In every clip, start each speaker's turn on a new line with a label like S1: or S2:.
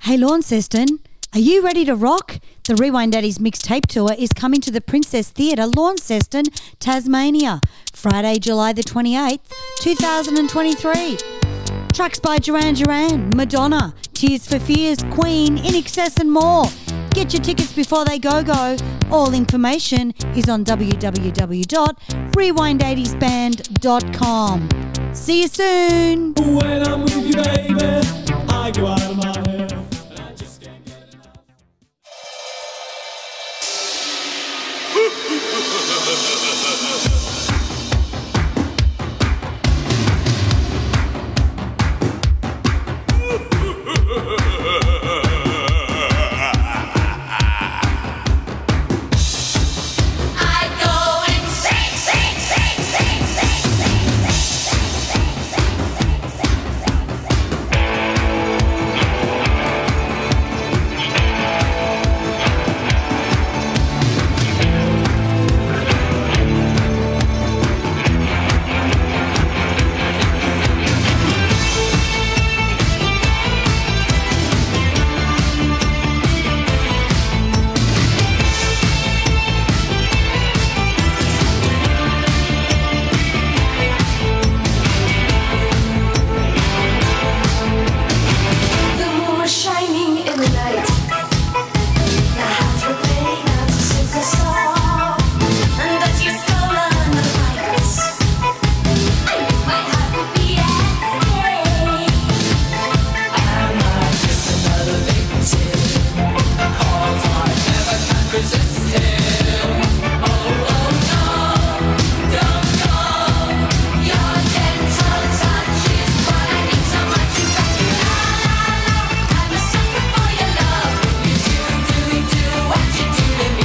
S1: Hey, Lawn Ceston, are you ready to rock? The Rewind Daddies mixtape tour is coming to the Princess Theatre, Launceston, Tasmania, Friday, July the 28th, 2023. Tracks by Duran Duran, Madonna, Tears for Fears, Queen, In Excess, and more. Get your tickets before they go go. All information is on www.rewind80sband.com. See you soon.
S2: When I'm with you, baby, I go out of my head. I just can't get enough.
S3: I go and sing, sing, sing, sing, sing, sing, sing, sing, sing, sing, sing, sing, sing, sing. The moon was shining in the night. The hearts were playing out to sing a song, and that you stole another night. I knew my heart would be at stake. Am I just another victim of I never can resist him? Oh, oh no, don't go. Your gentle touch is what I need so much. You got me I'm a sucker for your love. You do, do, do what you do to me.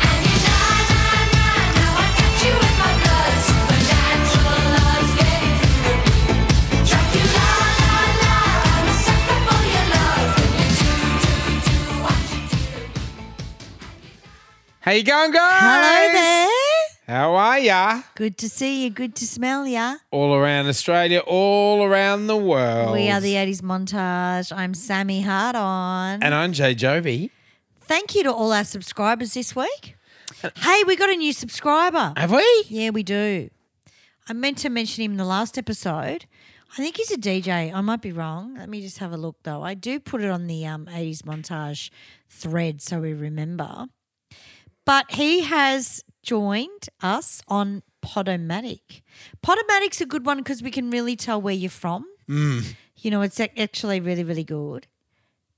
S3: And you na na na, now I got you in my blood. Supernatural love's getting through to me. Dracula, la la, I'm a sucker for your love. You do, do, do what you do to me.
S4: How you going, guys?
S1: Hello there.
S4: How are ya?
S1: Good to see you. Good to smell ya.
S4: All around Australia, all around the world.
S1: We are the 80s montage. I'm Sammy Hard on.
S4: And I'm Jay Jovi.
S1: Thank you to all our subscribers this week. Hey, we got a new subscriber.
S4: Have we?
S1: Yeah, we do. I meant to mention him in the last episode. I think he's a DJ. I might be wrong. Let me just have a look though. I do put it on the um, 80s montage thread so we remember. But he has joined us on Podomatic. Podomatic's a good one because we can really tell where you're from. You know, it's ac- actually really, really good.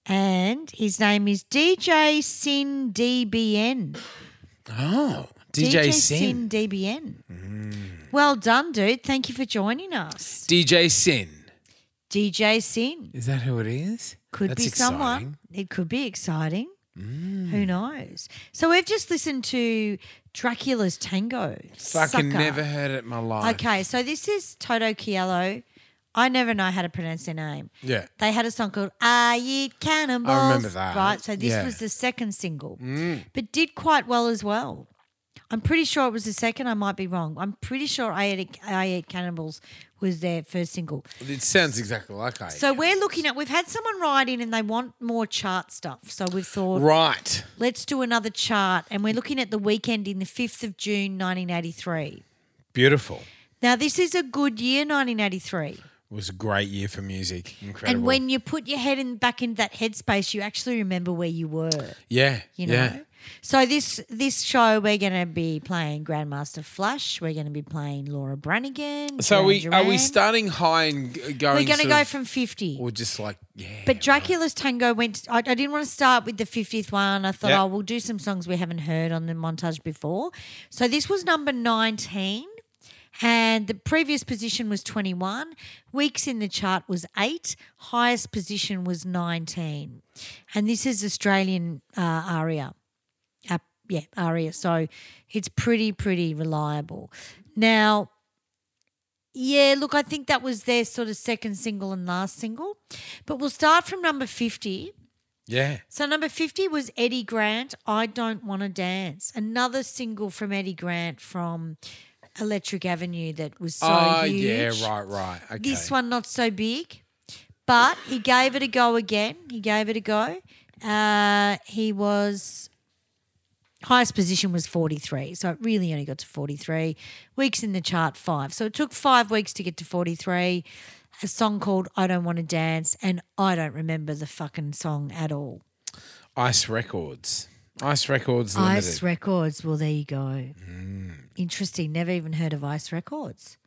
S1: And his name is DJ Sin DBN.
S4: Oh, DJ, Sin. Mm.
S1: DBN. Well done, dude. Thank you for joining us.
S4: DJ Sin.
S1: DJ Sin
S4: Is that who it is?
S1: could
S4: That's
S1: be
S4: exciting. Mm.
S1: someone. It could be exciting. Who knows? So we've just listened to Dracula's Tango.
S4: Fucking
S1: Sucker.
S4: never heard it in my life.
S1: Okay, so this is Toto Kiello. I never know how to pronounce their name.
S4: Yeah.
S1: They had a song called I Eat Cannonballs.
S4: that.
S1: Right, so this
S4: Yeah. Mm.
S1: was the second single, but did quite well as well. I'm pretty sure it was the second. I might be wrong. I'm pretty sure I Eat, I Eat Cannonballs was their first single.
S4: It sounds exactly like I.
S1: So we're looking at, we've had someone write in and they want more chart stuff. So we've thought,
S4: right.
S1: let's do another chart. And we're looking at the weekend in the 5th of June, 1983.
S4: Beautiful.
S1: Now, this is a good year, 1983.
S4: It was a great year for music. Incredible.
S1: And when you put your head in back into that headspace, you actually remember where you were.
S4: yeah,
S1: You know.
S4: yeah.
S1: So this this show we're going to be playing Grandmaster Flush. We're going to be playing Laura Branigan.
S4: So
S1: Duran
S4: we are we
S1: Duran.
S4: starting high and g- going?
S1: We're going to
S4: sort
S1: go
S4: of-
S1: from fifty.
S4: or just like yeah.
S1: But Dracula's Tango went. I, I didn't want to start with the fiftieth one. I thought,
S4: Yeah.
S1: oh, we'll do some songs we haven't heard on the montage before. So this was number nineteen, and the previous position was twenty-one. Weeks in the chart was eight. Highest position was nineteen, and this is Australian uh, aria. Uh, yeah, aria. So it's pretty, pretty reliable. Now. Yeah, look, I think that was their sort of second single and last single. But we'll start from number 50.
S4: yeah.
S1: So, number 50 was Eddie Grant, I Don't Want to Dance. Another single from Eddie Grant from Electric Avenue that was so
S4: oh
S1: huge.
S4: yeah, right, right. Okay.
S1: This one not so big, But he gave it a go again. He gave it a go. Uh, he was highest position was 43 so it really only got to 43 weeks in the chart five so it took five weeks to get to 43 a song called i don't want to dance and i don't remember the fucking song at all
S4: Ice Records. Ice Records Limited. Mm.
S1: ice records well there you go interesting never even heard of ice records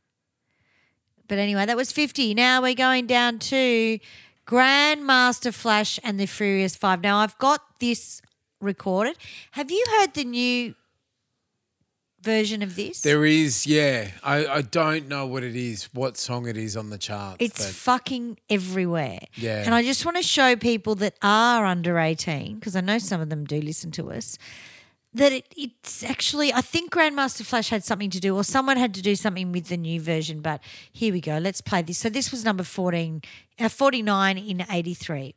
S1: but anyway that was 50 now we're going down to grandmaster flash and the furious five now i've got this recorded have you heard the new version of this
S4: there is, yeah. I, I don't know what it is, what song it is on the chart.
S1: It's fucking everywhere.
S4: Yeah.
S1: And I just want to show people that are under 18, because I know some of them do listen to us, that it, it's actually, I think Grandmaster Flash had something to do, or someone had to do something with the new version. But here we go. Let's play this. So this was number 14, uh, 49 in 83.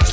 S5: It's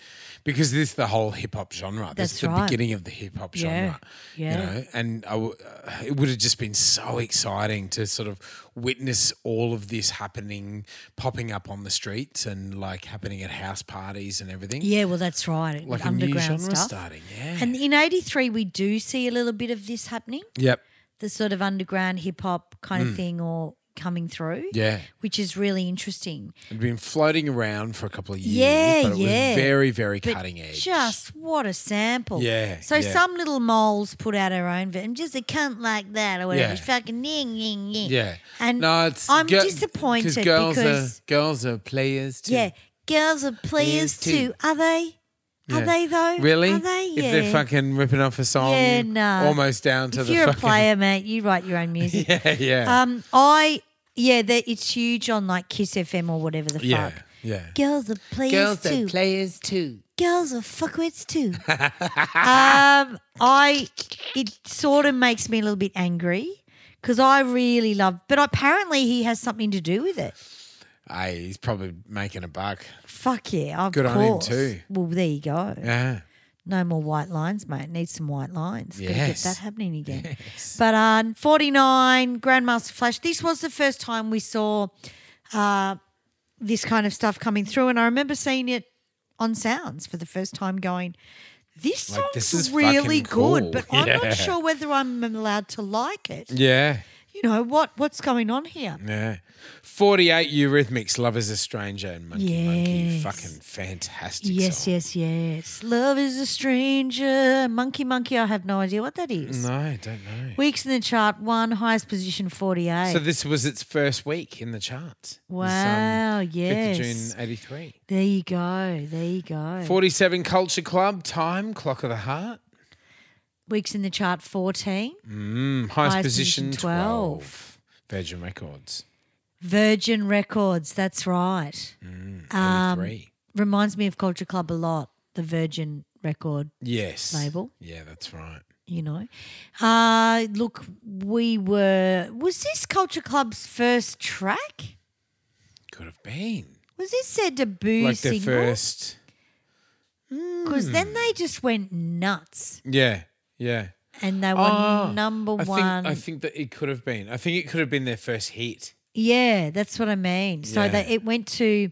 S4: because this is the whole hip hop genre. This
S1: That's
S4: is the
S1: right.
S4: beginning of the hip hop genre.
S1: yeah.
S4: You know, and I w- uh, it would have just been so exciting to sort of witness all of this happening, popping up on the streets and like happening at house parties and everything.
S1: yeah, well, that's right.
S4: Like a new
S1: underground
S4: genre
S1: stuff.
S4: starting, yeah.
S1: And in 83, we do see a little bit of this happening.
S4: Yep.
S1: the sort of underground hip hop kind of thing or coming through.
S4: Hmm. Yeah.
S1: Which is really interesting.
S4: It'd been floating around for a couple of years.
S1: Yeah,
S4: but it
S1: yeah.
S4: was very, very
S1: But
S4: cutting edge.
S1: Just what a sample.
S4: Yeah,
S1: So
S4: yeah.
S1: some little moles put out her own version, just a cunt like that or whatever.
S4: Yeah.
S1: Fucking ying, ying, ying.
S4: Yeah.
S1: And
S4: no, it's
S1: I'm
S4: gi- 'cause
S1: disappointed
S4: girls
S1: because,
S4: are, girls are players too.
S1: yeah, girls are players
S4: Players
S1: too.
S4: too.
S1: Are they? Are
S4: Yeah.
S1: they though?
S4: Really?
S1: Are they? Yeah.
S4: If they're fucking ripping off a song,
S1: yeah, no.
S4: almost down to
S1: if
S4: the
S1: you're a
S4: fucking
S1: player, mate, you write your own music.
S4: yeah, yeah,
S1: Um, I yeah, that it's huge on like Kiss FM or whatever the
S4: yeah,
S1: fuck.
S4: yeah.
S1: Girls are players too.
S4: players too.
S1: Girls are fuckwits too. um, I it sort of makes me a little bit angry because I really love, but apparently he has something to do with it.
S4: Hey, he's probably making a buck.
S1: Fuck yeah, of
S4: Good on him
S1: course.
S4: too.
S1: Well, there you go.
S4: Yeah,
S1: No more white lines, mate. Need some white lines. Gotta
S4: Yes.
S1: get that happening again. But uh, 49, Grandmaster Flash. This was the first time we saw uh, this kind of stuff coming through. And I remember seeing it on Sounds for the first time going, this song's
S4: Like, this is
S1: really
S4: fucking
S1: good,
S4: cool.
S1: but I'm
S4: Yeah.
S1: not sure whether I'm allowed to like it.
S4: yeah,
S1: you know, what what's going on here?
S4: Yeah. 48 Eurythmics, Love is a Stranger and Monkey Monkey.
S1: Yes.
S4: Fucking fantastic
S1: Yes,
S4: song.
S1: yes, yes. Love is a stranger. Monkey, monkey. I have no idea what that is.
S4: No, don't know.
S1: Weeks in the chart, one highest position, forty-eight.
S4: So this was its first week in the charts. It was,
S1: Wow,
S4: 5th
S1: yes.
S4: of June 83.
S1: there you go. There you go.
S4: 47 Culture Club, Time, Clock of the Heart.
S1: Weeks in the chart, fourteen.
S4: Mm, highest,
S1: Highest
S4: position,
S1: position,
S4: 12.
S1: 12.
S4: Virgin Records,
S1: Virgin Records. That's right. Um,
S4: 83.
S1: Reminds me of Culture Club a lot. The Virgin record
S4: Yes.
S1: label.
S4: Yeah, that's right.
S1: you know. Uh, look, we were. Was this Culture Club's first track?
S4: Could have been.
S1: Was this their debut
S4: like their
S1: single?
S4: first. Hmm.
S1: Because then they just went nuts
S4: Yeah, yeah.
S1: and they were
S4: Ah,
S1: number
S4: I
S1: one.
S4: Think, I think that it could have been. I think it could have been their first hit.
S1: yeah, that's what I mean. So
S4: Yeah.
S1: they, it went to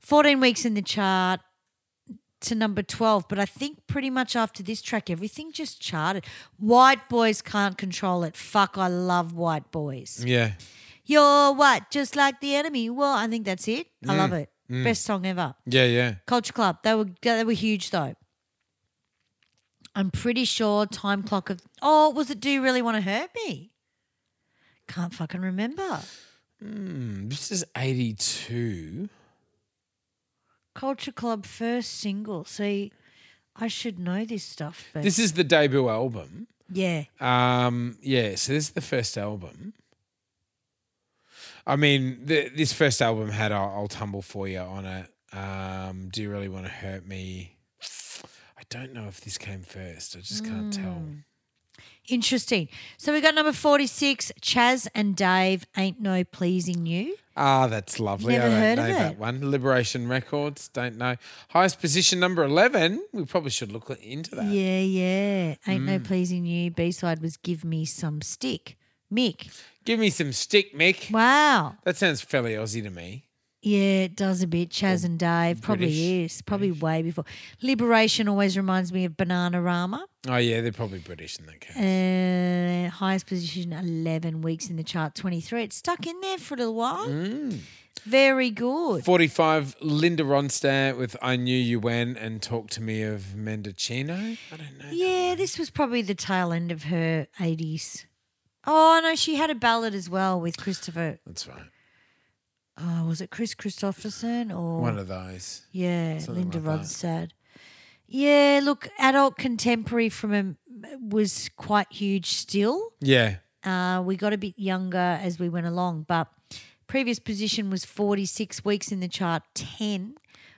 S1: 14 weeks in the chart to number 12. But I think pretty much after this track, everything just charted. White Boys Can't Control It. Fuck, I love White Boys.
S4: Yeah.
S1: You're what? Just like the enemy. Well, I think that's it. I love it. Best song ever.
S4: Yeah, yeah.
S1: Culture Club. They were they were huge though. I'm pretty sure Time Clock of Oh, was it Do You Really Want to Hurt Me? Can't fucking remember.
S4: This is 82.
S1: Culture Club first single. See, I should know this stuff, but
S4: This is the debut album.
S1: yeah.
S4: Um, yeah, so this is the first album. I mean, the, this first album had I'll, I'll Tumble For You on it. Um, Do You Really Want to Hurt Me? I don't know if this came first. I just can't tell.
S1: Hmm. Interesting. So we got number 46, Chaz and Dave Ain't No Pleasing You.
S4: Ah, that's lovely.
S1: Never
S4: I don't
S1: heard
S4: know
S1: of
S4: that
S1: it.
S4: one. Liberation Records, don't know. Highest position number 11. We probably should look into that.
S1: Yeah, yeah. Ain't
S4: Mm.
S1: no pleasing you. B side was give me some stick. Mick.
S4: Give me some stick, Mick.
S1: Wow.
S4: That sounds fairly Aussie to me.
S1: Yeah, it does a bit. Chaz and Dave probably
S4: British.
S1: is. Probably way before. Liberation always reminds me of Banana Rama.
S4: Oh, yeah, they're probably British in that case.
S1: Uh, highest position 11 weeks in the chart, 23. It's stuck in there for a little while.
S4: Mm.
S1: Very good.
S4: 45, Linda Ronstadt with I Knew You When and Talk to Me of Mendocino. I don't know.
S1: Yeah, this was probably the tail end of her 80s. Oh, no, she had a ballad as well with Christopher.
S4: That's right.
S1: Oh, was it Chris Christopherson or?
S4: One of those.
S1: Yeah,
S4: Something
S1: Linda
S4: like that.
S1: Ronstadt. Yeah, look, adult contemporary from him was quite huge still.
S4: Yeah.
S1: Uh, we got a bit younger as we went along, but previous position was 46 weeks in the chart, 10.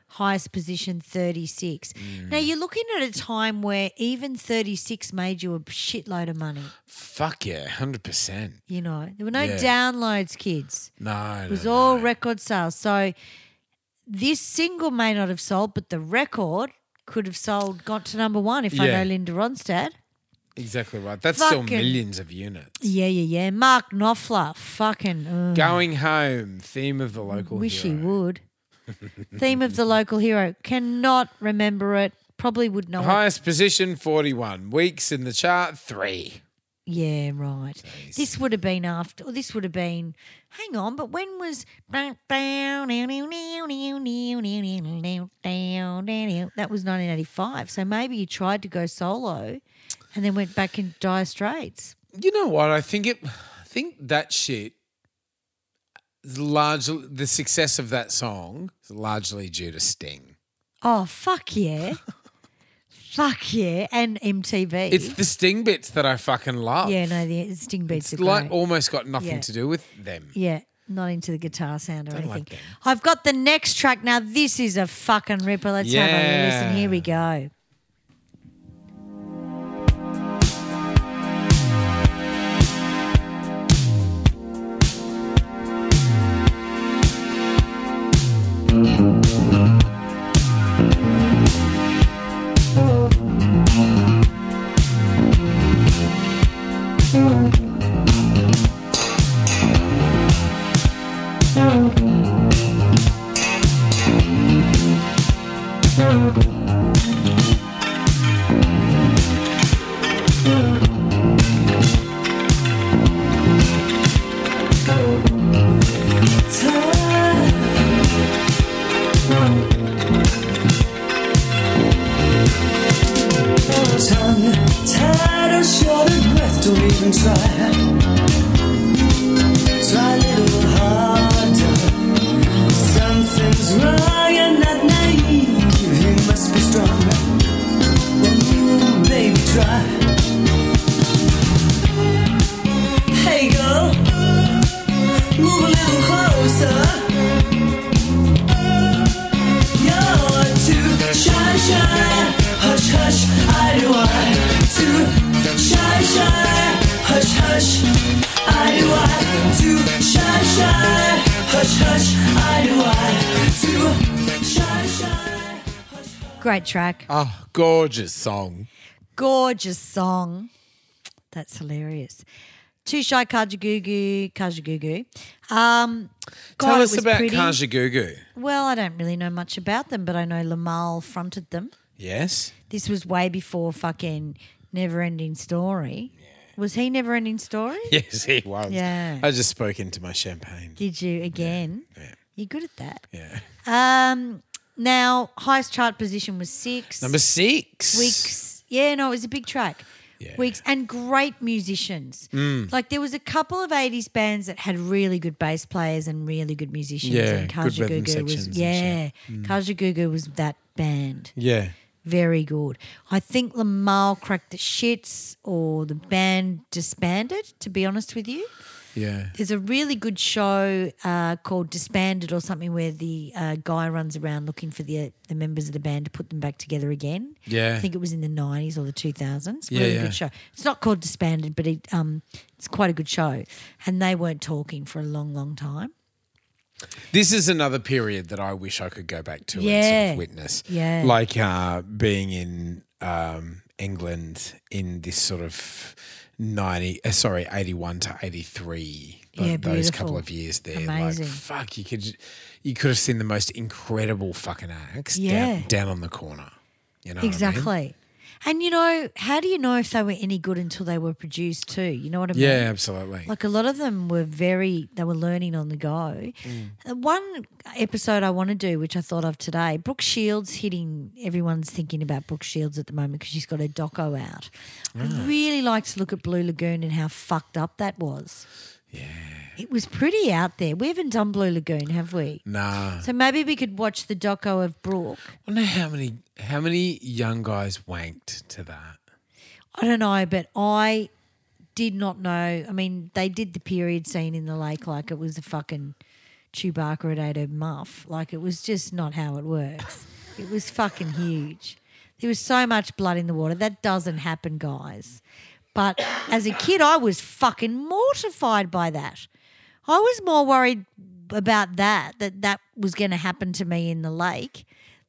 S1: Highest position, 36.
S4: Mm.
S1: Now, you're looking at a time where even 36 made you a shitload of money.
S4: Fuck yeah, 100%.
S1: You know, there were no
S4: Yeah.
S1: downloads, kids.
S4: No.
S1: It was all record sales. So this single may not have sold, but the record could have sold, got to number one if I
S4: Yeah.
S1: know Linda Ronstadt.
S4: Exactly right. That's still
S1: Fucking-
S4: millions of units.
S1: Yeah, yeah, yeah. Mark Knopfler, fucking. ugh.
S4: Going home, theme of the local
S1: wish
S4: hero.
S1: he would. Theme of the local hero. Cannot remember it. Probably would know it.
S4: Highest position 41. Weeks in the chart 3.
S1: Yeah, right. This would have been after, or this would have been, hang on, but when was. That was 1985. So maybe you tried to go solo and then went back in Dire Straits.
S4: You know what? I think it I think that shit is largely the success of that song is largely due to Sting.
S1: Oh, fuck yeah. fuck yeah. And MTV.
S4: It's the Sting bits that I fucking love.
S1: yeah, no, the Sting Beats
S4: It's
S1: are
S4: like
S1: great.
S4: almost got nothing
S1: Yeah.
S4: to do with them.
S1: Yeah, not into the guitar sound or
S4: Don't like
S1: anything.
S4: them.
S1: I've got the next track now. This is a fucking ripper. Let's have a listen. Here we go.
S6: Thank
S1: Great track.
S4: Oh, gorgeous song.
S1: Gorgeous song. That's hilarious. Too Shy Kajagoogoo, Kajagoogoo. Um, God,
S4: Tell
S1: it
S4: us
S1: was
S4: about
S1: pretty.
S4: Kajagoogoo.
S1: Well, I don't really know much about them, but I know Lamal fronted them.
S4: Yes.
S1: This was way before fucking Never Ending Story. Was he Never Ending Story?
S4: Yes, he was.
S1: Yeah.
S4: I just spoke into my champagne.
S1: Did you again? You're good at that.
S4: Yeah.
S1: Um, now, highest chart position was six.
S4: Number six.
S1: Weeks. Yeah, no, it was a big track.
S4: Yeah. Mm.
S1: Weeks and great musicians. Like there was a couple of '80s bands that had really good bass players and really good musicians.
S4: Yeah,
S1: and
S4: good
S1: Kajagoogoo
S4: rhythm
S1: was
S4: sections and Mm.
S1: yeah, Kajagoogoo was that band.
S4: Yeah.
S1: Very good. I think Lamal cracked the shits, or the band disbanded. To be honest with you,
S4: Yeah.
S1: there's a really good show uh, called Disbanded or something where the uh, guy runs around looking for the the members of the band to put them back together again.
S4: Yeah.
S1: I think it was in the nineties or the two thousands.
S4: Yeah,
S1: Really
S4: yeah.
S1: good show. It's not called Disbanded, but it, um, it's quite a good show. And they weren't talking for a long, long time.
S4: This is another period that I wish I could go back to and sort
S1: Yeah.
S4: of witness.
S1: Yeah.
S4: Like uh, being in um, England in this sort of 90, uh, sorry, 81 to 83. like
S1: Yeah,
S4: those couple
S1: beautiful.
S4: of years there,
S1: Amazing.
S4: like fuck, you could, you could have seen the most incredible fucking acts
S1: Yeah.
S4: down, down on the corner, you know what I mean?
S1: Exactly. And you know, how do you know if they were any good until they were produced too? You know what I mean?
S4: Yeah, absolutely.
S1: Like a lot of them were very, they were learning on the go. Uh, One episode I want to do, which I thought of today, Brooke Shields hitting, everyone's thinking about Brooke Shields at the moment because she's got her doco out. I really like to look at Blue Lagoon and how fucked up that was. Yeah. It was pretty out there. We haven't done Blue Lagoon, have we?
S4: nah,
S1: So maybe we could watch the doco of Brooke.
S4: I wonder how many how many young guys wanked to that.
S1: I don't know, but I did not know. I mean, they did the period scene in the lake like it was a fucking Chewbacca had ate a muff. Like it was just not how it works. it was fucking huge. There was so much blood in the water. That doesn't happen, guys. But as a kid, I was fucking mortified by that. I was more worried about that, that that was going to happen to me in the lake,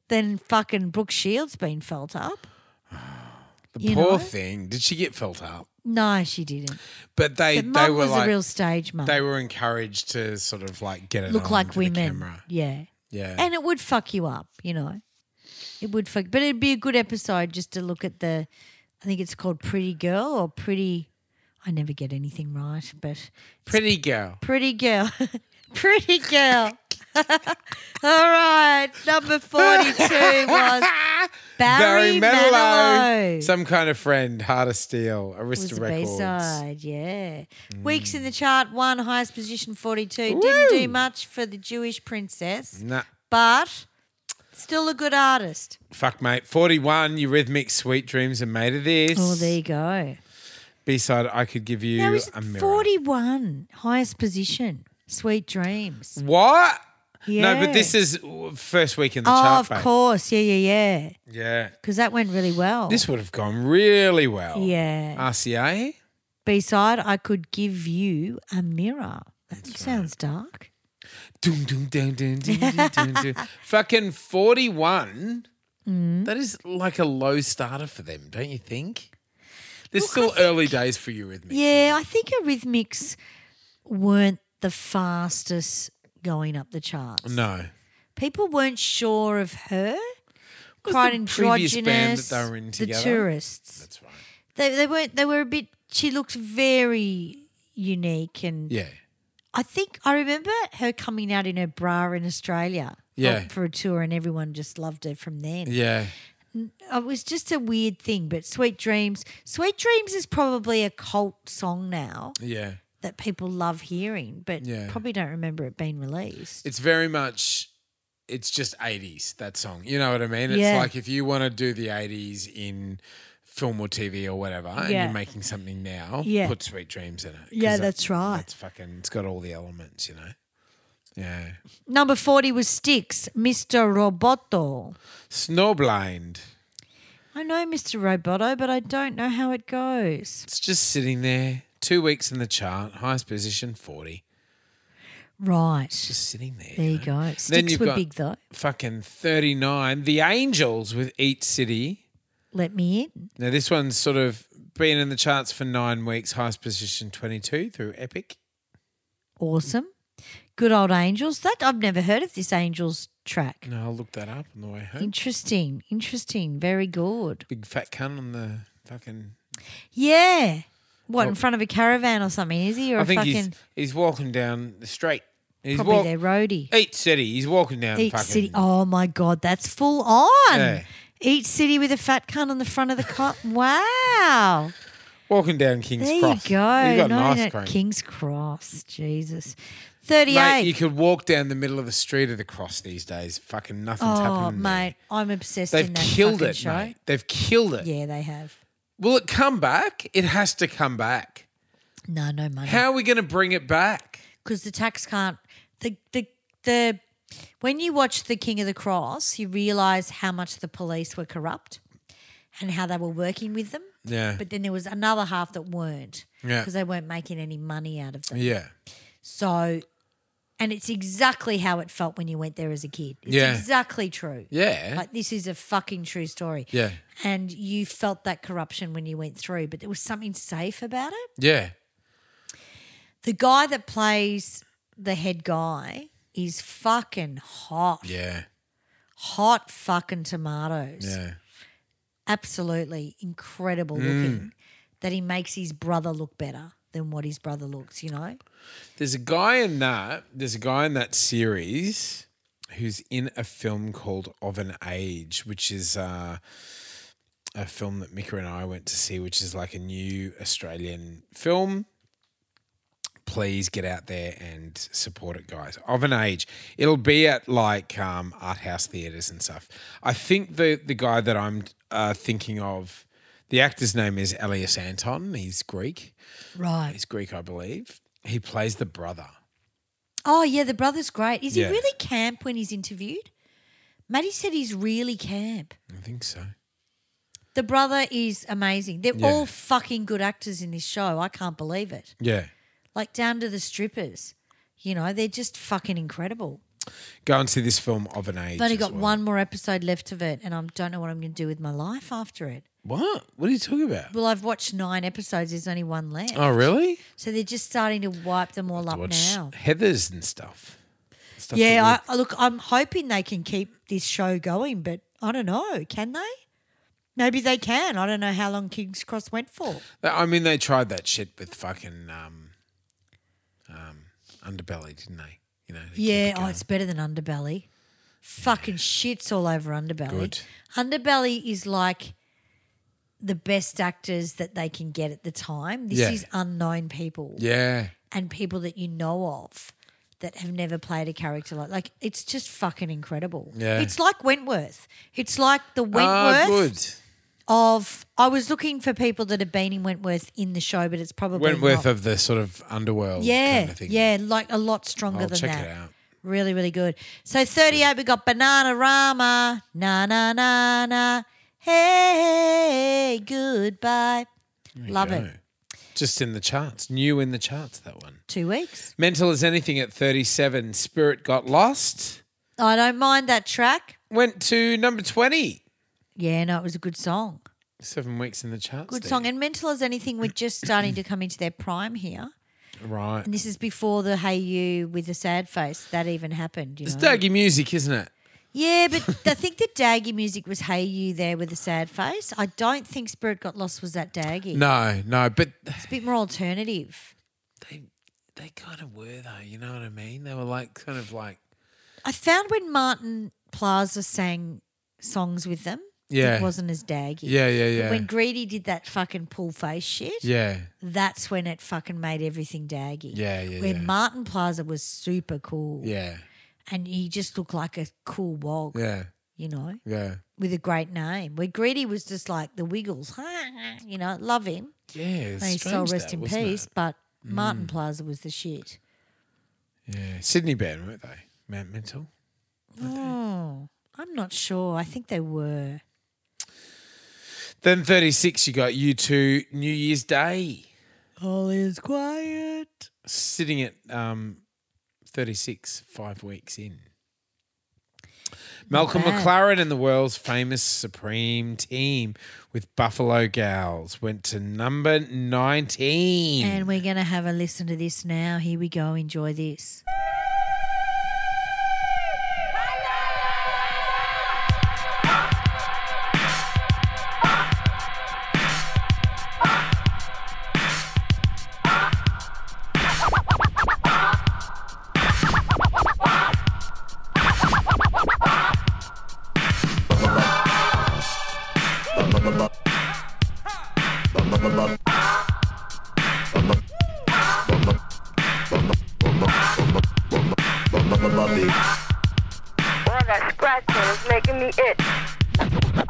S1: than fucking Brooke Shields being felt up.
S4: The
S1: You
S4: poor
S1: know?
S4: thing. Did she get felt up?
S1: No, she didn't.
S4: But they
S1: But
S4: they
S1: mum
S4: were
S1: was
S4: like
S1: a real stage mum.
S4: they were encouraged to sort of like get it
S1: Look
S4: on
S1: like
S4: for the
S1: women.
S4: camera.
S1: Yeah.
S4: Yeah.
S1: And it would fuck you up, you know. It would fuck but it'd be a good episode just to look at the I think it's called Pretty Girl or Pretty I never get anything right, but
S4: Pretty girl.
S1: Pretty Girl. pretty Girl. All right. Number forty two was Barry, Manilow.
S4: Some kind of friend, Heart of Steel,
S1: was
S4: Arista
S1: the
S4: Records. Mm.
S1: B-side, yeah. Weeks in the chart, one highest position, 42. Didn't do much for the Jewish princess,
S4: Nah.
S1: but still a good artist.
S4: Fuck mate. Forty one, Eurythmics, Sweet Dreams and Made of This.
S1: Oh, there you go.
S4: B side I could give you
S1: That was
S4: a mirror.
S1: 41, highest position. Sweet dreams.
S4: What? Mm. No, but
S1: Yeah.
S4: this is first week in the
S1: Oh,
S4: chart.
S1: of
S4: babe.
S1: course. Yeah, yeah, yeah.
S4: Yeah.
S1: Because that went really well.
S4: This Ah. would have gone really well.
S1: Yeah.
S4: RCA?
S1: B-side, I could give you a mirror. That sounds dark.
S4: Doom, doom, doom, doom, doom, doom, doom, doom. Fucking 41.
S1: Mm.
S4: That is like a low starter for them, don't you think? There's still early days for you with me.
S1: Yeah, I think Eurythmics weren't the fastest going up the charts.
S4: No.
S1: People weren't sure of her.
S4: was
S1: Quite
S4: the
S1: androgynous.
S4: previous band that they were in together?
S1: The tourists.
S4: That's right.
S1: They, they weren't. They were a bit. She looked very unique, and
S4: Yeah.
S1: I think I remember her coming out in her bra in Australia. for-
S4: Yeah.
S1: For, a tour, and everyone just loved her from then.
S4: Yeah.
S1: It was just a weird thing, but "Sweet Dreams," "Sweet Dreams" is probably a cult song now
S4: Yeah.
S1: that people love hearing, but
S4: Yeah.
S1: probably don't remember it being released.
S4: It's very much, it's just 80s, that song. You know what I mean? It's
S1: Yeah.
S4: like if you want to do the 80s in film or TV or whatever, and
S1: Yeah.
S4: you're making something now,
S1: Yeah.
S4: put Sweet Dreams in it. 'Cause
S1: Yeah,
S4: that-
S1: that's right.
S4: That's fucking, it's got all the elements, you know? Yeah.
S1: Number forty was Sticks, Mr. Roboto.
S4: Snowblind.
S1: I know Mr. Roboto, but I don't know how it goes.
S4: It's just sitting there, two weeks in the chart, highest position 40.
S1: Right.
S4: Just sitting there.
S1: There
S4: you
S1: you
S4: know?
S1: go. Sticks
S4: Then you've
S1: were
S4: got-
S1: big though.
S4: Fucking 39. The Angels with Eat City.
S1: Let me in.
S4: Now, this one's sort of been in the charts for nine weeks, highest position 22 through Epic.
S1: Awesome. Good old Angels. That I've never heard of this Angels track.
S4: No, I'll look that up on the way home.
S1: Interesting. Interesting. Very good.
S4: Big fat cunt on the fucking.
S1: Yeah. What in front of a caravan or something? Is he or
S4: I
S1: a
S4: think
S1: fucking
S4: he's, he's walking down the street. He's
S1: probably
S4: walk-
S1: their roadie?
S4: Eat City. He's walking down
S1: Eat
S4: fucking.
S1: City. Oh my God, that's full on.
S4: Yeah.
S1: Eat City with a fat cunt on the front of the cot. Wow.
S4: Walking down King's
S1: There
S4: Cross.
S1: you go.
S4: You've got
S1: No,
S4: an
S1: no,
S4: ice cream.
S1: King's Cross. Jesus. 38.
S4: Mate, you could walk down the middle of the street of the cross these days. Fucking nothing's
S1: oh,
S4: happening. there.
S1: mate, I'm obsessed
S4: They've
S1: in that
S4: killed
S1: fucking
S4: it,
S1: show.
S4: mate. They've killed it.
S1: Yeah, they have.
S4: Will it come back? It has to come back.
S1: No, no money.
S4: How are we going to bring it back?
S1: because the tax can't the the the when you watch the King of the Cross, you realize how much the police were corrupt and how they were working with them.
S4: Yeah.
S1: But then there was another half that weren't
S4: Yeah.
S1: because they weren't making any money out of them.
S4: Yeah.
S1: So, and it's exactly how it felt when you went there as a kid. It's
S4: Yeah.
S1: exactly true.
S4: Yeah.
S1: Like this is a fucking true story.
S4: Yeah.
S1: And you felt that corruption when you went through, but there was something safe about it
S4: Yeah.
S1: the guy that plays the head guy is fucking hot.
S4: Yeah.
S1: Hot fucking tomatoes.
S4: Yeah. Mm.
S1: Absolutely incredible looking. That he makes his brother look better than what his brother looks, you know?
S4: There's a guy in that. There's a guy in that series who's in a film called Of an Age, which is uh, a film that Mika and I went to see, which is like a new Australian film. Please get out there and support it, guys. Of an Age. It'll be at like um, art house theaters and stuff. I think the the guy that I'm uh, thinking of, the actor's name is Elias Anton. He's Greek.
S1: Right.
S4: He's Greek, I believe. He plays the brother.
S1: Oh, yeah, the brother's great. Is
S4: Yeah.
S1: he really camp when he's interviewed? Maddie said he's really camp.
S4: I think so.
S1: The brother is amazing. They're
S4: Yeah.
S1: all fucking good actors in this show. I can't believe it.
S4: Yeah.
S1: Like down to the strippers. You know, they're just fucking incredible.
S4: Go and see this film of an age.
S1: I've only
S4: as
S1: got
S4: well.
S1: one more episode left of it, and I don't know what I'm going to do with my life after it.
S4: What? What are you talking about?
S1: Well, I've watched nine episodes. There's only one left.
S4: Oh, really?
S1: So they're just starting to wipe them all up now.
S4: Heathers and stuff. Stuff
S1: Yeah, I,
S4: that
S1: I- look, I'm hoping they can keep this show going, but I don't know. Can they? Maybe they can. I don't know how long King's Cross went for.
S4: we- I mean, they tried that shit with fucking um, um, underbelly, didn't they? You know. to keep
S1: Yeah,
S4: it
S1: oh,
S4: going.
S1: it's better than Underbelly. Fucking shits all over Underbelly.
S4: Good.
S1: Underbelly is like the best actors that they can get at the time. This
S4: Yeah.
S1: is unknown people.
S4: yeah.
S1: and people that you know of that have never played a character like like it's just fucking incredible.
S4: Yeah.
S1: It's like Wentworth. It's like the
S4: Ah,
S1: Wentworth
S4: good.
S1: of I was looking for people that have been in Wentworth in the show, but it's probably
S4: Wentworth
S1: not.
S4: of the sort of underworld.
S1: yeah,
S4: Kind of thing.
S1: yeah, like a lot stronger
S4: I'll
S1: than
S4: check
S1: that.
S4: it out.
S1: Really, really good. So thirty eight, we got Banana Rama, na na na na, hey goodbye. Love
S4: Go.
S1: it.
S4: Just in the charts. New in the charts. That one.
S1: Two weeks.
S4: Mental as anything at 37. Spirit got lost.
S1: I don't mind that track.
S4: Went to number 20.
S1: Yeah, no, it was a good song.
S4: Seven weeks in the charts.
S1: Good
S4: there.
S1: song. And Mental as Anything were just starting to come into their prime here.
S4: Right.
S1: And this is before the Hey You with the Sad Face. That even happened. You
S4: It's
S1: know?
S4: daggy music, isn't it?
S1: Yeah, but I think the daggy music was Hey You there with the Sad Face. I don't think Spirit Got Lost was that daggy.
S4: No, no, but
S1: It's a bit more alternative.
S4: they they kind of were though. You know what I mean? They were like kind of like
S1: I found when Martin Plaza sang songs with them,
S4: Yeah.
S1: it wasn't as daggy.
S4: yeah, yeah,
S1: But
S4: yeah,
S1: When Greedy did that fucking pull face shit,
S4: yeah,
S1: that's when it fucking made everything daggy.
S4: Yeah, yeah,
S1: Where
S4: yeah.
S1: Martin Plaza was super cool.
S4: yeah,
S1: and he just looked like a cool wog,
S4: yeah,
S1: you know,
S4: yeah,
S1: with a great name. Where Greedy was just like the Wiggles, you know, love him.
S4: yeah. it's
S1: May his soul
S4: strange
S1: rest
S4: that,
S1: in
S4: wasn't it? Mm.
S1: peace. But Martin Plaza was the shit.
S4: Yeah, Sydney band, weren't they? Man Mental.
S1: Oh, I'm not sure. I think they were.
S4: Then thirty six. You got you two New Year's Day
S1: All is quiet.
S4: sitting at um 36, five weeks in. Malcolm
S1: bad.
S4: McLaren and the world's famous Supreme team with Buffalo Gals went to number 19.
S1: And we're going to have a listen to this now. Here we go. Enjoy this.
S6: All that scratching is making me itch.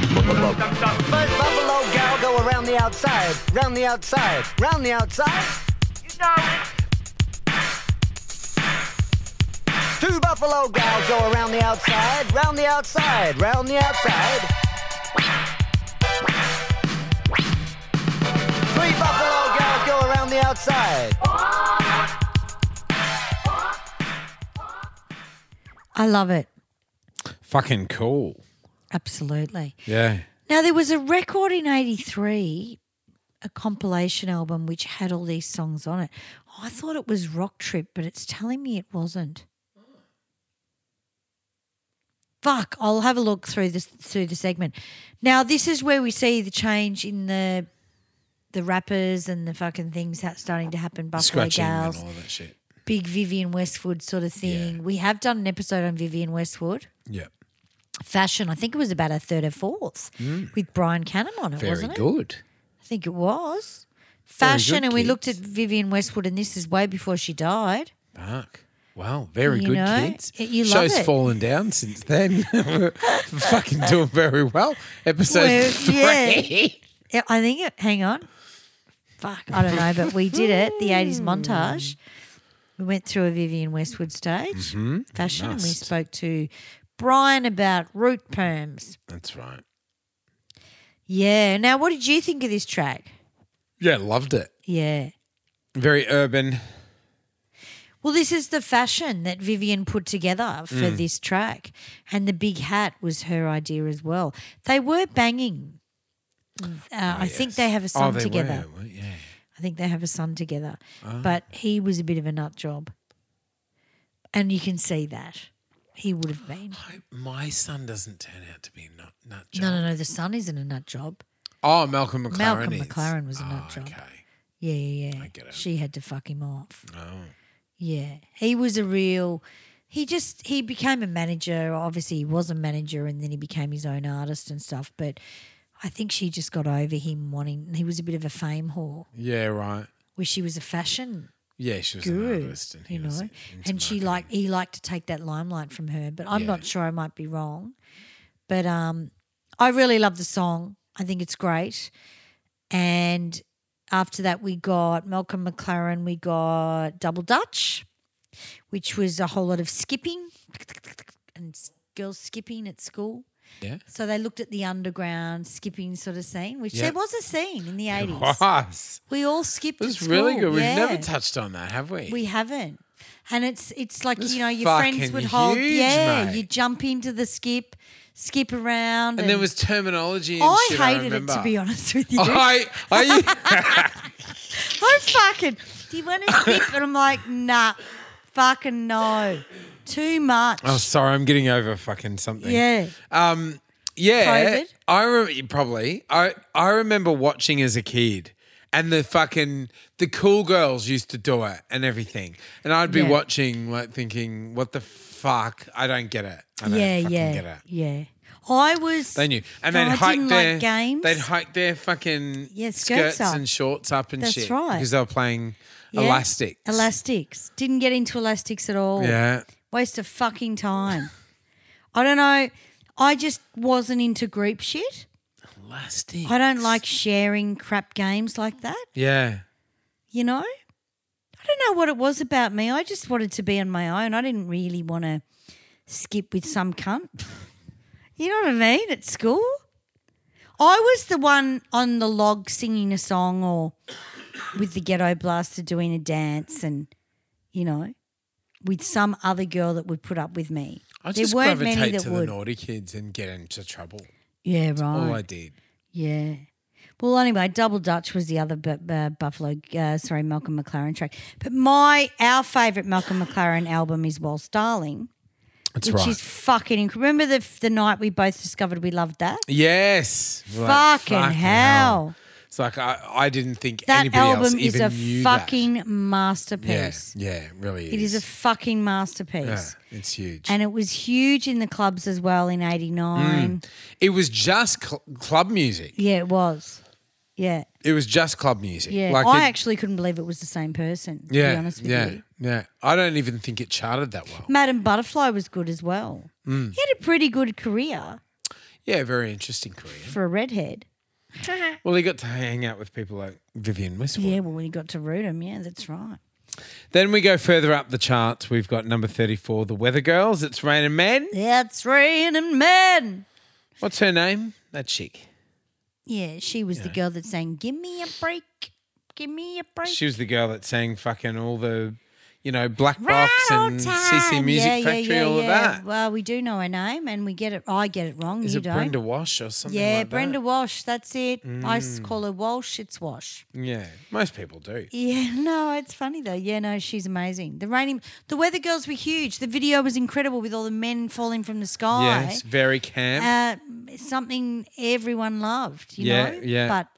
S7: First buffalo gal go around the outside, round the outside, round the outside.
S6: You know it.
S7: Two buffalo gals go around the outside, round the outside, round the outside. Three buffalo gals go around the outside.
S1: I love it.
S4: Fucking cool.
S1: Absolutely.
S4: Yeah.
S1: Now, there was a record in 83, a compilation album which had all these songs on it. I thought it was Rock Trip, but it's telling me it wasn't. Fuck, I'll have a look through this through the segment. Now, this is where we see the change in the the rappers and the fucking things that's starting to happen. Buffalo
S4: Scratching
S1: Gals,
S4: and all that shit.
S1: big Vivian Westwood sort of thing.
S4: Yeah.
S1: We have done an episode on Vivian Westwood
S4: Yeah.
S1: fashion. I think it was about a third or fourth with Brian Cannon on it,
S4: Mm. Very
S1: wasn't it?
S4: good.
S1: I think it was fashion. And we
S4: kids.
S1: looked at Vivian Westwood, and this is way before she died.
S4: Fuck. Wow, very
S1: You
S4: good
S1: know,
S4: kids.
S1: it- you love
S4: Show's
S1: it.
S4: fallen down since then. We're fucking doing very well. Episode
S1: Well, yeah.
S4: three.
S1: Yeah, I think it. Hang on, fuck, I don't know, but we did it. The eighties montage. We went through a Vivian Westwood stage fashion, and we
S4: Mm-hmm. must.
S1: spoke to Brian about root perms.
S4: That's right.
S1: Yeah. Now, what did you think of this track?
S4: Yeah, loved it.
S1: Yeah.
S4: Very urban.
S1: Well, this is the fashion that Vivian put together for
S4: Mm.
S1: this track, and the big hat was her idea as well. They were banging. Uh, I think they have a son
S4: Oh, they
S1: together.
S4: were, Oh. yeah.
S1: I think they have a son together, but he was a bit of a nut job, and you can see that he would have been.
S4: I hope my son doesn't turn out to be a nut, nut job.
S1: No, no, no. The son isn't a nut job.
S4: Oh, Malcolm McLaren.
S1: Malcolm
S4: is.
S1: McLaren was a nut
S4: Oh,
S1: job.
S4: Okay.
S1: Yeah, yeah, yeah.
S4: get it. Oh.
S1: She had to fuck him off. Yeah. He was a real he just he became a manager. Obviously he was a manager and then he became his own artist and stuff, but I think she just got over him wanting he was a bit of a fame whore
S4: Yeah, right.
S1: where she was a fashion
S4: Yeah, she was an
S1: guru,
S4: artist, and he
S1: you
S4: was
S1: know.
S4: into
S1: And she
S4: marketing.
S1: liked he liked to take that limelight from her, but I'm
S4: Yeah.
S1: not sure I might be wrong. But um I really love the song. I think it's great. And after that we got Malcolm McLaren, we got Double Dutch, which was a whole lot of skipping and s- girls skipping at school.
S4: Yeah.
S1: So they looked at the underground skipping sort of scene, which
S4: Yeah.
S1: there was a scene in the
S4: It
S1: eighties.
S4: was.
S1: We all skipped.
S4: It
S1: at
S4: was really
S1: school,
S4: good. We've never
S1: yeah.
S4: touched on that, have we?
S1: We haven't. And it's it's like
S4: It's
S1: you know your friends
S4: fucking
S1: would hold
S4: huge,
S1: yeah
S4: mate.
S1: you jump into the skip skip around and,
S4: and there was terminology. And
S1: I
S4: shit,
S1: hated it to
S4: remember.
S1: be honest with you
S4: I, I,
S1: I fucking do you want to skip and I'm like nah fucking no too much
S4: oh, sorry, I'm getting over fucking something.
S1: yeah
S4: yeah.
S1: COVID?
S4: I re- probably. I I remember watching as a kid, and the fucking the cool girls used to do it and everything, and I'd be
S1: Yeah.
S4: watching like thinking, what the fuck? I don't get it. I don't
S1: yeah
S4: fucking
S1: yeah
S4: get it.
S1: yeah I was
S4: They knew, and
S1: no,
S4: they'd
S1: I
S4: hike
S1: didn't
S4: their
S1: like games
S4: They'd hike their fucking
S1: Yeah,
S4: skirts,
S1: skirts up.
S4: and shorts up and
S1: That's
S4: shit
S1: right.
S4: because they were playing
S1: Yeah.
S4: elastics.
S1: elastics didn't get into elastics at all
S4: Yeah,
S1: Waste of fucking time. I don't know. I just wasn't into group shit.
S4: elastic.
S1: I don't like sharing crap games like that.
S4: Yeah,
S1: you know? I don't know what it was about me. I just wanted to be on my own. I didn't really want to skip with some cunt. you know what I mean? At school. I was the one on the log singing a song or with the ghetto blaster doing a dance and, you know, with some other girl that would put up with me.
S4: I
S1: there
S4: just
S1: weren't
S4: gravitate
S1: many that
S4: to the
S1: would.
S4: naughty kids and get into trouble.
S1: yeah, right.
S4: All I did.
S1: Yeah. Well, anyway, Double Dutch was the other bu- uh, Buffalo, uh, sorry, Malcolm McLaren track. But my, our favourite Malcolm McLaren album is Whilst Darling,
S4: That's
S1: which is fucking incredible. Remember the, f- the night we both discovered we loved that?
S4: yes. We're like,
S1: fucking, hell.
S4: It's like I, I didn't think
S1: That
S4: anybody else
S1: album is
S4: even
S1: a
S4: knew
S1: fucking
S4: that. Yeah,
S1: masterpiece.
S4: yeah, it really is.
S1: It is a fucking masterpiece.
S4: yeah, it's huge.
S1: And it was huge in the clubs as well in 89.
S4: it was just cl- club music.
S1: Yeah, it was. Yeah.
S4: It was just club music.
S1: Yeah.
S4: Like
S1: I
S4: it-
S1: actually couldn't believe it was the same person, to
S4: yeah,
S1: be honest with
S4: yeah,
S1: you.
S4: yeah. I don't even think it charted that well.
S1: Madam Butterfly was good as well.
S4: Mm.
S1: He had a pretty good career
S4: Yeah, very interesting career.
S1: for a redhead.
S4: Well, he got to hang out with people like Vivian Westwood.
S1: Yeah, well, when he got to Rudham, yeah, that's right.
S4: Then we go further up the charts. We've got number 34, The Weather Girls. It's Rain and Men.
S1: That's raining men.
S4: What's her name? That chick.
S1: Yeah, she was the girl that sang, Give me a break, give me a break.
S4: She was the girl that sang fucking all the, you know, Black Box and CC Music Factory, all of that.
S1: Well, we do know her name and we get it. I get it wrong.
S4: Is
S1: you
S4: it
S1: don't.
S4: Brenda Wash or something
S1: yeah,
S4: like
S1: Brenda
S4: that? Mm.
S1: Wash. That's it. I s- call her Walsh. It's Wash.
S4: Yeah, most people do.
S1: Yeah, no, it's funny though. Yeah, no, she's amazing. The raining, the weather girls were huge. The video was incredible with all the men falling from the sky.
S4: Yes, very camp.
S1: Uh, something everyone loved, you
S4: Yeah,
S1: know.
S4: yeah.
S1: But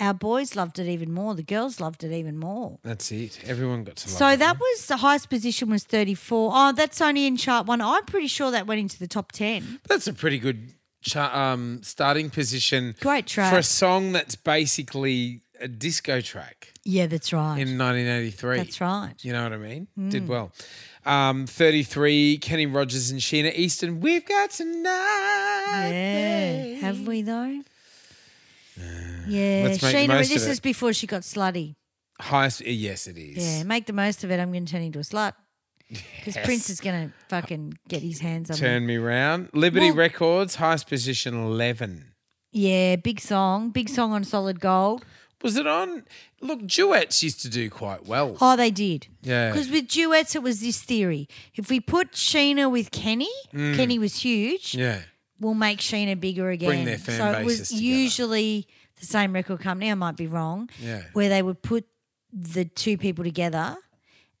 S1: our boys loved it even more. The girls loved it even more.
S4: That's it. Everyone got to love
S1: So
S4: it.
S1: that was the highest position was thirty four. Oh, that's only in chart one. I'm pretty sure that went into the top ten.
S4: That's a pretty good cha- um, starting position.
S1: Great track.
S4: for a song that's basically a disco track
S1: Yeah, that's right.
S4: in 1983.
S1: That's right. Mm.
S4: You know what I mean? Did well. Um, 33, Kenny Rogers and Sheena Easton. We've got tonight.
S1: yeah, have we though? Yeah,
S4: Let's make the
S1: Sheena.
S4: most of
S1: This
S4: it.
S1: is before she got slutty.
S4: Highest. eh, Yes, it is.
S1: Yeah, make the most of it. I'm going to turn into a slut because Prince is going to fucking get his hands on me.
S4: Turn me round. Liberty
S1: Well-
S4: Records, highest position 11.
S1: Yeah, big song, big song on solid gold.
S4: Was it on? Look, duets used to do quite well.
S1: Oh, they did.
S4: Yeah.
S1: Because with duets, it was this theory: if we put Sheena with Kenny,
S4: Mm.
S1: Kenny was huge.
S4: Yeah.
S1: We'll make Sheena bigger again.
S4: their fan
S1: so it was
S4: bases together.
S1: usually the same record company. I might be wrong.
S4: Yeah.
S1: Where they would put the two people together.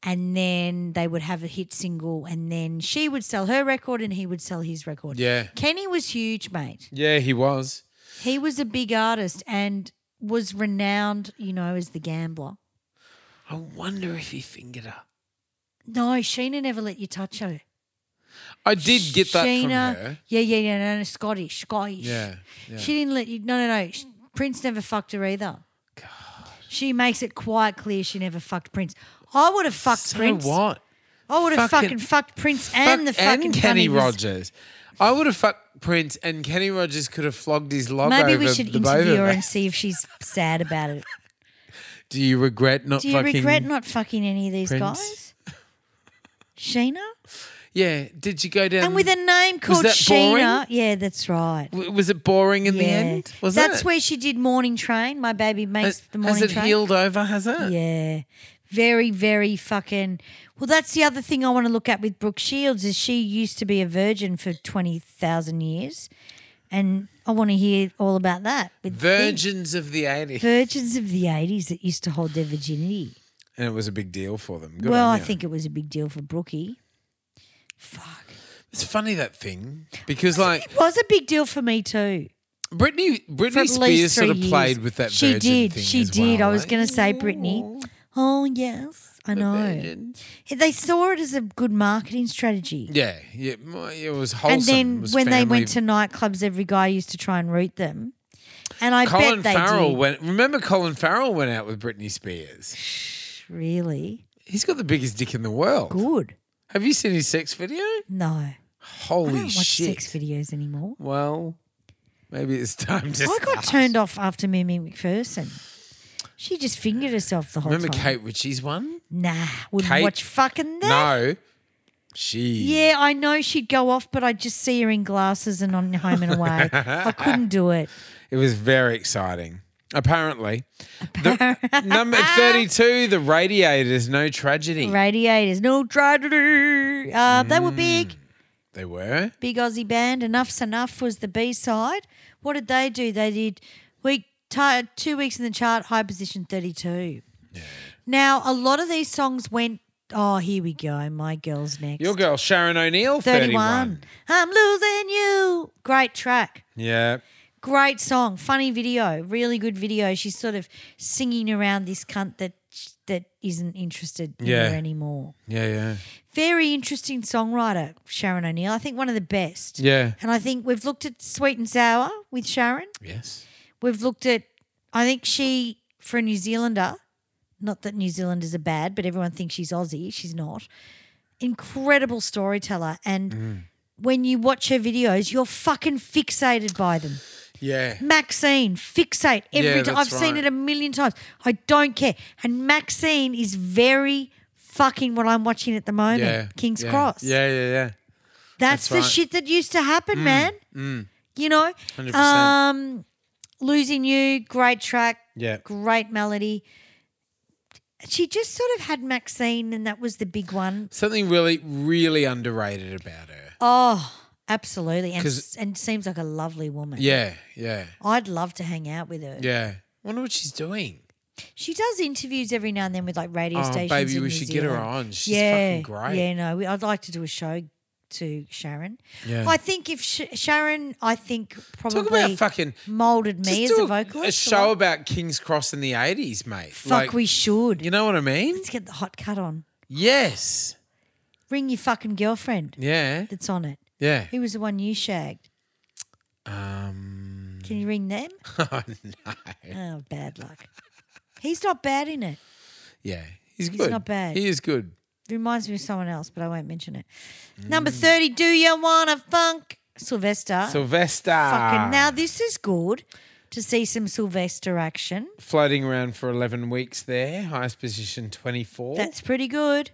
S1: And then they would have a hit single, and then she would sell her record, and he would sell his record.
S4: Yeah.
S1: Kenny was huge, mate.
S4: Yeah, he was.
S1: He was a big artist and was renowned, you know, as the gambler.
S4: I wonder if he fingered her.
S1: No, Sheena never let you touch her.
S4: I did get that
S1: Sheena,
S4: from her.
S1: Yeah, yeah, yeah. No, no, Scottish, Scottish.
S4: Yeah, yeah.
S1: She didn't let you. No, no, no. sh- Prince never fucked her either. God. She makes it quite clear she never fucked Prince. I would have fucked
S4: So
S1: Prince.
S4: what?
S1: I would have fucking,
S4: Fucking-
S1: fucked Prince and the
S4: Fuck-
S1: fucking
S4: and Kenny
S1: cunt he was-
S4: Rogers. I would have fucked Prince, and Kenny Rogers could have flogged his log
S1: Maybe
S4: over
S1: we should
S4: the both of
S1: interview her
S4: them.
S1: and see if she's sad about it.
S4: Do you regret not
S1: Do you
S4: fucking?
S1: regret not fucking any of these
S4: Prince?
S1: guys? Sheena?
S4: Yeah. Did you go down?
S1: And with a name called
S4: that boring?
S1: Sheena. Yeah, that's right.
S4: W- was it boring in the
S1: yeah.
S4: end? Was
S1: that's
S4: it?
S1: where she did Morning Train. My baby makes
S4: Has,
S1: the Morning
S4: has it
S1: Train.
S4: healed over? Has it?
S1: Yeah. Very, very fucking. Well, that's the other thing I want to look at with Brooke Shields is she used to be a virgin for 20,000 years. And I want to hear all about that. With
S4: Virgins of the
S1: the
S4: eighties,
S1: virgins of the 80s that used to hold their virginity.
S4: and it was a big deal for them. Good
S1: well,
S4: on
S1: I
S4: ya.
S1: think it was a big deal for Brookie. Fuck.
S4: it's funny that thing because like
S1: It was a big deal for me too.
S4: Britney,
S1: For at
S4: Britney
S1: least
S4: Spears
S1: three
S4: sort of
S1: years.
S4: played with that.
S1: She
S4: virgin
S1: did.
S4: thing
S1: she
S4: as
S1: did.
S4: well,
S1: I was
S4: eh?
S1: going to say Britney. Oh yes, I know. They saw it as a good marketing strategy.
S4: Yeah, yeah, m- it was wholesome.
S1: and
S4: It
S1: then
S4: was
S1: when they
S4: family
S1: went to nightclubs, every guy used to try and root them. And I
S4: Colin
S1: bet they
S4: Farrell
S1: did.
S4: went. Remember, Colin Farrell went out with Britney Spears.
S1: really
S4: He's got the biggest dick in the world.
S1: good.
S4: Have you seen his sex video?
S1: No, I
S4: Holy
S1: don't watch
S4: shit!
S1: sex videos anymore.
S4: Well, maybe it's time to.
S1: I got
S4: start.
S1: turned off after Mimi McPherson. She just fingered herself the whole
S4: Remember
S1: time.
S4: Kate Ritchie's one?
S1: Nah, wouldn't
S4: Kate-
S1: watch fucking that.
S4: No. She.
S1: Yeah, I know she'd go off, but I'd just see her in glasses and on Home and Away. I couldn't do it.
S4: It was very exciting. Apparently. The- number 32, The Radiators, No Tragedy.
S1: Radiators, no tragedy. Uh, They were
S4: Mm.
S1: big,
S4: They were.
S1: big Aussie band. Enough's Enough was the B side. What did they do? They did week ti two weeks in the chart, high position 32. Now, a lot of these songs went, oh, here we go, my girl's next.
S4: Your girl, Sharon O'Neill, 31.
S1: 31. I'm losing you. Great track.
S4: Yeah.
S1: Great song, funny video, really good video. She's sort of singing around this cunt that that isn't interested in
S4: Yeah.
S1: her anymore.
S4: Yeah, yeah.
S1: Very interesting songwriter, Sharon O'Neill. I think one of the best.
S4: Yeah.
S1: And I think we've looked at Sweet and Sour with Sharon.
S4: Yes.
S1: We've looked at I think she for a New Zealander, not that New Zealanders are bad, but everyone thinks she's Aussie. She's not. Incredible storyteller. And
S4: Mm.
S1: when you watch her videos, you're fucking fixated by them.
S4: Yeah.
S1: Maxine, fixate every
S4: Yeah,
S1: time. I've
S4: that's
S1: seen
S4: right.
S1: it a million times. I don't care. And Maxine is very fucking what I'm watching at the moment.
S4: Yeah.
S1: King's
S4: yeah.
S1: Cross.
S4: Yeah, yeah, yeah.
S1: That's,
S4: that's Mm,
S1: the
S4: right.
S1: shit that used to happen, man. You know?
S4: 100%.
S1: Um Losing You, great track,
S4: Yeah.
S1: great melody. She just sort of had Maxine and that was the big one.
S4: Something really, really underrated about her.
S1: Oh, absolutely. And
S4: 'Cause-
S1: and seems like a lovely woman.
S4: Yeah, yeah,
S1: I'd love to hang out with her.
S4: yeah. Wonder what she's doing.
S1: She does interviews every now and then with like radio
S4: Oh,
S1: stations.
S4: baby,
S1: in
S4: we
S1: New
S4: should get her
S1: Zealand.
S4: on. She's fucking great.
S1: Yeah, no, we, I'd like to do a show to Sharon.
S4: Yeah.
S1: I think if sh- Sharon, I think probably
S4: Talk about fucking.
S1: molded me as
S4: just do
S1: a vocalist.
S4: A show
S1: Like,
S4: about King's Cross in the eighties, mate.
S1: Fuck,
S4: Like,
S1: we should.
S4: You know what I mean?
S1: Let's get the hot cut on.
S4: Yes.
S1: Ring your fucking girlfriend
S4: Yeah.
S1: that's on it.
S4: Yeah.
S1: Who was the one you shagged?
S4: Um.
S1: Can you ring them?
S4: oh, no.
S1: Oh, bad luck. He's not bad in it.
S4: Yeah. He's good.
S1: not bad.
S4: He is good.
S1: Reminds me of someone else, but I won't mention it. Number 30, Do You Wanna Funk? Sylvester.
S4: Mm. Sylvester.
S1: Fucking now, this is good to see some Sylvester action.
S4: Floating around for eleven weeks there, highest position twenty four.
S1: That's pretty good.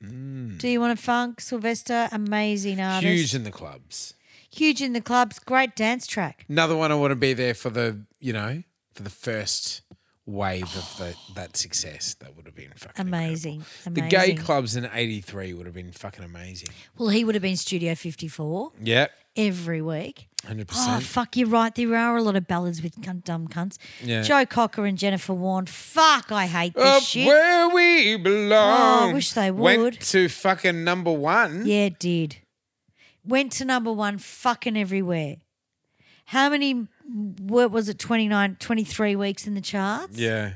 S1: Do you want to funk Sylvester? Amazing artist,
S4: Hmm. huge in the clubs.
S1: Huge in the clubs. Great dance track.
S4: Another one I want to be there for the you know for the first wave of the, that success. That would have been fucking
S1: Amazing.
S4: incredible.
S1: Amazing.
S4: The gay clubs in '83 would have been fucking amazing.
S1: Well, he would have been Studio 54
S4: Yep,
S1: every week.
S4: hundred
S1: Oh,
S4: percent.
S1: fuck, you're right. There are a lot of ballads with cunt, dumb cunts.
S4: Yeah.
S1: Joe Cocker and Jennifer Warren. Fuck, I hate this
S4: Up
S1: shit.
S4: where we belong.
S1: Oh, I wish they would.
S4: Went to fucking number one.
S1: Yeah, it did. Went to number one fucking everywhere. How many, what was it, 29, 23 weeks in the charts?
S4: Yeah.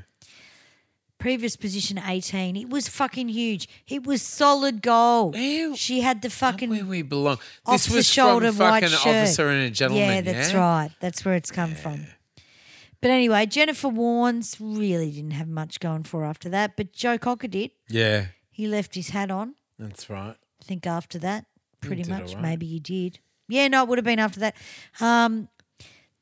S1: Previous position 18. It was fucking huge. It was solid gold.
S4: Ew.
S1: She had the
S4: Up where
S1: fucking
S4: we belong.
S1: off
S4: This
S1: the
S4: was
S1: shoulder
S4: from
S1: white
S4: fucking
S1: shirt.
S4: officer and a gentleman.
S1: Yeah, that's right. That's where it's come from. But anyway, Jennifer Warnes really didn't have much going for her after that, but Joe Cocker did.
S4: Yeah,
S1: He left his hat on.
S4: that's right.
S1: I think after that, pretty
S4: did
S1: much.
S4: alright.
S1: Maybe you did. Yeah, no, it would have been after that. Um,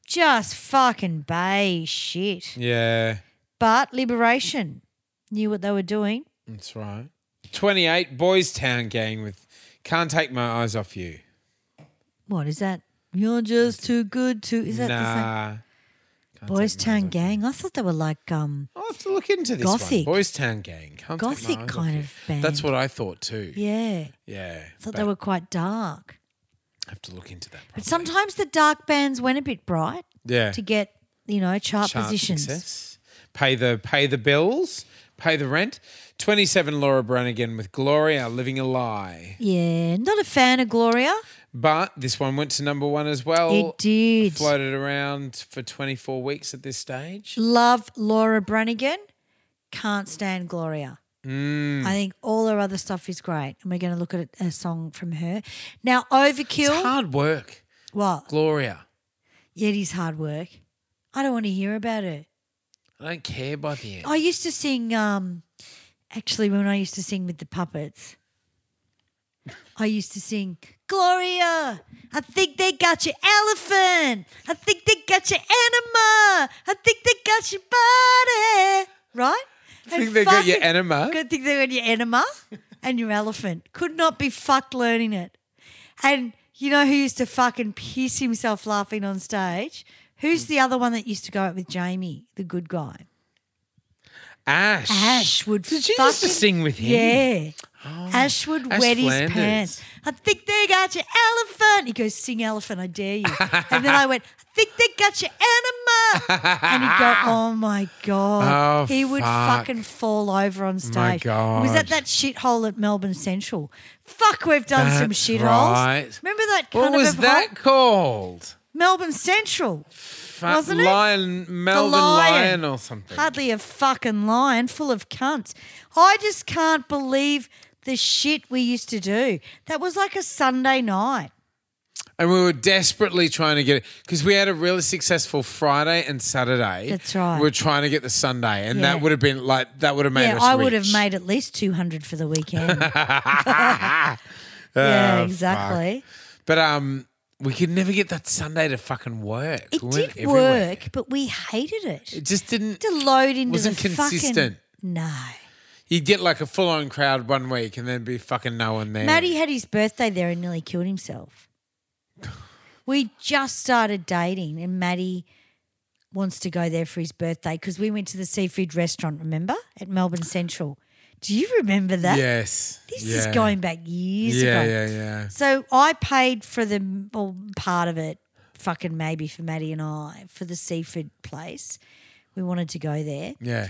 S1: just fucking bay shit.
S4: Yeah,
S1: But Liberation knew what they were doing.
S4: that's right. Twenty-eight Boys Town gang with "Can't Take My Eyes Off You."
S1: What is that? You're just too good to. Is that
S4: nah.
S1: the same? Boys Town Gang. I thought they were like um.
S4: I'll have to look into this
S1: Gothic.
S4: one. Boys Town Gang. Can't Take My
S1: Gothic
S4: Eyes Off
S1: kind
S4: You.
S1: of band.
S4: That's what I thought too. Yeah.
S1: Yeah, I thought
S4: but
S1: they were quite dark.
S4: I have to look into that.
S1: But sometimes the dark bands went a bit bright
S4: yeah.
S1: to get you know chart,
S4: Chart
S1: positions.
S4: Eh. success. Pay the pay the bills, pay the rent. 27 Laura Branigan with Gloria Living a Lie.
S1: Yeah, not a fan of Gloria.
S4: But this one went to number 1 as well.
S1: it did.
S4: Floated around for 24 weeks at this stage.
S1: Love Laura Branigan. Can't stand Gloria.
S4: Mm.
S1: I think all her other stuff is great, and we're going to look at a song from her now.
S4: It's
S1: Overkill.
S4: hard work,
S1: What?
S4: Gloria.
S1: Yeah, it is hard work. I don't want to hear about it.
S4: I don't care by the end.
S1: I used to sing. Um, actually, when I used to sing with the puppets, I used to sing Gloria. I think they got your elephant. I think they got your anima. I think they got your body. right?
S4: Think
S1: And
S4: they got your
S1: fucking-
S4: enema?
S1: Good thing they got your enema and your elephant. Could not be fucked learning it. And you know who used to fucking piss himself laughing on stage? Who's
S4: Hmm.
S1: the other one that used to go out with Jamie, the good guy?
S4: Ash.
S1: Ash would
S4: Did she
S1: fucking,
S4: used to sing with him? Oh,
S1: Yeah. Ash would
S4: Ash
S1: wet his
S4: Flanders.
S1: pants. I think they got your elephant. He goes, sing elephant, I dare you. and then I went, I think they got your enema. and he'd go, oh my God.
S4: Oh,
S1: he would
S4: fuck. Oh
S1: fucking fall over on stage.
S4: My
S1: He was
S4: God.
S1: at that shithole at Melbourne Central. Fuck, we've done some
S4: That's
S1: shitholes.
S4: right.
S1: Remember that
S4: What
S1: kind
S4: was
S1: of a-
S4: that called?
S1: Melbourne Central.
S4: Fat
S1: Wasn't it?
S4: lion, Melbourne
S1: lion.
S4: lion. or something.
S1: Hardly a fucking lion, full of cunts. I just can't believe the shit we used to do. That was like a Sunday night.
S4: And we were desperately trying to get it because we had a really successful Friday and Saturday.
S1: That's right.
S4: We were trying to get the Sunday, and
S1: Yeah.
S4: that would have been like that would have made
S1: yeah,
S4: us.
S1: I would have
S4: rich.
S1: made at least 200 for the weekend.
S4: Ah,
S1: yeah,
S4: Oh,
S1: exactly.
S4: But um, we could never get that Sunday to fucking work.
S1: It
S4: We went
S1: did
S4: everywhere.
S1: work, but we hated it.
S4: It just didn't.
S1: to load into
S4: wasn't
S1: the
S4: consistent.
S1: fucking no.
S4: You'd get like a full-on crowd one week, and then be fucking no one there.
S1: Maddie had his birthday there and nearly killed himself. We just started dating, and Maddie wants to go there for his birthday because we went to the seafood restaurant, remember, at Melbourne Central. Do you remember that?
S4: Yes.
S1: This is
S4: Yeah.
S1: going back years
S4: Yeah,
S1: ago.
S4: yeah, yeah.
S1: So I paid for the well, part of it, fucking maybe for Maddie and I, for the seafood place. We wanted to go there.
S4: Yeah.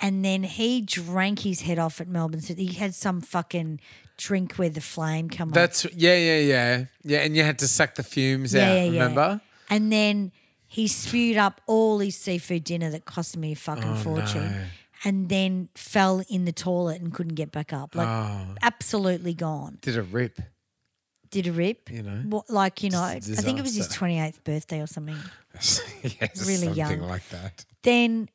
S1: And then he drank his head off at Melbourne. So he had some fucking drink where the flame come on.
S4: That's yeah, yeah, yeah, yeah. And you had to suck the fumes out. remember?
S1: And then he spewed up all his seafood dinner that cost me a
S4: Oh,
S1: fucking fortune. And then fell in the toilet and couldn't get back up. Like
S4: Oh.
S1: absolutely gone.
S4: Did a rip.
S1: Did a rip. You
S4: know.
S1: like, you know, I
S4: Just a
S1: think it was his
S4: disaster.
S1: 28th birthday or something.
S4: yes,
S1: Really
S4: something
S1: young.
S4: like that.
S1: then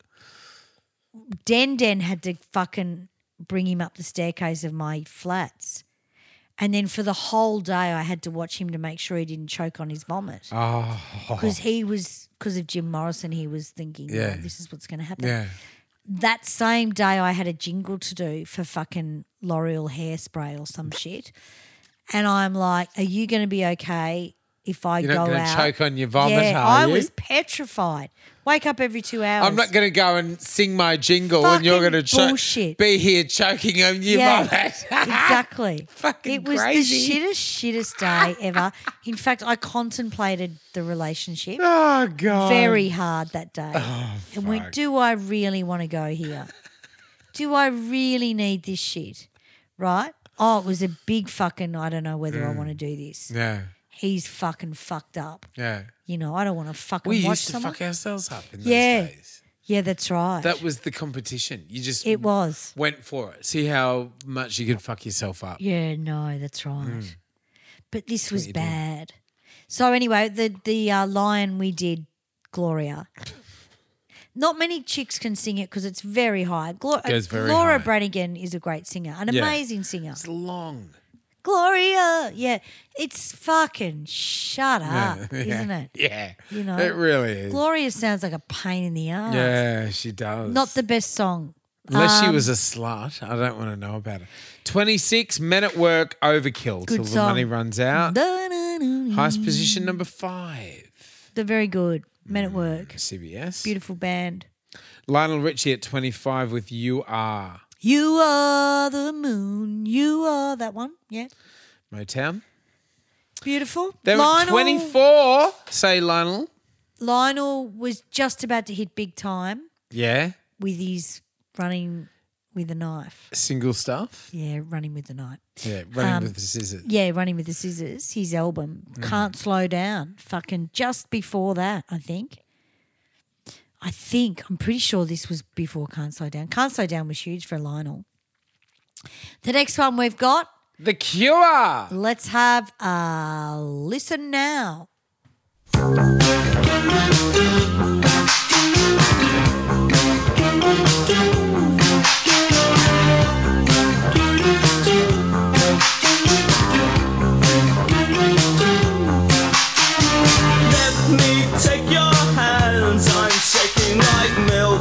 S1: Den Den had to fucking bring him up the staircase of my flats. And then for the whole day, I had to watch him to make sure he didn't choke on his vomit.
S4: Oh.
S1: Because he was, because of Jim Morrison, he was thinking,
S4: Yeah.
S1: "Oh, this is what's going to happen.
S4: Yeah.
S1: That same day, I had a jingle to do for fucking L'Oreal hairspray or some shit. And I'm like, are you going to be okay if I
S4: You're not
S1: go
S4: gonna
S1: out?
S4: choke on your vomit,
S1: yeah,
S4: are
S1: I
S4: you?
S1: was petrified. Wake up every two hours.
S4: I'm not going to go and sing my jingle, and you're
S1: Fucking
S4: going to cho-
S1: bullshit.
S4: be here choking on your
S1: Yeah,
S4: vomit.
S1: exactly.
S4: Fucking
S1: It was
S4: crazy.
S1: the shittest, shittest day ever. In fact, I contemplated the relationship
S4: oh god.
S1: very hard that day and went, Do I really want to go here? Do I really need this shit? Right? Oh, it was a big fucking, I don't know whether I
S4: Mm.
S1: want to do this.
S4: Yeah.
S1: He's fucking fucked up.
S4: Yeah.
S1: You know, I don't want to fucking
S4: We
S1: watch
S4: used to
S1: someone.
S4: fuck ourselves up in
S1: Yeah.
S4: those days.
S1: yeah, that's right.
S4: That was the competition. You just
S1: it was.
S4: went for it. See how much you could fuck yourself up.
S1: Yeah, no, that's right.
S4: Hmm.
S1: But this was bad. So anyway, the the uh, lion we did Gloria. Not many chicks can sing it because it's very high. Glo-
S4: Goes very
S1: Laura
S4: high.
S1: Branigan is a great singer, an
S4: Yeah.
S1: amazing singer.
S4: It's long.
S1: Gloria, yeah, it's fucking shut up, isn't it?
S4: Yeah.
S1: You know,
S4: It really is.
S1: Gloria sounds like a pain in the ass.
S4: yeah, she does.
S1: Not the um, best song.
S4: Unless she was a slut, I don't want to know about it. Twenty-six men at work overkill till the
S1: song. Mm.
S4: money runs out.
S1: Da-na-na-na.
S4: Highest position number five.
S1: They're very good. Men at Work,
S4: CBS.
S1: beautiful band.
S4: Lionel Richie at 25 with You Are.
S1: You are the moon. You are that one. Yeah.
S4: Motown.
S1: Beautiful.
S4: They were at 24. Say Lionel.
S1: Lionel was just about to hit big time
S4: Yeah.
S1: with his running with a knife.
S4: Single stuff.
S1: Yeah, running with the knife.
S4: Yeah. Running
S1: Um,
S4: with the scissors.
S1: Yeah, running with the scissors. His album can't slow down. Fucking just before that, I think. I think I'm pretty sure this was before can't slow down. Can't slow down was huge for Lionel. The next one we've got.
S4: The Cure.
S1: Let's have a listen now.
S2: Let me take your hands, I'm shaking like milk.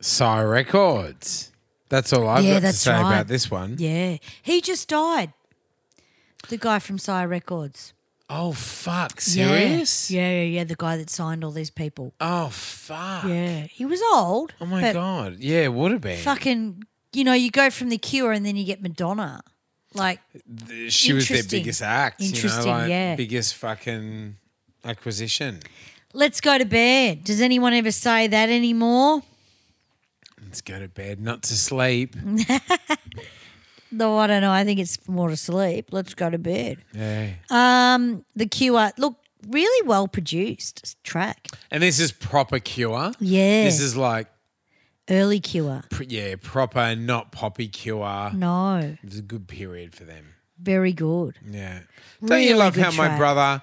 S4: SI Records. That's all I've
S1: Yeah,
S4: got to
S1: that's
S4: say
S1: right.
S4: about this one.
S1: Yeah. He just died. The guy from Sire Records.
S4: Oh fuck! Serious?
S1: Yeah. yeah, yeah, yeah. The guy that signed all these people.
S4: Oh fuck!
S1: Yeah. He was old.
S4: Oh my
S1: but
S4: god! Yeah, it would have been.
S1: Fucking, you know, you go from The Cure and then you get Madonna. Like,
S4: She was their
S1: Interesting.
S4: biggest act. you
S1: Interesting,
S4: know, like
S1: yeah.
S4: biggest fucking acquisition.
S1: let's go to bed. Does anyone ever say that anymore?
S4: Let's go to bed, not to sleep.
S1: Mm. No, I don't know. I think it's more to sleep. Let's go to bed.
S4: yeah.
S1: Um, The Cure, look, really well produced track.
S4: And this is proper cure.
S1: Yeah.
S4: This is like
S1: Early Cure.
S4: pr- yeah, proper not poppy cure.
S1: No,
S4: It was a good period for them.
S1: very good.
S4: Yeah. Don't
S1: Really
S4: you love
S1: good
S4: how my
S1: track.
S4: brother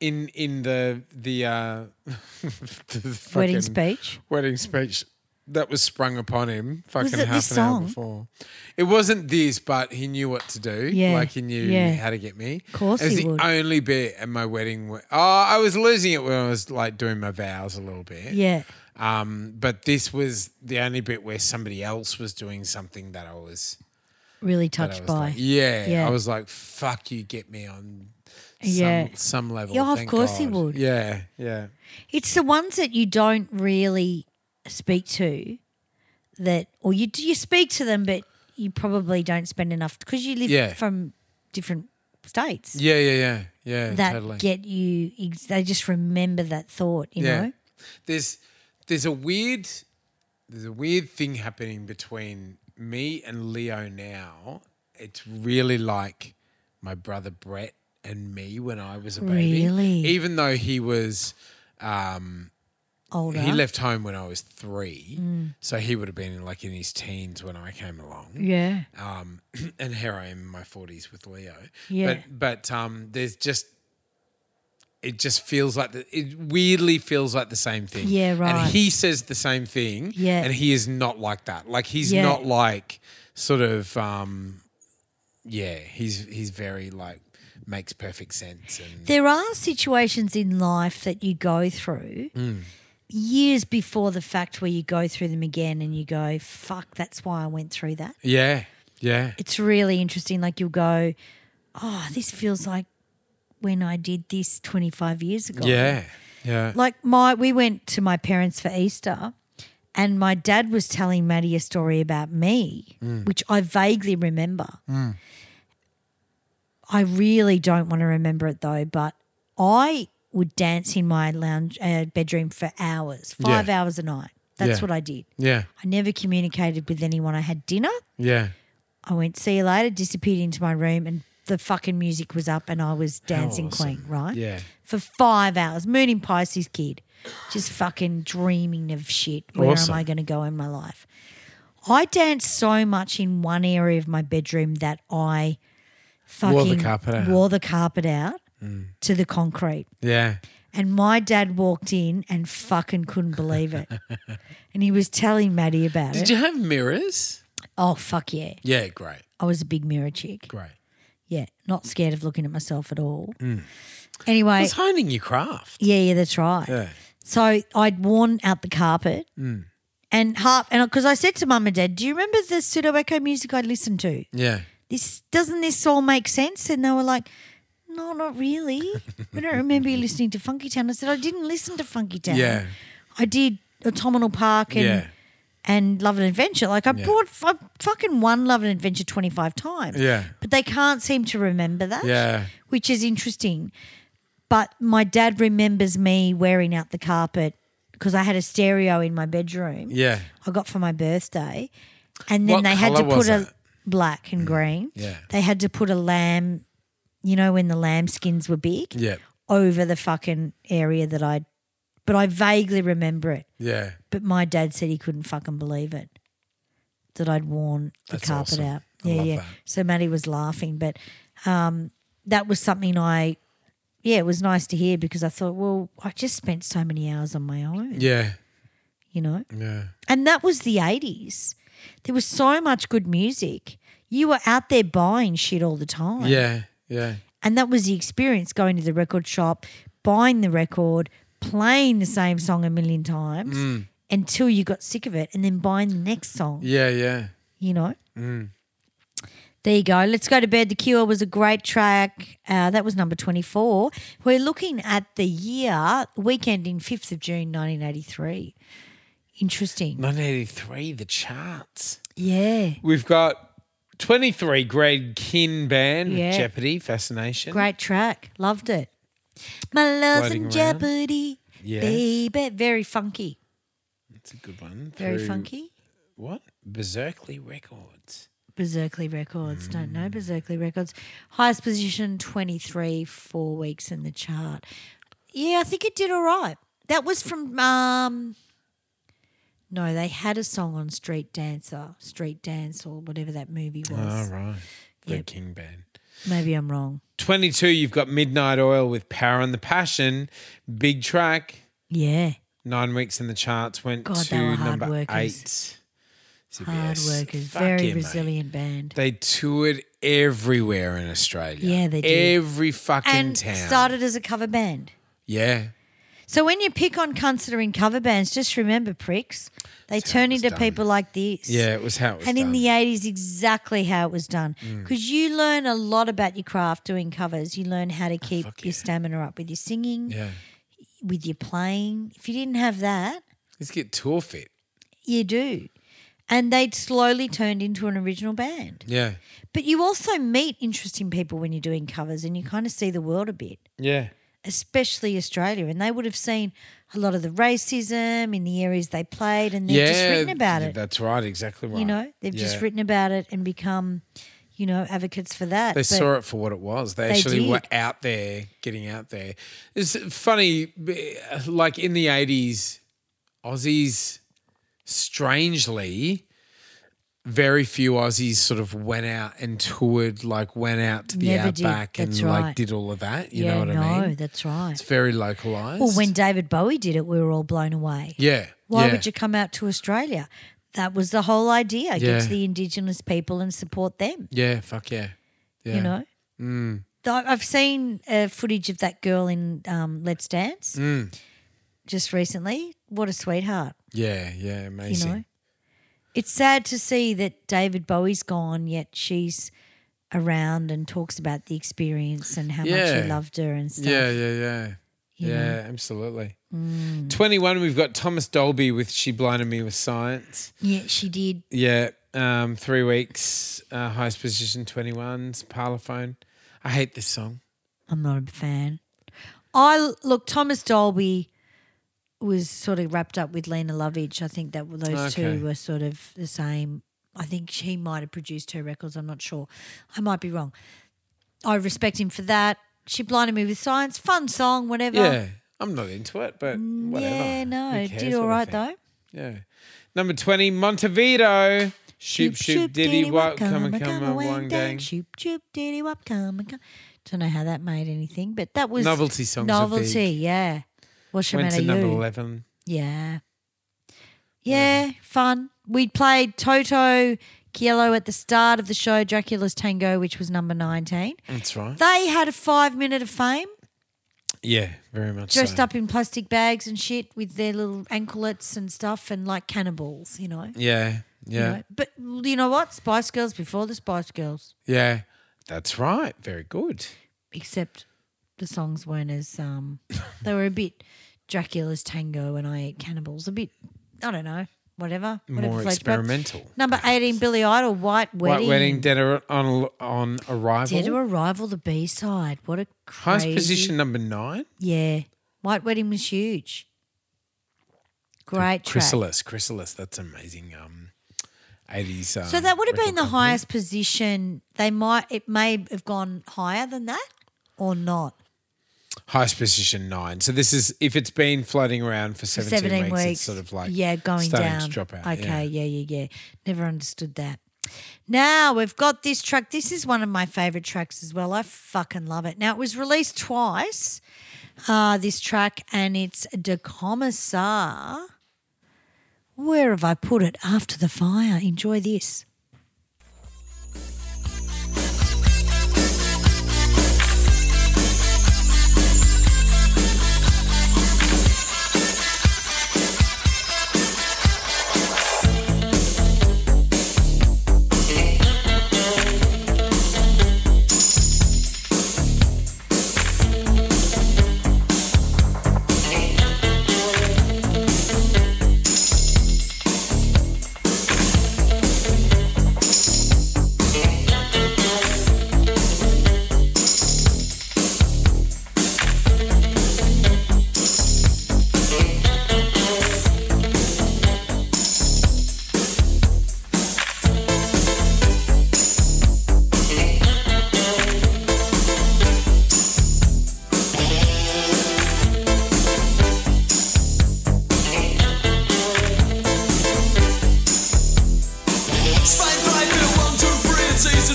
S4: in in the the uh the
S1: Wedding
S4: fucking
S1: speech.
S4: Wedding speech that was sprung upon him fucking
S1: it
S4: half
S1: this
S4: an hour
S1: song?
S4: before. It wasn't this, but he knew what to do.
S1: Yeah,
S4: Like he knew
S1: yeah.
S4: how to get me. Of
S1: course
S4: It was
S1: he
S4: the
S1: would.
S4: only bit at my wedding where, oh, I was losing it when I was like doing my vows a little bit.
S1: Yeah.
S4: Um, but this was the only bit where somebody else was doing something that I was
S1: Really
S4: that I
S1: touched
S4: was
S1: by.
S4: like, yeah.
S1: Yeah.
S4: I was like, fuck you, get me on some,
S1: Yeah.
S4: some level.
S1: Yeah, of
S4: thank
S1: course he
S4: God.
S1: would.
S4: Yeah, yeah.
S1: It's the ones that you don't really speak to that, or you do you speak to them, but you probably don't spend enough because you live
S4: Yeah.
S1: from different states
S4: Yeah, yeah, yeah. Yeah,
S1: that
S4: totally.
S1: get you. ex- They just remember that thought, you
S4: yeah.
S1: know.
S4: There's there's a weird there's a weird thing happening between me and Leo now. It's really like my brother Brett and me when I was a baby.
S1: Really?
S4: Even though he was
S1: Older, Mm.
S4: He left home when I was three, so he would have been in, like in his teens when I came along.
S1: yeah,
S4: Um, and here I am in my forties with Leo.
S1: Yeah.
S4: But but um, there's just it just feels like the, it weirdly feels like the same thing.
S1: Yeah, right.
S4: And he says the same thing.
S1: Yeah.
S4: And he is not like that. Like he's
S1: Yeah.
S4: not like sort of um, yeah. He's he's very like makes perfect sense and
S1: there are situations in life that you go through
S4: Mm.
S1: years before the fact where you go through them again and you go, "Fuck, that's why I went through that."
S4: yeah yeah
S1: it's really interesting. Like you'll go, oh, this feels like when I did this 25 years ago.
S4: yeah yeah
S1: Like my, we went to my parents for Easter, and my dad was telling Maddie a story about me,
S4: Mm.
S1: which I vaguely remember. I really don't want to remember it though, but I would dance in my lounge uh, bedroom for hours, five
S4: Yeah.
S1: hours a night. That's
S4: Yeah.
S1: what I did.
S4: yeah
S1: I never communicated with anyone. I had dinner.
S4: yeah.
S1: I went, see you later, disappeared into my room and the fucking music was up and I was dancing queen, right?
S4: Yeah.
S1: For five hours. Moon in Pisces kid. Just fucking dreaming of shit. Where
S4: Awesome.
S1: am I gonna go in my life? I danced so much in one area of my bedroom that I fucking
S4: Wore the carpet out. Mm.
S1: wore the carpet out to the concrete.
S4: Yeah.
S1: And my dad walked in and fucking couldn't believe it. and he was telling Maddie about
S4: Did
S1: it.
S4: you have mirrors?
S1: oh fuck yeah.
S4: Yeah, great.
S1: I was a big mirror chick.
S4: Great.
S1: Yeah,
S4: Mm.
S1: not scared of looking at myself at all. Anyway,
S4: It's honing your craft.
S1: yeah, yeah, that's right. So I'd worn out the carpet
S4: Mm.
S1: and half, and because I said to mum and dad, "Do you remember the pseudo echo music I listened to?
S4: Yeah.
S1: This doesn't this all make sense?" And they were like, "No, not really. we don't remember you listening to Funky Town." I said, "I didn't listen to Funky Town.
S4: Yeah.
S1: I did Autumnal Park and."
S4: Yeah.
S1: And Love and Adventure. Like, I
S4: Yeah.
S1: bought I fucking won Love and Adventure 25 times.
S4: Yeah.
S1: But they can't seem to remember that
S4: Yeah.
S1: which is interesting. But my dad remembers me wearing out the carpet because I had a stereo in my bedroom.
S4: Yeah.
S1: I got for my birthday, and then
S4: What
S1: they had to
S4: colour
S1: put
S4: was
S1: a
S4: it? Mm.
S1: black and green.
S4: Yeah.
S1: they had to put a lamb. You know when the lamb skins were big
S4: Yeah.
S1: over the fucking area that I, but I vaguely remember it.
S4: Yeah.
S1: But my dad said he couldn't fucking believe it that I'd worn the
S4: That's
S1: carpet
S4: awesome.
S1: out.
S4: I
S1: Yeah,
S4: love
S1: yeah.
S4: that.
S1: So Maddie was laughing, but um, that was something I, yeah, it was nice to hear because I thought, well, I just spent so many hours on my own,
S4: Yeah.
S1: you know?
S4: Yeah.
S1: And that was the 80s. There was so much good music. You were out there buying shit all the time.
S4: Yeah. Yeah.
S1: And that was the experience going to the record shop, buying the record, playing the same song a million times, until you got sick of it and then buying the next song,
S4: Mm. Yeah, Mm. yeah.
S1: you know? There you go. Let's go to bed. The Cure was a great track. Uh, that was number 24. We're looking at the year, weekend in 5th of June, 1983. Interesting.
S4: 1983, the charts.
S1: Yeah.
S4: We've got 23 Greg Kin Band
S1: Yeah.
S4: with Jeopardy, Fascination.
S1: Great track. Loved it. My love's
S4: Floating
S1: in
S4: around.
S1: jeopardy,
S4: Yes.
S1: baby. Very funky.
S4: That's a good one.
S1: Very
S4: Through-
S1: funky.
S4: What? Berserkly Records.
S1: Berserkly Records. Don't
S4: Mm.
S1: know Berserkly Records. Highest position 23, four weeks in the chart. Yeah, I think it did all right. That was from, um, no, they had a song on Street Dancer, Street Dance, or whatever that movie
S4: All
S1: was.
S4: Ah, right. Greg
S1: Yep.
S4: King Band.
S1: Maybe I'm wrong.
S4: 22, you've got Midnight Oil with Power and the Passion. Big track.
S1: Yeah.
S4: Nine weeks in the charts. Went
S1: God, they
S4: to
S1: were hard
S4: number
S1: workers.
S4: eight. CBS.
S1: Hard workers.
S4: Fuck
S1: very
S4: yeah, mate.
S1: resilient band.
S4: They toured everywhere in Australia.
S1: Yeah, they did.
S4: Every fucking
S1: and
S4: town.
S1: started as a cover band.
S4: Yeah.
S1: So when you pick on considering cover bands, just remember pricks. They
S4: how
S1: turn
S4: it was
S1: into
S4: done.
S1: people like this.
S4: Yeah, it was how it was
S1: And in
S4: done. Mm.
S1: the 80s, exactly how it was done. Because you learn a lot about your craft doing covers. You learn how to keep
S4: Ah, fuck
S1: your
S4: yeah.
S1: stamina up with your singing,
S4: Yeah.
S1: with your playing. If you didn't have that,
S4: Let's get tour fit.
S1: you do. And they'd slowly turned into an original band.
S4: Yeah.
S1: But you also meet interesting people when you're doing covers and you kind of see the world a bit.
S4: Yeah.
S1: especially Australia, and they would have seen a lot of the racism in the areas they played, and they've
S4: yeah.
S1: just written about
S4: yeah,
S1: it.
S4: That's right. Exactly right.
S1: You know, they've just
S4: Yeah.
S1: written about it and become, you know, advocates for that.
S4: They
S1: But
S4: saw it for what it was. They,
S1: They
S4: actually were
S1: did.
S4: out there, getting out there. It's funny, b- like in the 80s, Aussies, strangely, very few Aussies sort of went out and toured, like went out to the
S1: Never did.
S4: outback and
S1: That's right.
S4: like did all of that. You
S1: yeah,
S4: know what
S1: no,
S4: I mean?
S1: that's right.
S4: It's very localized.
S1: Well, when David Bowie did it, we were all blown away.
S4: yeah,
S1: Why
S4: yeah.
S1: would you come out to Australia? That was the whole idea:
S4: Yeah.
S1: get to the Indigenous people and support them.
S4: Yeah, fuck yeah, yeah. Mm.
S1: You know. Though I've seen uh, footage of that girl in um, Let's Dance
S4: Mm.
S1: just recently. What a sweetheart.
S4: yeah, yeah, amazing.
S1: You know, it's sad to see that David Bowie's gone, yet she's around and talks about the experience and how much
S4: Yeah.
S1: he loved her and stuff.
S4: Yeah, yeah, yeah. Yeah, absolutely.
S1: Mm.
S4: 21, we've got Thomas Dolby with She Blinded Me with Science.
S1: Yeah, she did.
S4: Yeah, um, three weeks, uh, highest position 21's Parlophone. I hate this song.
S1: I'm not a fan. I look Thomas Dolby was sort of wrapped up with Lena Lovitch. I think that those
S4: Okay.
S1: two were sort of the same. I think she might have produced her records. I'm not sure. I might be wrong. I respect him for that. She blinded me with science. Fun song, whatever.
S4: Yeah, I'm not into it, but whatever.
S1: Oh. Mm, Yeah, no,
S4: Who
S1: it
S4: cares
S1: did
S4: what
S1: all
S4: I
S1: right
S4: think?
S1: though.
S4: Yeah. Number 20, Montevideo. Shoop, shoop, diddy, wop, come and come, a
S1: wang,
S4: wang, dang.
S1: Shoop, shoop, diddy, wop, come and come. Don't know how that made anything, but that was
S4: Novelty songs are
S1: Novelty, yeah. What's the
S4: Went
S1: matter
S4: to number
S1: you?
S4: 11.
S1: Yeah, yeah, fun. We played Toto Kiello at the start of the show, Dracula's Tango, which was number nineteen.
S4: That's right.
S1: They had a five minute of fame,
S4: Yeah, very much
S1: dressed
S4: so.
S1: up in plastic bags and shit, with their little anklets and stuff, and like cannibals, you know.
S4: Yeah, yeah.
S1: You know? But you know what? Spice Girls before the Spice Girls,
S4: Yeah, that's right. Very good.
S1: except the songs weren't as um, they were a bit Dracula's Tango and I Ate Cannibals, a bit I don't know, whatever, whatever
S4: More
S1: floats your boat.
S4: experimental,
S1: Number eighteen, Billy Idol, White Wedding,
S4: White Wedding, Dead or- on, on Arrival.
S1: Dead to Arrival, the B side. What a crazy
S4: Highest position number nine.
S1: Yeah, White Wedding was huge. Great track.
S4: Chrysalis. Chrysalis. That's amazing. Um, 80s. Um,
S1: So that would have been
S4: record
S1: the
S4: company.
S1: highest position. They might it may have gone higher than that or not.
S4: Highest position nine. So this is, if it's been floating around for 17,
S1: 17
S4: weeks,
S1: weeks.
S4: it's sort of like
S1: yeah, going
S4: starting
S1: down.
S4: to drop out.
S1: Okay,
S4: Yeah.
S1: yeah. yeah, yeah, Never understood that. Now we've got this track. This is one of my favorite tracks as well. I fucking love it. Now it was released twice. Uh, this track and it's De Commissar. Where have I put it? After the fire. Enjoy this.
S8: After the fire,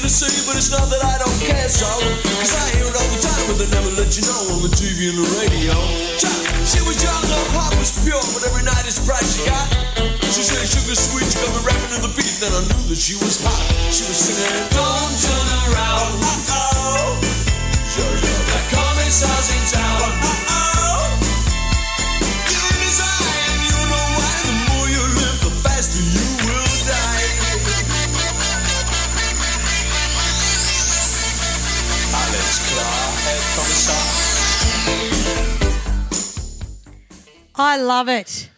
S9: don't care, so. Cause I hear it all the time, but they never let you know on the TV and the radio. Chuck, she was young, her heart was pure, but every night it's bright she got. She said sugar sweet, she got me rapping to the beat, then I knew that she was hot. She was singing, Don't turn around. Uh-oh. Georgia, the commissar's in town. Uh-oh. Killing his eye, and you know why. The more you live, the faster you will die. Alles klar, Herr Kommissar.
S1: I love it.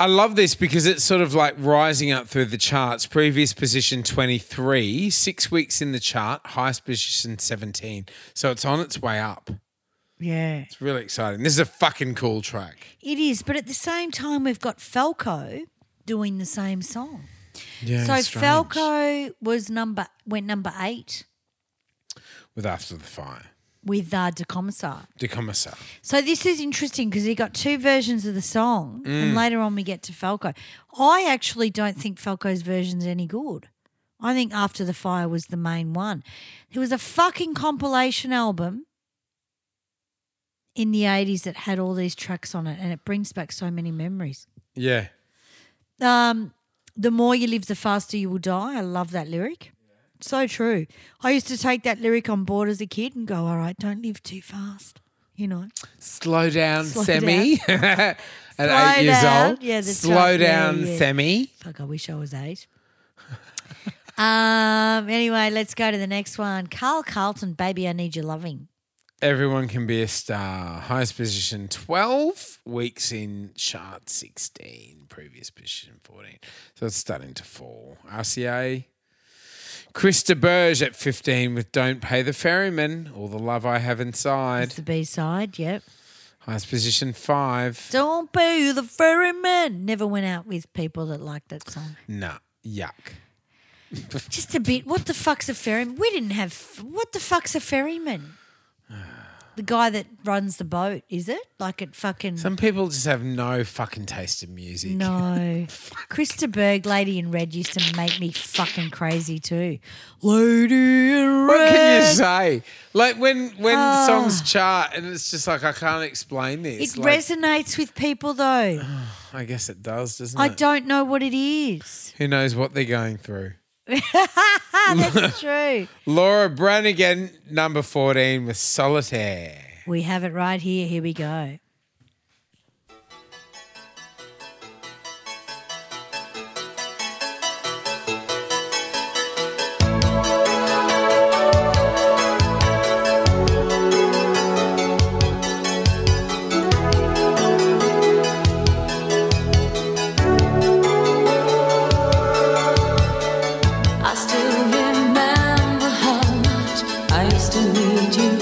S4: I love this because it's sort of like rising up through the charts. Previous position 23, six weeks in the chart, highest position 17. So it's on its way up.
S1: Yeah.
S4: It's really exciting. This is a fucking cool track.
S1: It is, but at the same time, we've got Falco doing the same song.
S4: Yeah.
S1: so Falco was number went number eight
S4: With After the Fire,
S1: with uh, De Commissar.
S4: De Commissar.
S1: So this is interesting because he got two versions of the song, and later on we get to Falco. I actually don't think Falco's version's any good. I think After the Fire was the main one. There was a fucking compilation album in the eighties that had all these tracks on it, and it brings back so many memories.
S4: Yeah.
S1: Um, the more you live, the faster you will die. I love that lyric. So true. I used to take that lyric on board as a kid and go, "All right, don't live too fast." You know.
S4: Slow down,
S1: Slow
S4: Semi. At
S1: Slow
S4: eight years
S1: down.
S4: old.
S1: Yeah, that's
S4: Slow
S1: right. Yeah,
S4: down,
S1: yeah.
S4: Semi.
S1: Fuck, I wish I was eight. um. Anyway, let's go to the next one. Carl Carlton, baby, I need your loving.
S4: Everyone can be a star. Highest position 12, weeks in chart 16, previous position 14. So it's starting to fall. RCA. Chris DeBerge at 15 with Don't Pay the Ferryman, All the Love I Have Inside.
S1: It's the B side. Yep.
S4: Highest position 5.
S1: Don't be the ferryman. Never went out with people that liked that song.
S4: Nah, yuck.
S1: Just a bit. What the fuck's a ferryman? We didn't have. What the fuck's a ferryman? The guy that runs the boat, is it? Like it fucking.
S4: Some people just have no fucking taste in music.
S1: No. Krista Berg, Lady in Red, used to make me fucking crazy too. Lady in Red.
S4: What can you say? Like when when songs chart and it's just like I can't explain this.
S1: Ah. It
S4: like,
S1: resonates with people though.
S4: I guess it does, doesn't
S1: I
S4: it?
S1: don't know what it is.
S4: Who knows what they're going through?
S1: That's true.
S4: Laura Branigan, number 14, with Solitaire.
S1: We have it right here. Here we go.
S8: I still remember how much I used to need you.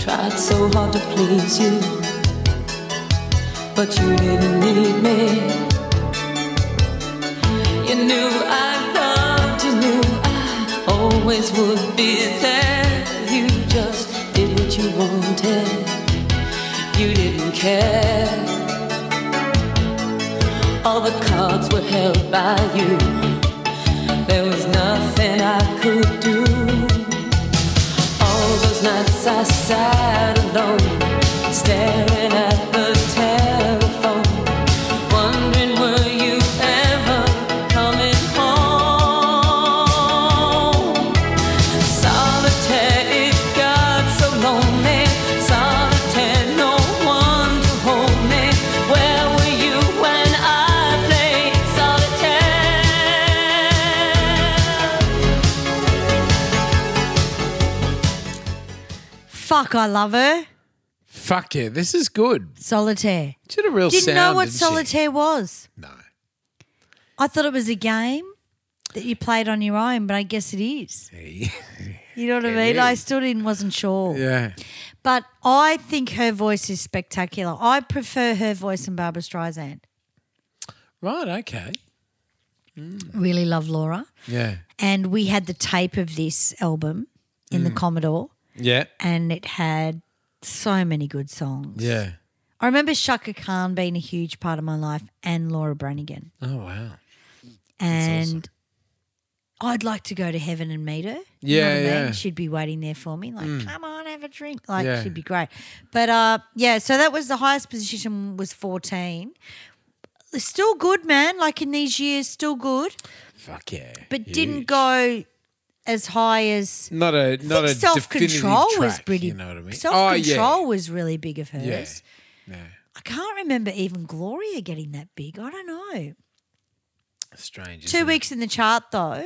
S8: Tried so hard to please you, but you didn't need me. You knew I loved, you knew I always would be there. You just did what you wanted, you didn't care. All the cards were held by you. There was nothing I could do. All those nights I sat alone, staring at the telephone, wondering were you ever coming home? Solitaire, it got so lonely. Solitaire, no one to hold me. Where were you when I played solitaire?
S1: Fuck, I love her.
S4: Fuck yeah, this is good.
S1: Solitaire.
S4: She had a real
S1: Didn't
S4: sound.
S1: know what
S4: didn't she?
S1: solitaire was.
S4: No.
S1: I thought it was a game that you played on your own, but I guess it is. You know what I mean? I still didn't wasn't sure.
S4: yeah.
S1: But I think her voice is spectacular. I prefer her voice than Barbara Streisand.
S4: Right, okay.
S1: Really love Laura.
S4: Yeah.
S1: And we had the tape of this album in
S4: Mm.
S1: the Commodore,
S4: Yeah.
S1: and it had so many good songs.
S4: Yeah.
S1: I remember Shaka Khan being a huge part of my life and Laura Branigan.
S4: Oh, wow.
S1: And I'd like to go to heaven and meet her.
S4: Yeah,
S1: what I
S4: yeah. Mm.
S1: She'd be waiting there for me, like, come on, have a drink. Like,
S4: Yeah.
S1: she'd be great. But uh, yeah, so that was the highest position was 14. It's still good, man. Like in these years, still good,
S4: Fuck yeah.
S1: but
S4: Huge.
S1: didn't go as high as.
S4: Not a not
S1: I
S4: a
S1: think self control
S4: definitive
S1: was
S4: track,
S1: pretty.
S4: You know what I mean?
S1: Self control
S4: Oh,
S1: was really big of hers.
S4: yeah. yeah. Yeah.
S1: I can't remember even Gloria getting that big. I don't know.
S4: Strange.
S1: Two
S4: isn't it?
S1: weeks in the chart though,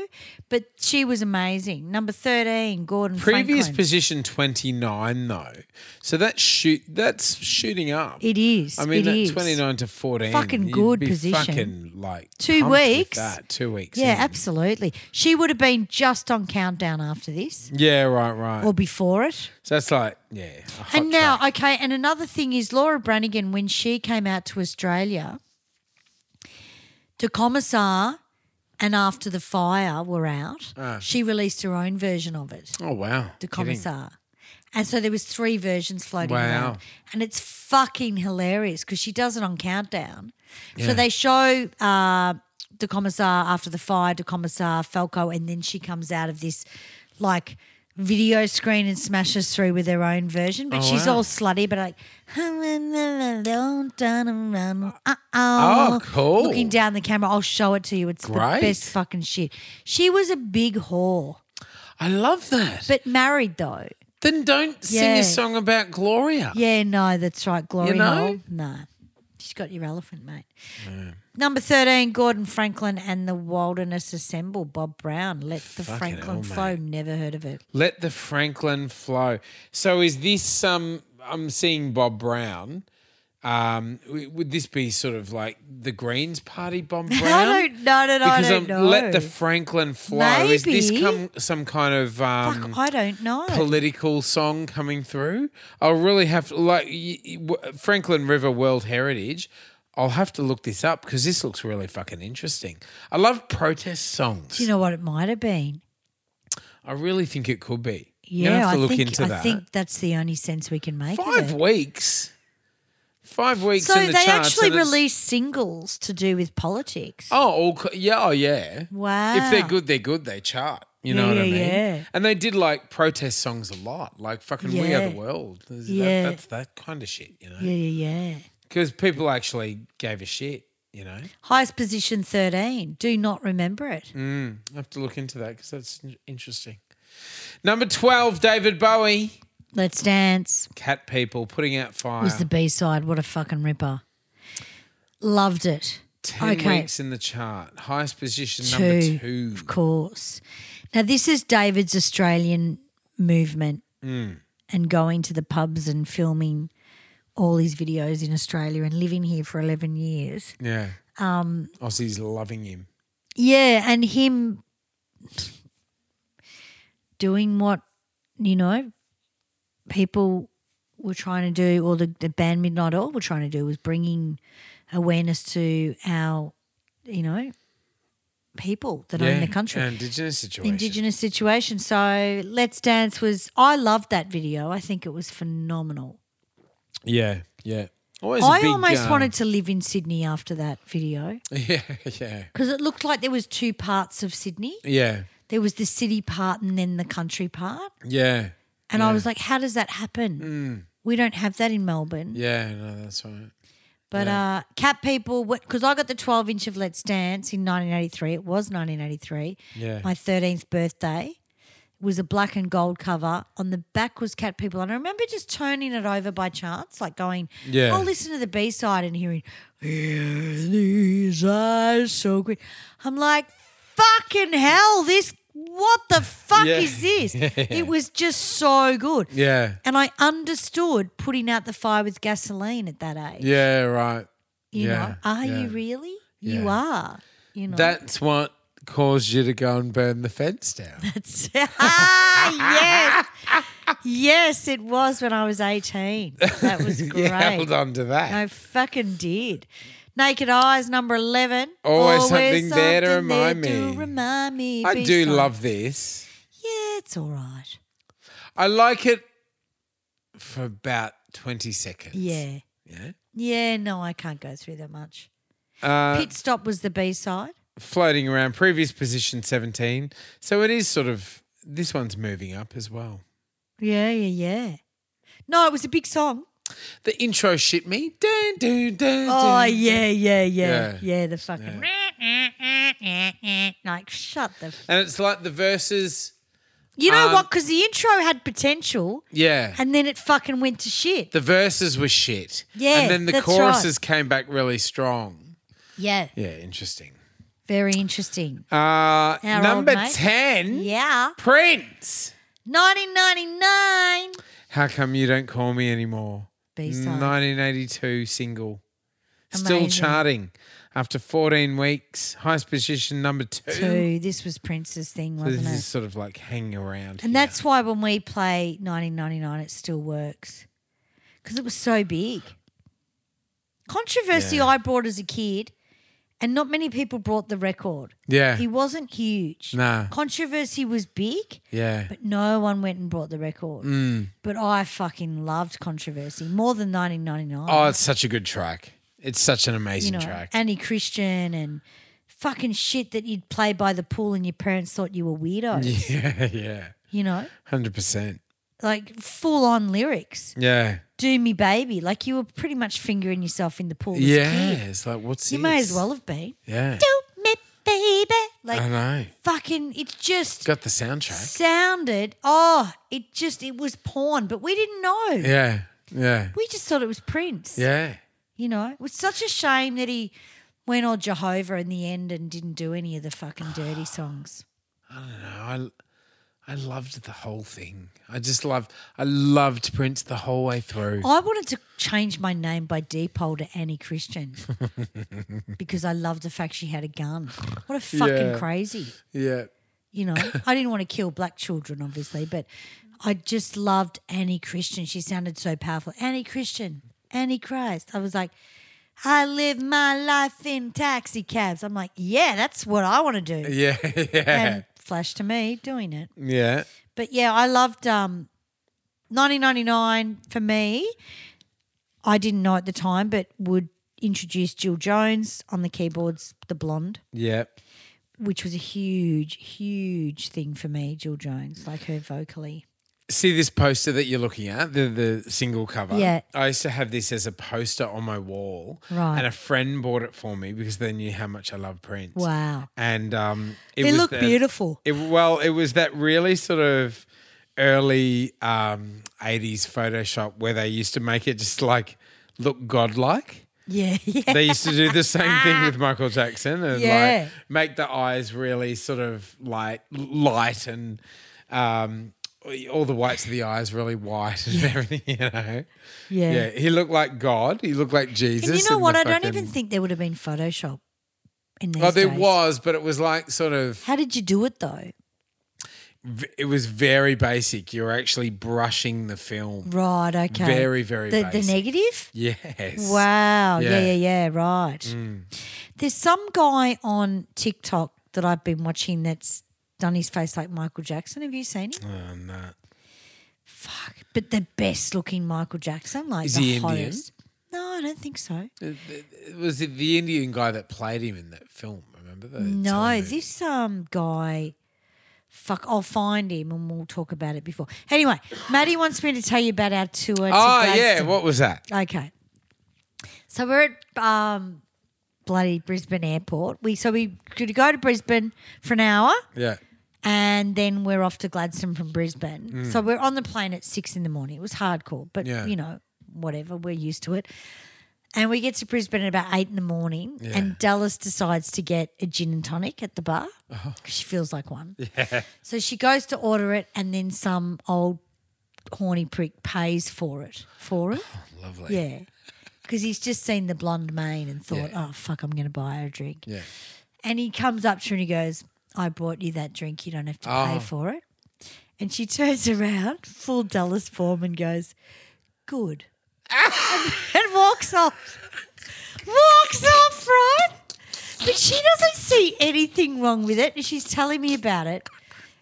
S1: but she was amazing. Number thirteen, Gordon.
S4: Previous
S1: Franklin.
S4: position twenty nine though, so that's shoot that's shooting up.
S1: It is.
S4: I mean,
S1: it
S4: that
S1: is.
S4: twenty nine to fourteen,
S1: Fucking
S4: you'd
S1: good
S4: be
S1: position.
S4: Fucking like
S1: Two
S4: pumped with
S1: weeks.
S4: that two weeks.
S1: Yeah,
S4: in.
S1: absolutely. She would have been just on countdown after this
S4: Yeah, right, right.
S1: or before it.
S4: so that's like yeah. a hot
S1: and now,
S4: track.
S1: okay, and another thing is Laura Branigan, when she came out to Australia, to Commissar and After the Fire were out,
S4: Ah.
S1: she released her own version of it.
S4: oh wow,
S1: the
S4: Kidding.
S1: commissar. And so there was three versions floating
S4: Wow.
S1: around, and it's fucking hilarious because she does it on Countdown.
S4: Yeah.
S1: So they show uh, the commissar after the fire, the commissar Falco, and then she comes out of this like video screen and smashes through with her own version. But
S4: Oh,
S1: she's
S4: wow.
S1: all slutty, but like, uh
S4: Oh, cool.
S1: Looking down the camera, I'll show it to you. It's
S4: Great.
S1: the best fucking shit. She was a big whore,
S4: I love that.
S1: but married though.
S4: then don't sing
S1: Yeah.
S4: a song about Gloria.
S1: Yeah, no, that's right. Glory
S4: You know?
S1: hole. No. She's got your elephant, mate. Number 13, Gordon Franklin and the Wilderness Assemble, Bob Brown. Let the
S4: Fucking
S1: Franklin
S4: hell,
S1: flow.
S4: mate.
S1: Never heard of it.
S4: Let the Franklin flow. So is this um I'm seeing Bob Brown. Um w- would this be sort of like the Greens party Bob Brown?
S1: I don't know. No, no, I
S4: because
S1: don't
S4: um,
S1: know.
S4: let the Franklin flow. Is this
S1: Maybe.
S4: come some kind of um
S1: Fuck, I don't know.
S4: political song coming through? I'll really have to like y- y- w- Franklin River World Heritage. I'll have to look this up because this looks really fucking interesting. I love protest songs.
S1: Do you know what it might have been?
S4: I really think it could be. You're
S1: Yeah,
S4: gonna have to
S1: I
S4: look
S1: think
S4: into
S1: I
S4: that.
S1: think that's the only sense we can make. of
S4: Five
S1: it.
S4: weeks. Five weeks.
S1: So
S4: in the
S1: they
S4: charts
S1: actually
S4: and it's-
S1: released singles to do with politics.
S4: Oh, all, co- yeah, oh yeah.
S1: Wow.
S4: If they're good, they're good. They chart. You know
S1: Yeah,
S4: what I
S1: yeah,
S4: mean?
S1: yeah.
S4: And they did like protest songs a lot, like fucking "We Are
S1: Yeah.
S4: the World." There's
S1: Yeah.
S4: That, that's that kind of shit, you
S1: Yeah,
S4: know.
S1: yeah, yeah.
S4: Because people actually gave a shit, you know.
S1: Highest position 13. Do not remember it.
S4: I have to look into that because that's in- interesting. Number twelve, David Bowie,
S1: Let's dance.
S4: "Cat People," putting out fire.
S1: was the B side. What a fucking ripper. Loved it.
S4: Ten
S1: okay.
S4: weeks in the chart, highest position,
S1: Two,
S4: number two.
S1: Of course. Now, this is David's Australian movement
S4: Hmm.
S1: and going to the pubs and filming all his videos in Australia and living here for 11 years.
S4: Yeah. Um, Aussie's loving him.
S1: Yeah. And him doing what, you know, people were trying to do, or the, the band Midnight Oil were trying to do, was bringing awareness to our, you know, people that own the country,
S4: An indigenous situation.
S1: indigenous situation. So Let's Dance was, I loved that video. I think it was phenomenal.
S4: Yeah, yeah. Always a
S1: I
S4: big,
S1: almost
S4: um,
S1: wanted to live in Sydney after that video
S4: Yeah, yeah,
S1: because it looked like there was two parts of Sydney.
S4: yeah,
S1: There was the city part and then the country part.
S4: yeah,
S1: And I was like, how does that happen? We don't have that in Melbourne.
S4: yeah. No, that's right.
S1: But uh, Cat People, because I got the 12 inch of Let's Dance in 1983. It was 1983.
S4: Yeah.
S1: My 13th birthday It was a black and gold cover. On the back was Cat People. And I remember just turning it over by chance, like going,
S4: Yeah.
S1: I'll listen to the B side and hearing, "Yeah, These eyes so green. I'm like, fucking hell, this, what the fuck
S4: Yeah.
S1: is this? It was just so good.
S4: Yeah,
S1: And I understood putting out the fire with gasoline at that age.
S4: yeah, right.
S1: You
S4: yeah,
S1: know, are
S4: yeah.
S1: you really?
S4: Yeah.
S1: You are. You know,
S4: That's what caused you to go and burn the fence down.
S1: that's ah yes, yes. It was when I was eighteen. That was
S4: You
S1: great.
S4: held on to that.
S1: I fucking did. Naked Eyes, number eleven.
S4: Always something there to
S1: something there
S4: remind
S1: to
S4: me.
S1: remind me.
S4: I do
S1: Besides-
S4: love this.
S1: Yeah, it's all right.
S4: I like it for about twenty seconds.
S1: Yeah,
S4: yeah.
S1: yeah. No, I can't go through that much.
S4: Uh,
S1: Pit Stop was the B side.
S4: floating around previous position 17. So it is sort of this one's moving up as well.
S1: Yeah, yeah, yeah. No, it was a big song.
S4: The intro shit me. Dun, dun, dun,
S1: Oh
S4: dun.
S1: yeah, yeah, yeah,
S4: Yeah.
S1: yeah. the fucking like shut the. F-
S4: And it's like the verses.
S1: you know
S4: Um,
S1: what? Because the intro had potential,
S4: Yeah.
S1: and then it fucking went to shit.
S4: the verses were shit.
S1: Yeah,
S4: And then the
S1: that's
S4: choruses came back really strong.
S1: yeah,
S4: Yeah, interesting.
S1: very interesting.
S4: Uh,
S1: Our
S4: number
S1: old mate.
S4: 10,
S1: yeah,
S4: Prince.
S1: 1999
S4: How come you don't call me anymore?
S1: B-side.
S4: 1982 single. Still
S1: Amazing.
S4: charting after 14 weeks. Highest position number two.
S1: two. This was Prince's thing,
S4: So
S1: wasn't
S4: this is
S1: it?
S4: sort of like hanging around.
S1: And
S4: here.
S1: that's why when we play 1999, it still works because it was so big. Controversy
S4: Yeah.
S1: I brought as a kid, and not many people brought the record.
S4: Yeah.
S1: He wasn't huge.
S4: Nah.
S1: Controversy was big,
S4: yeah.
S1: but no one went and brought the record.
S4: Mm.
S1: But I fucking loved Controversy more than 1999.
S4: Oh, it's such a good track. It's such an
S1: you
S4: amazing
S1: know,
S4: track.
S1: Annie Christian and fucking shit that you'd play by the pool and your parents thought you were weirdos.
S4: yeah, yeah.
S1: You know,
S4: 100%.
S1: like full on lyrics.
S4: Yeah.
S1: Do me, baby. Like you were pretty much fingering yourself in the pool. as a
S4: Yeah.
S1: kid.
S4: It's like, what's
S1: You may
S4: this?
S1: as well have been.
S4: Yeah.
S1: Do me, baby. Like
S4: I know.
S1: fucking, it's just.
S4: It's got the soundtrack.
S1: sounded oh it just it was porn but we didn't know
S4: Yeah. Yeah.
S1: we just thought it was prince
S4: Yeah.
S1: you know it was such a shame that he went on jehovah in the end and didn't do any of the fucking dirty songs
S4: I I loved the whole thing. I just loved I loved Prince the whole way through.
S1: i wanted to change my name by depole to annie christian because i loved the fact she had a gun what a fucking
S4: Yeah.
S1: crazy
S4: Yeah.
S1: you know i didn't want to kill black children obviously but i just loved annie christian she sounded so powerful annie christian annie christ i was like i live my life in taxi cabs i'm like yeah that's what i want to do
S4: Yeah. Yeah.
S1: and flash to me doing it
S4: Yeah.
S1: but yeah i loved um 1999 for me i didn't know at the time but would introduce jill jones on the keyboards the blonde
S4: Yeah.
S1: which was a huge, huge thing for me, Jill Jones, like her vocally.
S4: See this poster that you're looking at, the the single cover.
S1: Yeah.
S4: I used to have this as a poster on my wall.
S1: Right.
S4: And a friend bought it for me because they knew how much I love Prince.
S1: Wow.
S4: And um it
S1: They
S4: was
S1: look
S4: the-
S1: beautiful.
S4: It, well, it was that really sort of early um, 80s Photoshop where they used to make it just like look godlike.
S1: Yeah, yeah.
S4: they used to do the same thing with Michael Jackson and
S1: Ah. Yeah.
S4: like make the eyes really sort of like light and um, all the whites of the eyes really white and everything, you know.
S1: yeah.
S4: Yeah, he looked like God. He looked like Jesus.
S1: And you know
S4: in
S1: what?
S4: the
S1: I don't even
S4: fucking-
S1: think there would have been Photoshop in these
S4: Oh, there
S1: days.
S4: was, but it was like sort of.
S1: How did you do it though?
S4: v- It was very basic. You were actually brushing the
S1: Mm.
S4: film.
S1: Right, okay.
S4: Very, very
S1: the, the
S4: basic.
S1: negative?
S4: Yes.
S1: Wow. Yeah, yeah,
S4: Yeah. Mm.
S1: yeah, right. There's some guy on TikTok that I've been watching that's done his face like Michael Jackson. Have you seen him?
S4: Oh, no.
S1: Fuck. But the best looking Michael Jackson, like
S4: Is
S1: the
S4: he Indian?
S1: hottest. No, I don't think so.
S4: Was it the Indian guy that played him in that film? Remember that?
S1: No, this um guy. Fuck, I'll find him and we'll talk about it before. Anyway, Maddie wants me to tell you about our tour. To
S4: Oh, yeah.
S1: Gladstone.
S4: What was that?
S1: Okay. So we're at um, bloody Brisbane Airport. We so we could go to Brisbane for an hour
S4: Yeah.
S1: and then we're off to Gladstone from Brisbane. So we're on the plane at six in the morning. It was hardcore, but
S4: Mm. Yeah.
S1: you know, whatever, we're used to it. And we get to Brisbane at about eight in the morning, and Dallas decides to get a gin and tonic at the bar
S4: Uh-huh.
S1: 'cause she feels like one. So she goes to order it, and then some old horny prick pays for it. For it,
S4: Oh, Lovely.
S1: yeah, because he's just seen the blonde mane and thought, "Oh fuck, I'm going to buy her a drink."
S4: Yeah.
S1: And he comes up to her and he goes, I brought you that drink. You don't have to pay
S4: Oh.
S1: for it. And she turns around, full Dallas form, and goes, Good. and, and walks off. Walks off, right? But she doesn't see anything wrong with it. And she's telling me about it.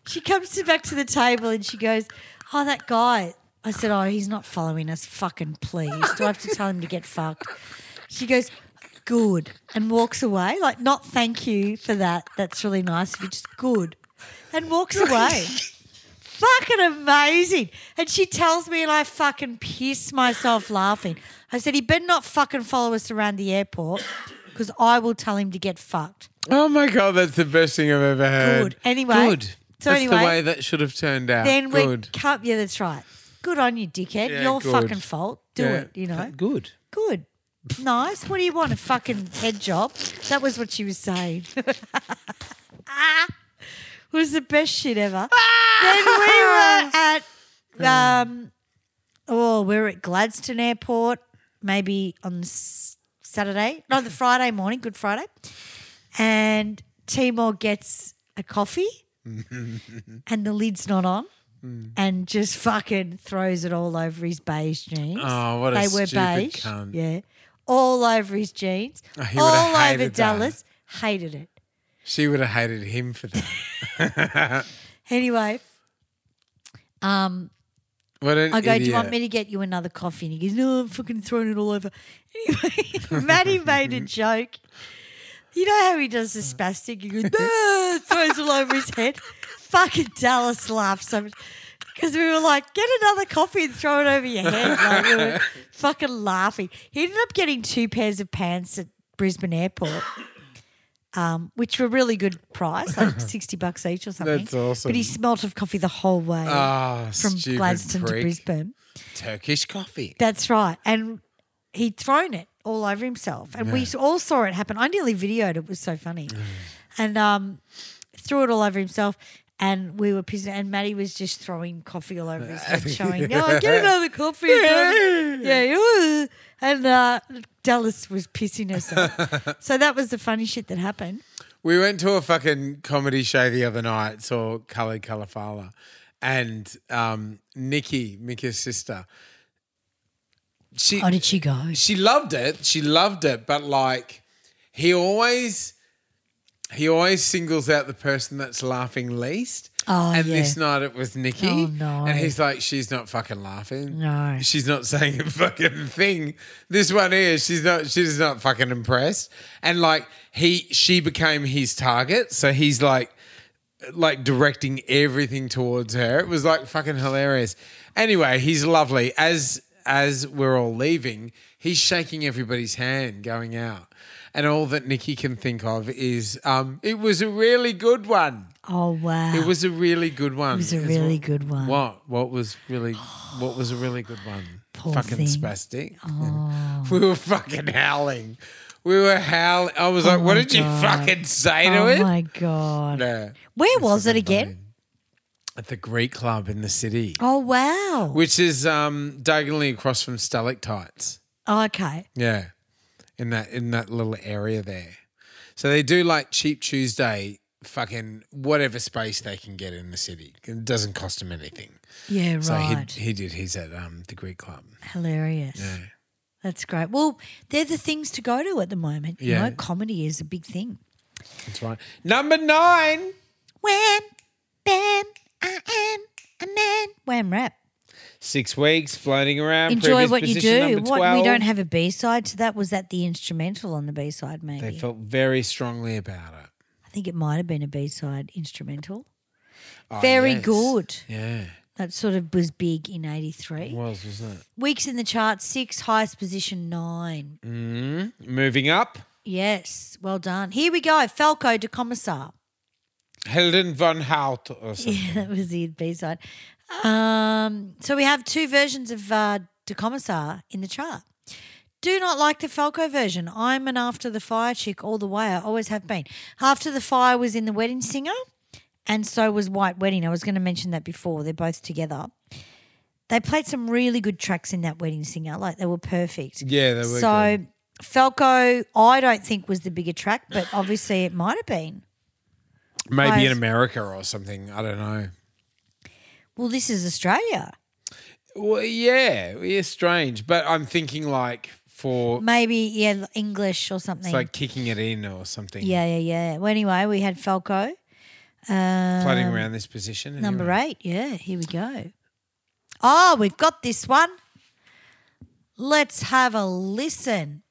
S1: She comes to back to the table and she goes, Oh, that guy. I said, Oh, he's not following us. Fucking please. Do I have to tell him to get fucked? She goes, good, and walks away. Like, not thank you for that. That's really nice of you. Just good, and walks away. fucking amazing. And she tells me, and I fucking piss myself laughing. I said, he better not fucking follow us around the airport because I will tell him to get fucked.
S4: Oh my god, that's the best thing I've ever heard.
S1: Good. Anyway,
S4: Good.
S1: so
S4: that's
S1: anyway-
S4: the way that should have turned out.
S1: Then
S4: good.
S1: we come. Yeah, that's right. Good on you, dickhead.
S4: Yeah,
S1: Your
S4: good.
S1: fucking fault. Do
S4: Yeah.
S1: it. You know.
S4: Good.
S1: Good. Nice. What do you want? A fucking head job? That was what she was saying. was the best shit ever. then we were at um oh, we were at Gladstone Airport, maybe on the s- Saturday. No, the Friday morning, Good Friday. And Timor gets a coffee and the lid's not on. And just fucking throws it all over his beige jeans.
S4: Oh, what a
S1: they were
S4: stupid
S1: beige,
S4: cunt.
S1: yeah, all over his jeans,
S4: Oh, he would've
S1: all over
S4: hated that.
S1: Dallas. Hated it.
S4: She would have hated him for that.
S1: Anyway, um,
S4: What an
S1: I go,
S4: idiot.
S1: Do you want me to get you another coffee? And he goes, No, I'm fucking throwing it all over. Anyway, Maddie made a joke. You know how he does the spastic? He goes, "Ah," throws it all over his head. Fucking Dallas laughed so much. Because we were like, get another coffee and throw it over your head. Like, we were fucking laughing. He ended up getting two pairs of pants at Brisbane Airport, um, which were really good price, like 60 bucks each or something.
S4: That's awesome.
S1: But he smelt of coffee the whole way
S4: Ah,
S1: from
S4: stupid
S1: Gladstone to
S4: prick.
S1: Brisbane.
S4: Turkish coffee.
S1: That's right. And he'd thrown it all over himself. And we all saw it happen. I nearly videoed it. It was so funny. And um, threw it all over himself. And we were pissed. And Maddie was just throwing coffee all over his head, showing, no, get another coffee. yeah. yeah. And uh, Dallas was pissing herself. so that was the funny shit that happened.
S4: We went to a fucking comedy show the other night, saw Kali Kalafala, and um, Nikki, Mika's sister. She
S1: How did she go?
S4: she loved it. She loved it, but like he always he always singles out the person that's laughing least.
S1: Oh,
S4: and
S1: yeah.
S4: this night it was Nikki.
S1: Oh, no.
S4: And he's like, she's not fucking laughing.
S1: No.
S4: She's not saying a fucking thing. This one is. She's not she's not fucking impressed. And like he she became his target. So he's like like directing everything towards her. It was like fucking hilarious. Anyway, he's lovely. As as we're all leaving, he's shaking everybody's hand going out. And all that Nikki can think of is um, it was a really good one.
S1: Oh, wow.
S4: It was a really good one. It
S1: was a really good one.
S4: What? What was really? What was a really good one?
S1: Poor
S4: fucking
S1: thing. Oh.
S4: spastic. we were fucking howling. We were howling. I was like, "What did you fucking say to
S1: oh,
S4: it?"
S1: my God.
S4: Yeah.
S1: Where was it again?
S4: At the Greek club in the city,
S1: Oh, wow.
S4: which is um, diagonally across from Stalactites.
S1: Oh, okay.
S4: Yeah, in that in that little area there. So they do like cheap Tuesday, fucking whatever space they can get in the city. It doesn't cost them anything.
S1: Yeah,
S4: So
S1: right.
S4: he he did his at um, the Greek club.
S1: Hilarious. That's great. Well, they're the things to go to at the moment. You
S4: Yeah.
S1: know, comedy is a big thing.
S4: That's right. Number nine.
S1: Wham, bam, I am Uh-uh. a man. Wham rap.
S4: Six weeks floating around.
S1: Enjoy
S4: previous
S1: what you
S4: position,
S1: do.
S4: number
S1: What we
S4: 12.
S1: don't have a B side to that. Was that the instrumental on the B side? Maybe
S4: They felt very strongly about it.
S1: I think it might have been a B side instrumental.
S4: Oh,
S1: Very
S4: yes.
S1: good.
S4: Yeah,
S1: That sort of was big in '83.
S4: it was wasn't it?
S1: Weeks in the chart six, highest position nine.
S4: Mm. Moving up,
S1: Yes, well done. Here we go. Falco de Commissar.
S4: Hilden von Hout or something.
S1: Yeah, that was the B side. Um, so we have two versions of uh, De Commissar in the chart. Do not like the Falco version. I'm an After the Fire chick all the way. I always have been. After the Fire was in The Wedding Singer, and so was White Wedding. I was going to mention that before. They're both together. They played some really good tracks in that Wedding Singer. Like they were perfect.
S4: Yeah, they were
S1: So
S4: good.
S1: Falco, I don't think was the bigger track, but obviously it might have been.
S4: Maybe
S1: Right.
S4: in America or something. I don't know.
S1: Well, this is Australia.
S4: Well, yeah, yeah, strange. But I'm thinking like for
S1: Maybe yeah, English or something.
S4: it's like kicking it in or something.
S1: yeah, yeah, yeah. Well, anyway, we had
S4: Mm.
S1: Falco. Um,
S4: floating around this position.
S1: number
S4: anyway.
S1: eight. Yeah, here we go. Oh, we've got this one. Let's have a listen.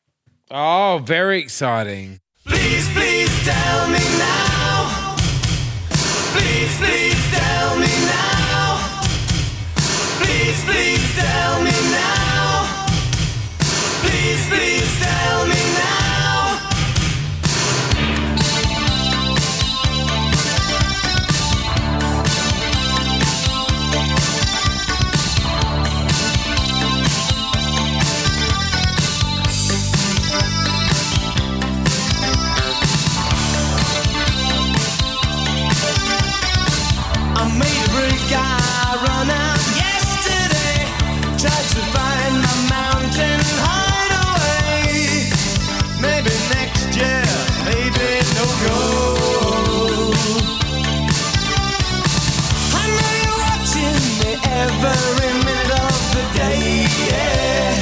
S4: Oh, very exciting.
S8: Please, please tell me now. Please, please tell me now. Please, please tell me now. Please, please tell me now. I made a brick I run out yesterday. Tried to find my mountain hideaway. Maybe next year, maybe no go. I know you're watching me every minute of the day. Yeah.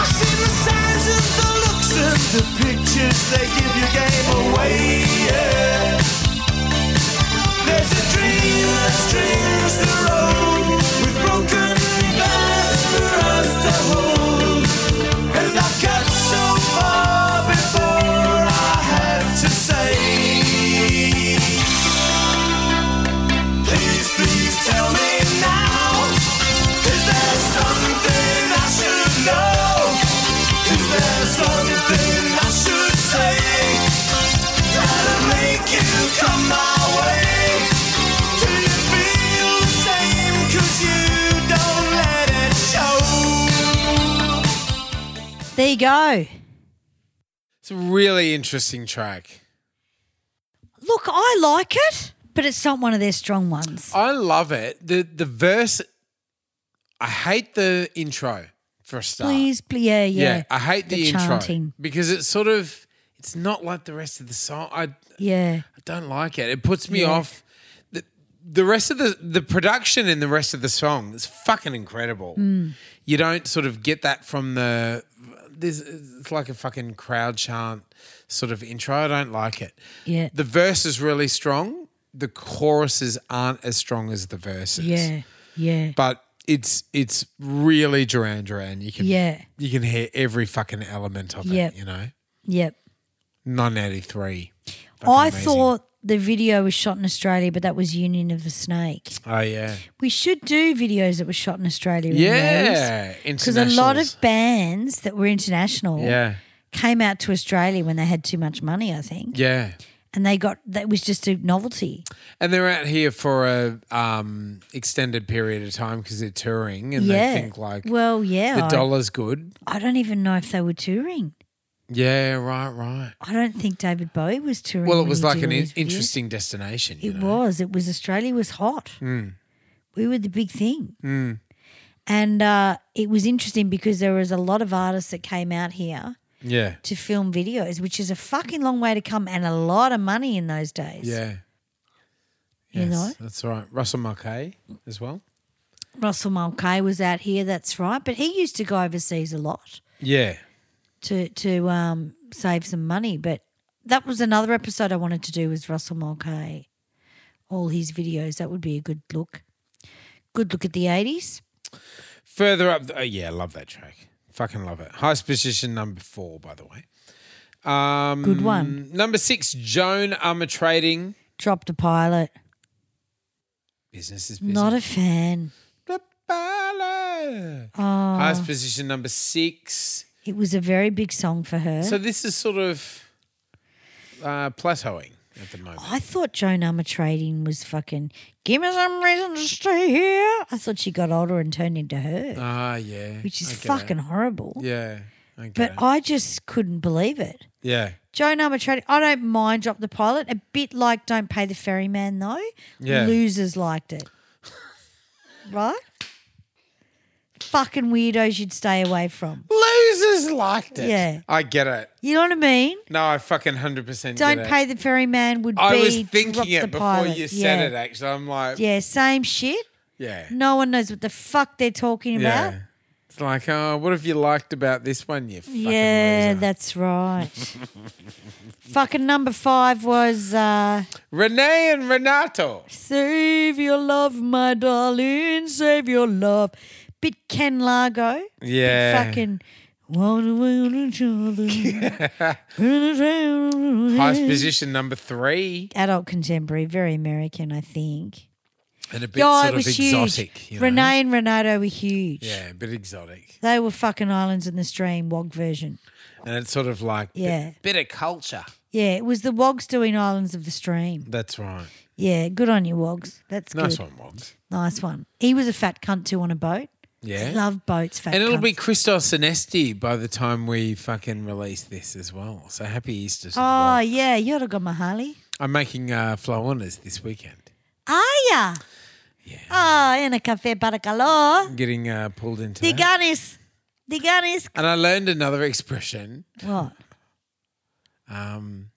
S8: I've seen the signs and the looks and the pictures they give you game away. Yeah. There's a dream that strings the road with broken glass for us to hold. And I've got so far before I have to say. Please, please tell me now. Is there something I should know? Is there something I should say? Gotta make you come my way. Do you feel the same? 'Cause you don't let it show.
S1: There you go.
S4: It's a really interesting track.
S1: Look, I like it, but it's not one of their strong ones.
S4: I love it. The the verse I hate the intro for a start.
S1: Please, please, yeah, yeah.
S4: Oh, Yeah, I hate the, intro
S1: chanting.
S4: because it's sort of it's not like the rest of the song. I I
S1: Yeah,
S4: don't like it. It puts me off. The, the rest of the the production in the rest of the song is fucking incredible.
S1: Hmm.
S4: You don't sort of get that from the this it's like a fucking crowd chant sort of intro. I don't like it.
S1: Yeah.
S4: The verse is really strong. The choruses aren't as strong as the verses.
S1: yeah, yeah.
S4: But it's it's really Duran Duran. You can
S1: Yeah.
S4: you can hear every fucking element of
S1: Yep.
S4: it, you know.
S1: Yep.
S4: 1983.
S1: I
S4: amazing.
S1: thought the video was shot in Australia, but that was Union of the Snake.
S4: Oh yeah.
S1: We should do videos that were shot in Australia.
S4: Yeah.
S1: Because a lot
S4: internationals.
S1: of bands that were international
S4: Yeah.
S1: came out to Australia when they had too much money, I think.
S4: Yeah.
S1: And they got, that was just a novelty.
S4: And they're out here for a um, extended period of time because they're touring and
S1: yeah.
S4: they think like
S1: well, yeah.
S4: the
S1: I-
S4: dollar's good.
S1: I don't even know if they were touring.
S4: Yeah, right, right.
S1: I don't think David Bowie was touring.
S4: Well, it
S1: when
S4: was
S1: he
S4: like
S1: did
S4: an
S1: all
S4: in-
S1: these videos.
S4: interesting destination. You
S1: It
S4: know? Hmm.
S1: was. It was Australia was hot. We were the big thing. And uh, it was interesting because there was a lot of artists that came out here
S4: Yeah.
S1: to film videos, which is a fucking long way to come and a lot of money in those days.
S4: Yeah.
S1: You know?
S4: That's right. Russell Mulcahy as well.
S1: Russell Mulcahy was out here, that's right. But he used to go overseas a lot
S4: Yeah.
S1: to to um, save some money. But that was another episode I wanted to do was Russell Mulcahy. All his videos. That would be a good look. Good look at the eighties.
S4: Further up, th- oh, yeah, I love that track. Fucking love it. Highest position number four, by the way. Um,
S1: Good one.
S4: Number six, Joan Armour Trading.
S1: Dropped a pilot.
S4: Business is business.
S1: Not a fan.
S4: The baller.
S1: Ah.
S4: Highest position number six.
S1: It was a very big song for her.
S4: So this is sort of uh, plateauing at the moment.
S1: I thought Joan Armour Trading was fucking give me some reason to stay here. I thought she got older and turned into her,
S4: Ah, yeah.
S1: which is
S4: I get it.
S1: fucking horrible.
S4: Yeah. I get
S1: But
S4: it.
S1: I just couldn't believe it.
S4: yeah.
S1: Joan Armour Trading, I don't mind Drop the Pilot. A bit like Don't Pay the Ferryman, though.
S4: Yeah.
S1: Losers liked it. right? Fucking weirdos you'd stay away from.
S4: Losers liked it.
S1: Yeah.
S4: I get it.
S1: You know what I mean?
S4: No, I fucking 100%
S1: Don't
S4: get it.
S1: Pay the Ferryman would
S4: I
S1: be.
S4: was
S1: Drop
S4: thinking
S1: the
S4: it before
S1: Pilot.
S4: you said
S1: Yeah.
S4: it, actually. I'm like, yeah.
S1: Yeah, same shit.
S4: Yeah.
S1: No one knows what the fuck they're talking about.
S4: It's like, oh, what have you liked about this one, you fucking
S1: Yeah,
S4: loser?
S1: that's right. fucking number five was uh,
S4: Renee and Renato.
S1: Save Your Love, My Darling, Save Your Love. Bit Ken Largo. Bit
S4: Yeah.
S1: Fucking Walked away on each other.
S4: Highest position number three,
S1: Adult contemporary, very American, I think.
S4: and a bit
S1: Yeah,
S4: sort
S1: it
S4: of
S1: was
S4: exotic.
S1: huge.
S4: You know?
S1: Renee and Renato were huge.
S4: Yeah, a bit exotic,
S1: They were fucking islands in the stream, WOG version.
S4: and it's sort of like bit-
S1: Yeah.
S4: bit, of culture.
S1: Yeah, it was the WOGs doing Islands of the Stream.
S4: That's right.
S1: Yeah, good on you, WOGs. That's
S4: Nice
S1: good.
S4: one, Wogs.
S1: Nice one. He was a fat cunt too on a boat.
S4: Yeah.
S1: Love boats, fat
S4: And it'll be
S1: cunts.
S4: Christos and Esty by the time we fucking release this as well. So happy Easter. to the
S1: Oh,
S4: world.
S1: yeah, you'd have got my Harley.
S4: I'm making uh, Flowanas this weekend.
S1: Are ya? Yeah. Oh, in a cafe para calor.
S4: I'm getting uh, pulled into that.
S1: Diganis. Diganis.
S4: And I learned another expression.
S1: What?
S4: Um,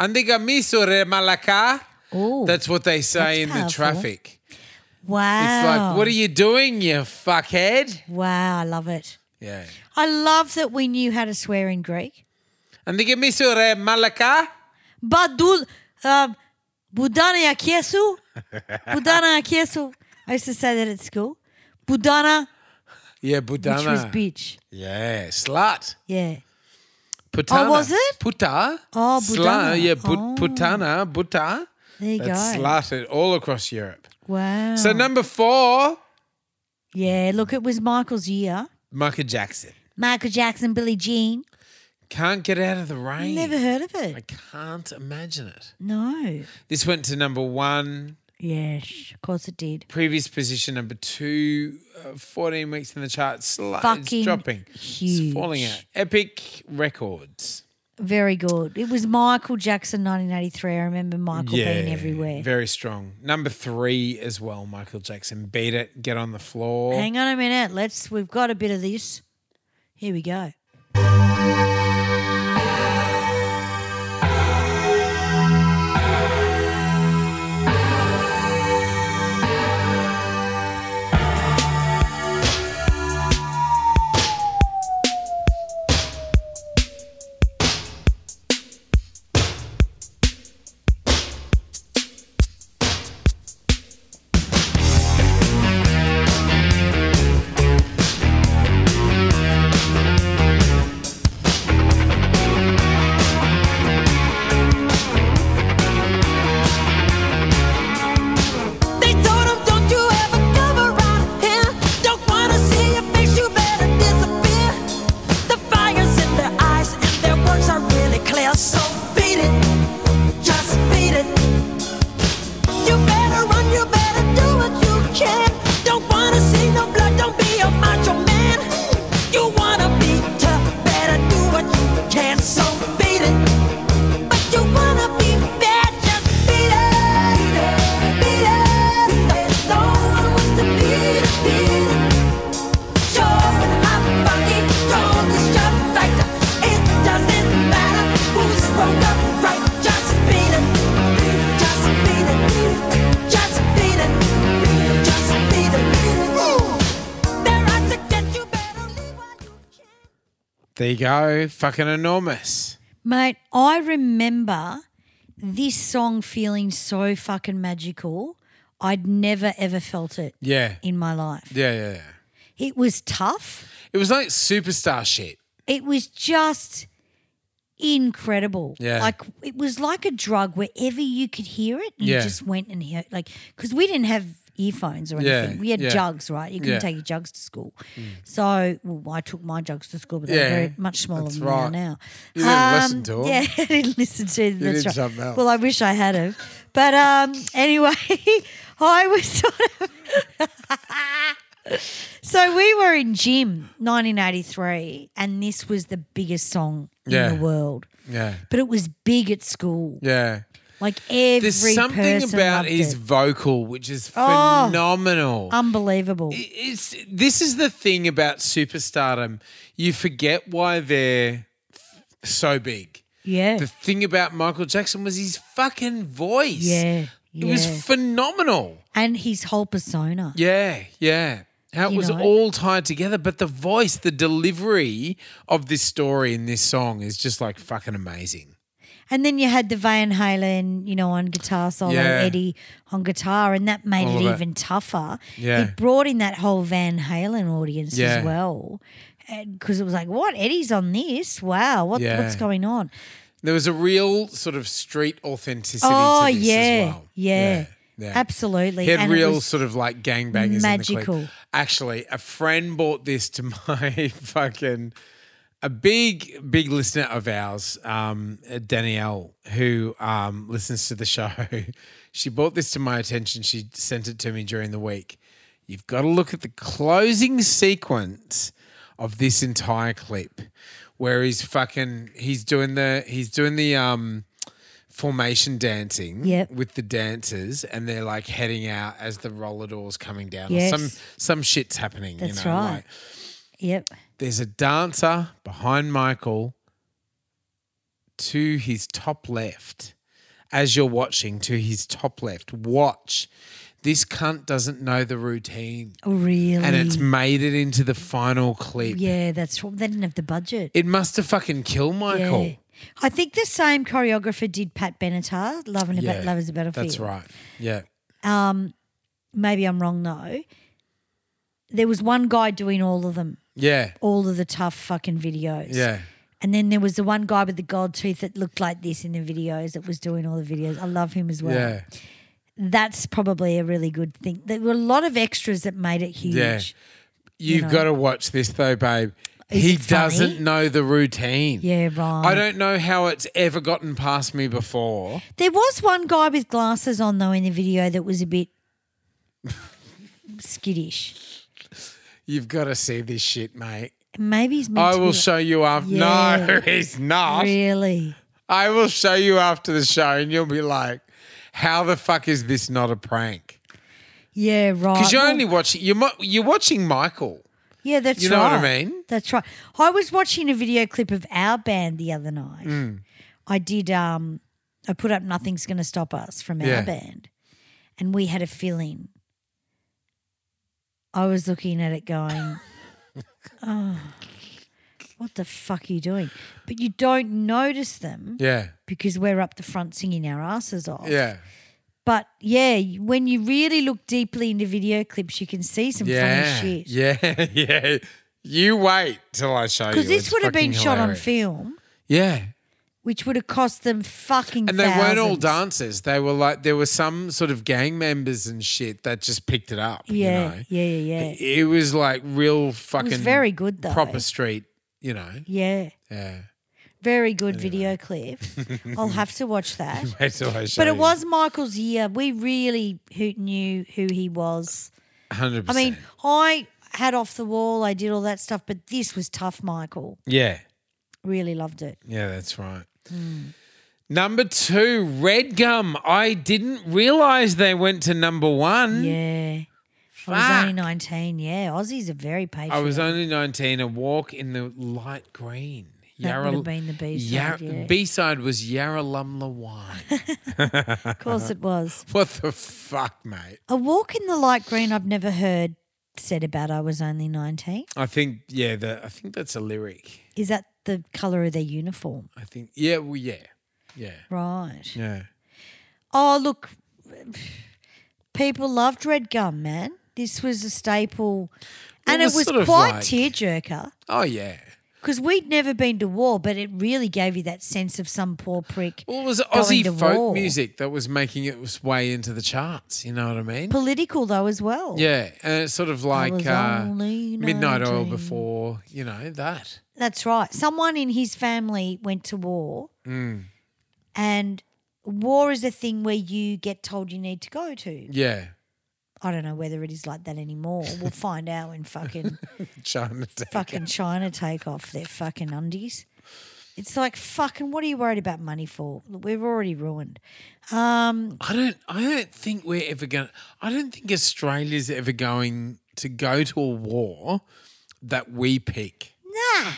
S4: Andiga misure malaka.
S1: Oh,
S4: That's what they say
S1: That's
S4: in the
S1: powerful.
S4: traffic.
S1: wow.
S4: It's like, what are you doing, you fuckhead?
S1: Wow, I love it.
S4: Yeah.
S1: I love that we knew how to swear in Greek.
S4: Andiga misure malaka.
S1: Badul, um, Budana Akiesu. Budana Akiesu. I used to say that at school. Budana,
S4: Yeah,
S1: which was
S4: budana.
S1: bitch.
S4: yeah, slut.
S1: Yeah.
S4: Putana.
S1: Oh, was it?
S4: Puta.
S1: Oh,
S4: Sla-
S1: budana.
S4: yeah, put,
S1: Oh.
S4: putana, buta.
S1: There you
S4: That's
S1: go. Oh.
S4: slatted all across Europe.
S1: Wow.
S4: So number four,
S1: yeah, look, it was Michael's year.
S4: Michael Jackson.
S1: Michael Jackson, Billie Jean.
S4: Can't get out of the rain.
S1: Never heard of
S4: I
S1: it.
S4: can't imagine it.
S1: No.
S4: This went to number one.
S1: Yes, of course it did.
S4: Previous position number two, uh, 14 weeks in the chart. Slight,
S1: Fucking
S4: it's dropping. It's
S1: huge.
S4: falling out. Epic records.
S1: Very good. It was Michael Jackson, 1983. I remember Michael being everywhere.
S4: Very strong. Number three as well, Michael Jackson. Beat it. Get on the floor.
S1: Hang on a minute. Let's. We've got a bit of this. Here we go.
S3: They told him, don't you ever come around here. Don't wanna see your face, you better disappear. The fire's in their eyes and their words are really clear. So beat it, just beat it. You better run, you better do what you can. Don't wanna see no blood, don't be a macho man. You wanna be tough, better do what you can. So beat it. But you wanna be bad, just beat it, beat it. No one wants to beat it, beat it. Sure, I'm fucking strong as your fighter. It doesn't matter who's wrong or right, just beat it, just beat it, just beat it, just beat it. They're out to get you, better leave while you can.
S4: There you go. Fucking enormous.
S1: Mate, I remember this song feeling so fucking magical. I'd never ever felt it
S4: Yeah.
S1: in my life.
S4: Yeah, yeah, yeah.
S1: It was tough.
S4: It was like superstar shit.
S1: It was just incredible.
S4: Yeah.
S1: Like it was like a drug wherever you could hear it, you
S4: Yeah.
S1: just went and heard like cuz we didn't have earphones or
S4: Yeah,
S1: anything. we had
S4: yeah.
S1: jugs, right? You couldn't
S4: Yeah. Hmm.
S1: take your jugs to school. So, well, I took my jugs to school, but they're
S4: Yeah,
S1: very much smaller
S4: that's
S1: than they are
S4: right.
S1: now. Um,
S4: You didn't listen to 'em.
S1: Yeah, I didn't listen to them. That's
S4: did
S1: right.
S4: something else.
S1: Well, I wish I had have. But um, anyway, I was sort of. so we were in gym 1983, and this was the biggest song
S4: Yeah.
S1: in the world.
S4: Yeah.
S1: But it was big at school.
S4: Yeah.
S1: Like every
S4: There's something
S1: person
S4: about
S1: loved
S4: his
S1: it.
S4: vocal which is
S1: Oh.
S4: phenomenal.
S1: unbelievable.
S4: I- it's this is the thing about superstardom. You forget why they're f- so big.
S1: yeah,
S4: The thing about Michael Jackson was his fucking voice.
S1: yeah,
S4: It was
S1: yeah.
S4: phenomenal.
S1: and his whole persona.
S4: Yeah, yeah. How it
S1: You
S4: was
S1: know?
S4: all tied together, but the voice, the delivery of this story in this song is just like fucking amazing.
S1: And then you had the Van Halen, you know, on guitar solo,
S4: Yeah.
S1: Eddie on guitar, and that made
S4: All
S1: it
S4: of it.
S1: even tougher.
S4: Yeah.
S1: It brought in that whole Van Halen audience
S4: Yeah.
S1: as well. Because it was like, what? Eddie's on this? Wow, what,
S4: Yeah.
S1: what's going on?
S4: There was a real sort of street authenticity
S1: Oh,
S4: to this
S1: yeah,
S4: as well.
S1: yeah,
S4: yeah.
S1: Absolutely.
S4: He had
S1: And it
S4: real
S1: was-
S4: sort of like gangbangers in the clip.
S1: magical.
S4: Actually, a friend bought this to my fucking a big big listener of ours, um, Danielle, who um, listens to the show. She brought this to my attention. She sent it to me during the week. You've got to look at the closing sequence of this entire clip, where he's fucking he's doing the he's doing the um formation dancing
S1: Yep.
S4: with the dancers and they're like heading out as the roller doors coming down
S1: Yes.
S4: or some some shit's happening
S1: That's
S4: you know
S1: right.
S4: like
S1: Yep.
S4: there's a dancer behind Michael to his top left as you're watching to his top left watch this cunt doesn't know the routine
S1: Really?
S4: and it's made it into the final clip
S1: yeah, that's right. They didn't have the budget.
S4: it must have fucking killed Michael
S1: Yeah. I think the same choreographer did Pat Benatar, Love and a Ba- Love is a Battlefield.
S4: that's right yeah
S1: Maybe I'm wrong though. There was one guy doing all of them,
S4: yeah
S1: all of the tough fucking videos.
S4: yeah
S1: And then there was the one guy with the gold tooth that looked like this in the videos that was doing all the videos. I love him as well.
S4: yeah
S1: That's probably a really good thing. There were a lot of extras that made it huge.
S4: Yeah. You've
S1: know.
S4: got to watch this though, babe.
S1: Is
S4: he
S1: it funny?
S4: doesn't know the routine.
S1: Yeah, right.
S4: I don't know how it's ever gotten past me before.
S1: There was one guy with glasses on though in the video that was a bit skittish.
S4: You've got to see this shit, mate.
S1: Maybe he's meant
S4: I
S1: to
S4: will
S1: be-
S4: show you after. No,
S1: Yeah.
S4: he's not.
S1: Really?
S4: I will show you after the show, and you'll be like, "How the fuck is this not a prank?"
S1: Yeah, right.
S4: Because you're
S1: Well,
S4: only watching. You're mo- you're watching Michael.
S1: yeah, that's
S4: you know what I
S1: right.
S4: mean?
S1: That's right. I was watching a video clip of our band the other night.
S4: Mm.
S1: I did. Um, I put up "Nothing's Going to Stop Us" from
S4: Yeah.
S1: our band, and we had a fill-in. I was looking at it going, "Oh, what the fuck are you doing?" But you don't notice them.
S4: Yeah,
S1: because we're up the front singing our asses off.
S4: yeah,
S1: But yeah, you- when you really look deeply into video clips, you can see some
S4: yeah,
S1: funny shit.
S4: yeah, yeah. You wait till I show you.
S1: Because this
S4: It's
S1: would have been
S4: fucking
S1: shot on
S4: hilarious.
S1: film,
S4: Yeah,
S1: which would have cost them fucking
S4: And they were weren't all
S1: thousands.
S4: dancers. They were like there were some sort of gang members and shit that just picked it up. you
S1: Yeah,
S4: know?
S1: yeah, yeah, yeah.
S4: It, it was like real fucking
S1: very good, though.
S4: Proper street, you know.
S1: Yeah.
S4: Yeah.
S1: Very good video clip. I'll have to watch that.
S4: Wait till I show
S1: But it
S4: you.
S1: was Michael's year. We really who knew who he was.
S4: hundred
S1: I
S4: percent.
S1: mean, I had off the wall, I did all that stuff, but this was tough, Michael.
S4: Yeah.
S1: Really loved it.
S4: Yeah, that's right.
S1: Mm.
S4: Number two, Red Gum. I didn't realize they went to number one.
S1: Yeah. I was only
S4: Fuck.
S1: 19. Yeah. Aussies are very patient.
S4: I was only 19, a walk in the light green.
S1: That would have been the B-side, yeah.
S4: B side was Yarralumla Wine.
S1: Of course it was.
S4: what the fuck, mate?
S1: A walk in the light green I've never heard said about I was only 19.
S4: I think yeah, the, I think that's a lyric.
S1: Is that the colour of their uniform?
S4: I think yeah, well yeah. Yeah.
S1: Right.
S4: Yeah.
S1: Oh, look. People loved red gum, man. This was a staple. And it
S4: was
S1: was,
S4: sort of
S1: quite
S4: like-
S1: tearjerker
S4: Oh yeah.
S1: because we'd never been to war, but it really gave you that sense of some poor prick.
S4: Well, it was
S1: going
S4: Aussie
S1: to
S4: folk
S1: war.
S4: music that was making its way into the charts, you know what I mean?
S1: Political, though, as well.
S4: Yeah, and it's sort of like
S1: was
S4: uh,
S1: only
S4: Midnight Oil
S1: 19.
S4: before, you know, that.
S1: That's right. Someone in his family went to war,
S4: Mm.
S1: and war is a thing where you get told you need to go to.
S4: Yeah.
S1: I don't know whether it is like that anymore. We'll find out when fucking
S4: China Day.
S1: fucking China take off their fucking undies. It's like fucking. What are you worried about money for? We're already ruined.
S4: I don't I don't think we're ever gonna I don't think Australia's ever going to go to a war that we pick.
S1: Nah,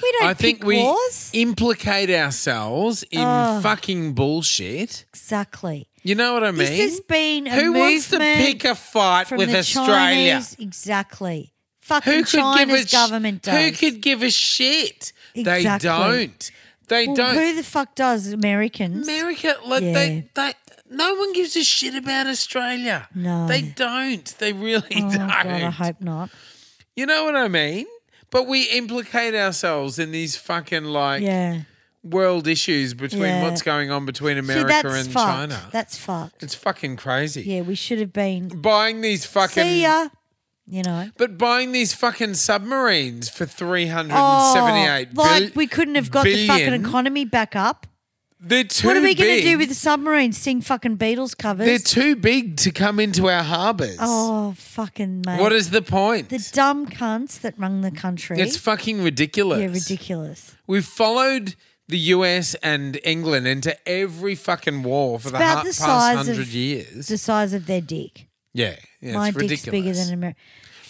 S1: we don't
S4: I think
S1: pick
S4: we
S1: wars.
S4: implicate ourselves in fucking bullshit.
S1: Exactly.
S4: You know what I mean?
S1: This has been a
S4: Who wants to
S1: movement
S4: pick a fight
S1: From
S4: with
S1: the
S4: Australia?
S1: Chinese, exactly. Fucking
S4: who could
S1: China's
S4: give a sh-
S1: government does.
S4: Who could give a shit? They
S1: Exactly.
S4: don't. They
S1: Well,
S4: don't.
S1: who the fuck does Americans?
S4: America, like
S1: Yeah.
S4: they, they, no one gives a shit about Australia.
S1: No.
S4: they don't. They really
S1: oh,
S4: don't.
S1: God, I hope not.
S4: You know what I mean? But we implicate ourselves in these fucking like
S1: Yeah.
S4: world issues between
S1: Yeah.
S4: what's going on between
S1: See,
S4: America
S1: that's
S4: and
S1: fucked.
S4: China.
S1: That's fucked.
S4: it's fucking crazy.
S1: Yeah, we should have been.
S4: Buying these fucking
S1: See uh, ya. You know.
S4: But buying these fucking submarines for three hundred and
S1: Oh,
S4: seventy-eight billion.
S1: like we couldn't have got the fucking economy back up.
S4: They're too
S1: What are we going
S4: big.
S1: to do with the submarines? Sing fucking Beatles covers?
S4: They're too big to come into our harbours.
S1: oh, fucking mate.
S4: What is the point?
S1: the dumb cunts that run the country?
S4: it's fucking ridiculous.
S1: yeah, ridiculous.
S4: We've followed the US and England into every fucking war for the,
S1: about
S4: ha-
S1: the
S4: past
S1: size of-
S4: hundred years.
S1: The size of their dick.
S4: yeah, yeah,
S1: My
S4: it's ridiculous.
S1: dick's bigger than America.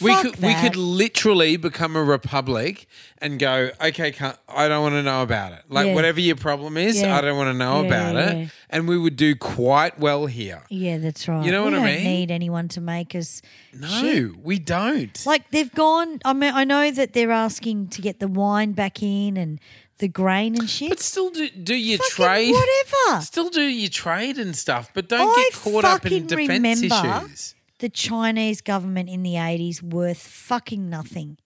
S4: we could we could literally become a republic and go. Okay, can I don't want to know about it. Like
S1: Yeah.
S4: whatever your problem is,
S1: Yeah.
S4: I don't want to know
S1: Yeah,
S4: about
S1: yeah,
S4: it.
S1: yeah.
S4: And we would do quite well here.
S1: Yeah, that's right.
S4: know
S1: we
S4: what
S1: don't
S4: I mean?
S1: Need anyone to make us
S4: No,
S1: shit.
S4: we don't.
S1: Like they've gone. I mean, I know that they're asking to get the wine back in and the grain and shit.
S4: but still do do your
S1: Fucking
S4: trade.
S1: whatever.
S4: Still do your trade and stuff, but don't
S1: I
S4: get caught up in
S1: fucking
S4: defense
S1: remember
S4: issues.
S1: the Chinese government in the eighties worth fucking nothing.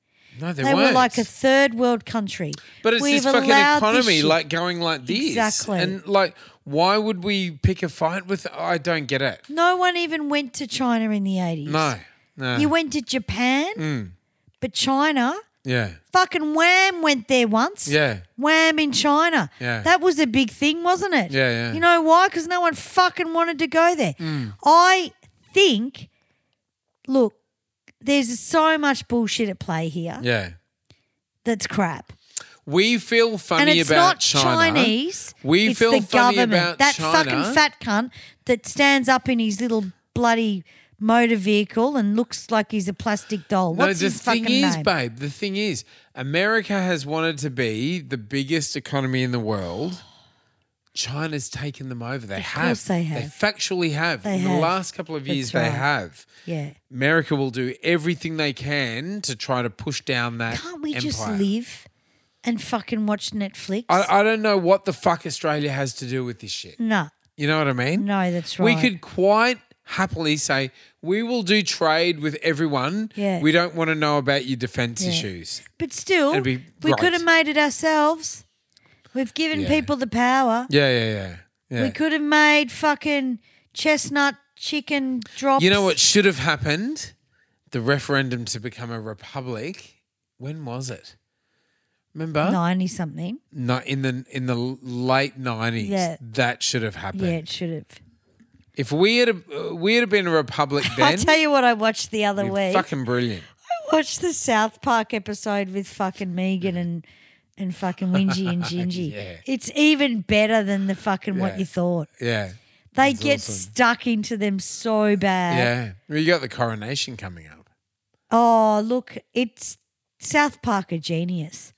S4: No, they,
S1: They were
S4: won't.
S1: like a third world country.
S4: But it's
S1: We've
S4: this fucking
S1: allowed this
S4: economy,
S1: shit.
S4: like going like this,
S1: Exactly.
S4: and like why would we pick a fight with? I don't get it.
S1: no one even went to China in the eighties.
S4: No, no, Mm.
S1: you went to Japan, but China.
S4: yeah,
S1: Fucking Wham went there once.
S4: Yeah.
S1: Wham in China.
S4: Yeah.
S1: That was a big thing, wasn't it?
S4: Yeah, yeah. Hmm.
S1: You know why? Because no one fucking wanted to go there. I think, look, there's so much bullshit at play here
S4: yeah.
S1: that's crap.
S4: We feel funny
S1: and it's
S4: about
S1: not
S4: China.
S1: Chinese.
S4: We
S1: it's
S4: feel
S1: the
S4: funny
S1: government.
S4: about
S1: that
S4: China.
S1: fucking fat cunt that stands up in his little bloody motor vehicle and looks like he's a plastic doll. What's
S4: no, the
S1: his
S4: thing
S1: fucking
S4: is,
S1: name?
S4: babe, the thing is, America has wanted to be the biggest economy in the world. China's taken them over. They have.
S1: course they have.
S4: factually have.
S1: They
S4: in the
S1: have.
S4: last couple of years,
S1: That's
S4: they
S1: right.
S4: have.
S1: yeah.
S4: America will do everything they can to try to push down that.
S1: Can't we
S4: empire.
S1: just live and fucking watch Netflix?
S4: I, I don't know what the fuck Australia has to do with this shit.
S1: no,
S4: You know what I mean?
S1: Mm. no, that's
S4: We
S1: right.
S4: could quite happily say we will do trade with everyone.
S1: Yeah.
S4: We don't want to know about your defense issues.
S1: but still,
S4: It'd be
S1: we
S4: right.
S1: could have made it ourselves. We've given
S4: Yeah.
S1: people the power.
S4: Yeah, yeah, yeah. yeah.
S1: We could have made fucking chestnut chicken drops.
S4: You know what should have happened? The referendum to become a republic. When was it? Remember?
S1: Ninety something.
S4: No, in the in the late nineties.
S1: Yeah.
S4: That should have happened.
S1: Yeah, it should have.
S4: If we had a, uh, we had been a republic
S1: I
S4: then,
S1: tell you what, I watched the other
S4: it'd be
S1: week.
S4: fucking brilliant.
S1: I watched the South Park episode with fucking Megan and and fucking Wingy and Gingy.
S4: Yeah.
S1: It's even better than the fucking
S4: Yeah.
S1: what you thought.
S4: Yeah.
S1: They get
S4: awesome.
S1: stuck into them so bad.
S4: Yeah. Well, you got the coronation coming up.
S1: Oh, look, it's South Park are genius.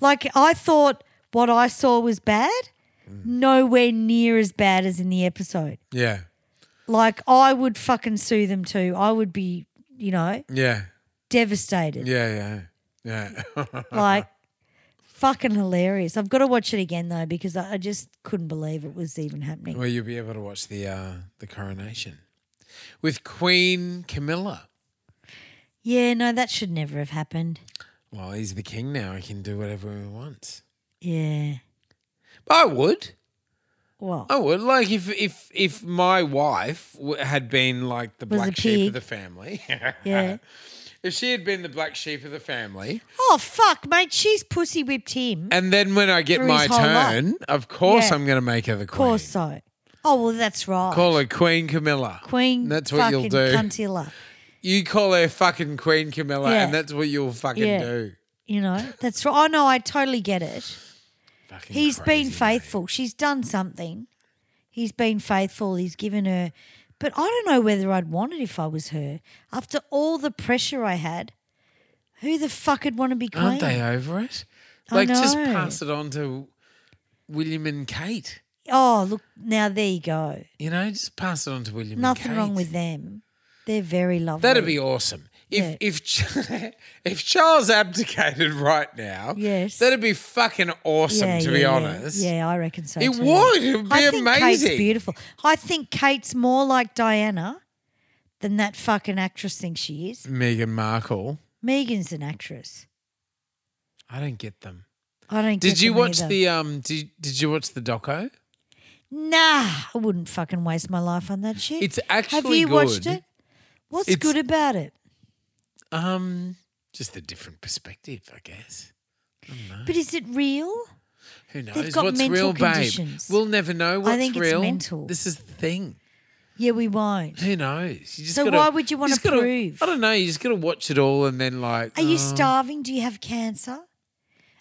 S1: Like I thought what I saw was bad,
S4: Mm.
S1: nowhere near as bad as in the episode.
S4: Yeah.
S1: Like I would fucking sue them too. I would be, you know,
S4: Yeah.
S1: devastated.
S4: Yeah. Yeah. Yeah.
S1: Like fucking hilarious. I've got to watch it again though because I, I just couldn't believe it was even happening.
S4: well, you'll be able to watch the uh, the coronation with Queen Camilla.
S1: Yeah, no, that should never have happened.
S4: Well, he's the king now. He can do whatever he wants.
S1: Yeah.
S4: But I would.
S1: Well,
S4: I would like if if if my wife w- had been like the
S1: Was
S4: black
S1: a
S4: sheep
S1: pig.
S4: of the family.
S1: yeah.
S4: if she had been the black sheep of the family,
S1: Oh fuck, mate, she's pussy whipped him.
S4: and then when I get
S1: For
S4: my
S1: his whole life.
S4: turn, of course
S1: Yeah.
S4: I'm going to make her the
S1: Of
S4: queen.
S1: course so. Oh well, that's right.
S4: Call her Queen Camilla.
S1: Queen.
S4: That's what you'll
S1: fucking
S4: do.
S1: Cuntilla.
S4: You call her fucking Queen Camilla,
S1: Yeah.
S4: and that's what you'll fucking
S1: Yeah.
S4: do.
S1: You know that's right. Oh no, I totally get it.
S4: Fucking
S1: He's
S4: crazy,
S1: been
S4: mate.
S1: faithful. She's done something. He's been faithful. He's given her. But I don't know whether I'd want it if I was her. After all the pressure I had, who the fuck would want to be queen?
S4: Aren't they over it?
S1: I
S4: Like, just
S1: know.
S4: pass it on to William and Kate.
S1: Oh look, now there you go.
S4: You know, just pass it on to William
S1: Nothing
S4: and Kate.
S1: wrong with them. They're very lovely.
S4: That'd be awesome. If if Ch- if Charles abdicated right now,
S1: Yes.
S4: that'd be fucking awesome.
S1: Yeah,
S4: to be
S1: yeah, yeah.
S4: honest,
S1: Yeah. I reckon so.
S4: It
S1: too.
S4: would. It would be
S1: I think Kate's
S4: amazing.
S1: beautiful. I think Kate's more like Diana than that fucking actress thinks she is.
S4: Meghan Markle.
S1: Megan's an actress.
S4: I don't get them.
S1: I don't.
S4: Did
S1: get
S4: you
S1: them
S4: watch
S1: either.
S4: the um? Did Did you watch the doco?
S1: Nah, I wouldn't fucking waste my life on that shit.
S4: It's
S1: Have
S4: actually
S1: you watched
S4: good.
S1: it? What's
S4: It's-
S1: good about it?
S4: Um, just a different perspective, I guess.
S1: But is it real?
S4: Who knows
S1: got
S4: what's
S1: mental
S4: real,
S1: conditions.
S4: babe? We'll never know what's
S1: think it's
S4: real.
S1: mental.
S4: This is the thing.
S1: Yeah, we won't.
S4: Who knows? You just
S1: So
S4: gotta-
S1: why would you wanna
S4: just gotta-
S1: prove?
S4: I don't know. You just got to watch it all and then like.
S1: Are you
S4: oh,
S1: starving? Do you have cancer?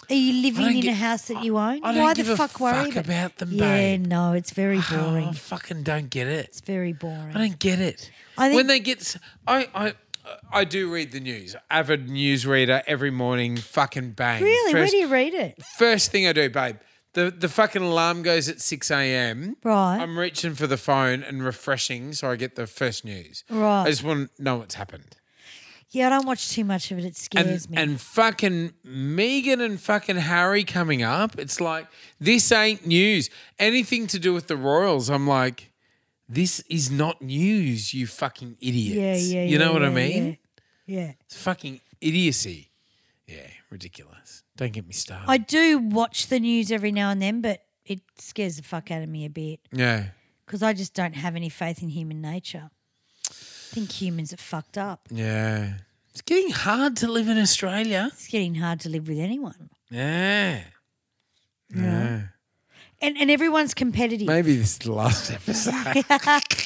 S1: Are you
S4: I don't
S1: living in a
S4: gi-
S1: house that you own?
S4: I don't
S1: Why
S4: give
S1: the
S4: a
S1: fuck, worry
S4: fuck about them,
S1: Yeah,
S4: babe.
S1: no, it's very boring.
S4: Oh, I fucking don't get it.
S1: It's very
S4: I
S1: boring.
S4: don't get it.
S1: I think-
S4: when they get, s- I I. I do read the news. Avid newsreader every morning. Fucking bang.
S1: Really? Where
S4: First-
S1: do you read it?
S4: First thing I do, babe, the, the fucking alarm goes at 6 a.m.
S1: Right.
S4: I'm reaching for the phone and refreshing so I get the first news.
S1: Right.
S4: I just want to know what's happened.
S1: Yeah, I don't watch too much of it. It scares
S4: And,
S1: me.
S4: and fucking Megan and fucking Harry coming up. It's like, this ain't news. Anything to do with the Royals, I'm like, this is not news, you fucking idiots.
S1: yeah,
S4: You know
S1: yeah,
S4: what I
S1: yeah,
S4: mean?
S1: yeah. yeah.
S4: It's fucking idiocy. Yeah, ridiculous. Don't get me started.
S1: I do watch the news every now and then, but it scares the fuck out of me a bit
S4: yeah.
S1: because I just don't have any faith in human nature. I think humans are fucked up.
S4: Yeah. It's getting hard to live in Australia.
S1: It's getting hard to live with anyone.
S4: Yeah. Yeah.
S1: And, and everyone's competitive.
S4: Maybe this is the last episode.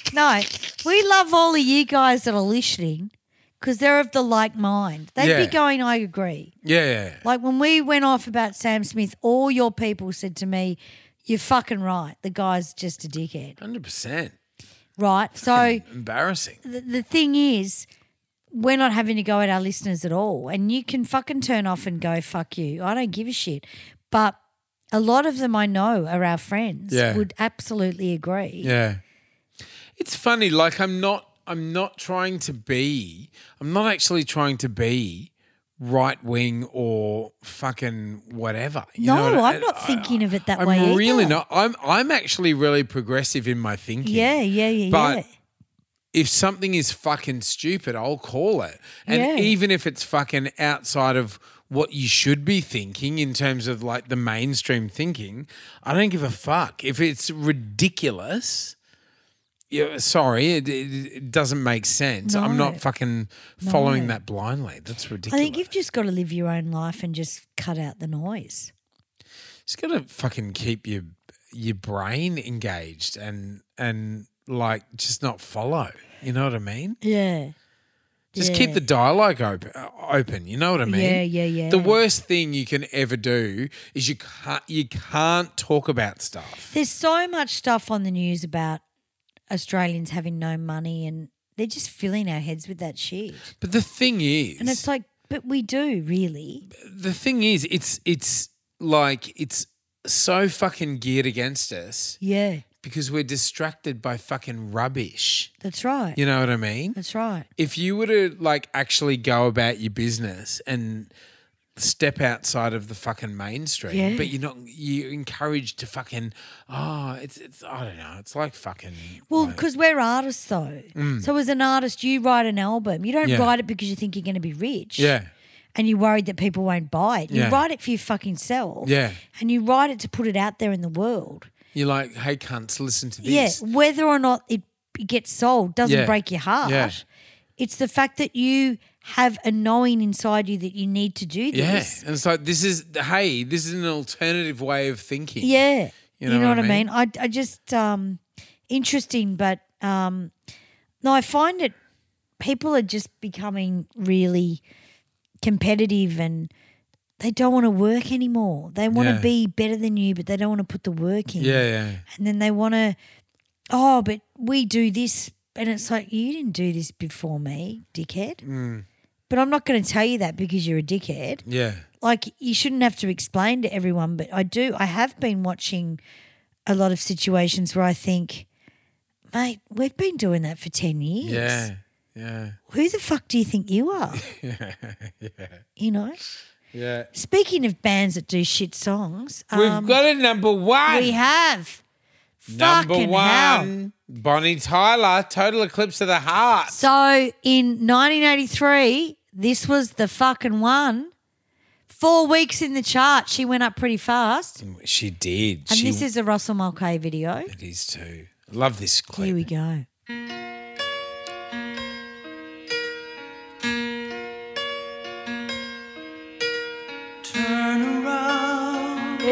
S1: no, we love all of you guys that are listening because they're of the like mind. They'd
S4: Yeah.
S1: be going, I agree.
S4: yeah.
S1: Like when we went off about Sam Smith, all your people said to me, You're fucking right. The guy's just a dickhead.
S4: 100%.
S1: Right. So
S4: Embarrassing.
S1: the, the thing is, we're not having to go at our listeners at all. And you can fucking turn off and go, fuck you. I don't give a shit. But a lot of them I know are our friends
S4: Yeah.
S1: would absolutely agree.
S4: Yeah. It's funny like I'm not I'm not trying to be I'm not actually trying to be right wing or fucking whatever. You know
S1: No,
S4: what I-
S1: I'm not thinking of it that
S4: I'm
S1: way. either.
S4: really not. I'm I'm actually really progressive in my thinking.
S1: Yeah, yeah, yeah,
S4: But
S1: yeah.
S4: if something is fucking stupid, I'll call it. And
S1: Yeah.
S4: even if it's fucking outside of what you should be thinking in terms of like the mainstream thinking, I don't give a fuck. If it's ridiculous, yeah, sorry, it, it, it doesn't make sense. I'm
S1: No.
S4: not fucking following that blindly. That's
S1: I
S4: ridiculous.
S1: think you've just got to live your own life and just cut out the noise.
S4: just gotta fucking keep your your brain engaged and and like just not follow. You know what I mean?
S1: Yeah.
S4: Just keep
S1: Yeah.
S4: the dialogue open. uh, Open. You know what I mean?
S1: Yeah, yeah, yeah.
S4: The worst thing you can ever do is you can't you can't talk about stuff.
S1: There's so much stuff on the news about Australians having no money and they're just filling our heads with that shit.
S4: But the thing is,
S1: And it's like, but we do really.
S4: the thing is, it's it's like it's so fucking geared against us
S1: Yeah,
S4: because we're distracted by fucking rubbish.
S1: that's right.
S4: You know what I mean?
S1: That's right.
S4: if you were to like actually go about your business and step outside of the fucking mainstream,
S1: Yeah.
S4: but you're not you're encouraged to fucking oh it's it's I don't know it's like fucking
S1: Well, because we're artists though. So as an artist, you write an album. You don't
S4: Mm. Yeah.
S1: write it because you think you're going to be rich.
S4: yeah
S1: And you're worried that people won't buy it. You
S4: Yeah.
S1: write it for your fucking self.
S4: Yeah.
S1: And you write it to put it out there in the world.
S4: you're like hey cunts listen to
S1: Yeah.
S4: this
S1: Whether or not it it gets sold doesn't
S4: Yeah.
S1: break your heart.
S4: Yeah.
S1: It's the fact that you have a knowing inside you that you need to do
S4: yeah
S1: this.
S4: and it's like this is hey this is an alternative way of thinking
S1: Yeah.
S4: You know what I mean?
S1: I, I just um interesting, but um no, I find it people are just becoming really competitive and they don't want to work anymore. They want
S4: Yeah.
S1: to be better than you, but they don't want to put the work in.
S4: yeah yeah
S1: And then they want to oh, but we do this and it's like you didn't do this before me, dickhead.
S4: Mm.
S1: But I'm not going to tell you that because you're a dickhead
S4: yeah
S1: like you shouldn't have to explain to everyone, but I do. I have been watching a lot of situations where I think, mate, we've been doing that for 10 years.
S4: yeah Yeah.
S1: Who the fuck do you think you are? You know?
S4: Yeah.
S1: Speaking of bands that do shit songs, um,
S4: We've got a number one.
S1: we have.
S4: number
S1: Fucking hell.
S4: one. Bonnie Tyler, Total Eclipse of the Heart.
S1: So in 1983, this was the fucking one. Four weeks in the chart, she went up pretty fast.
S4: She did.
S1: And
S4: she
S1: this is a Russell Mulcahy video.
S4: it is too. I love this clip.
S1: Here we go.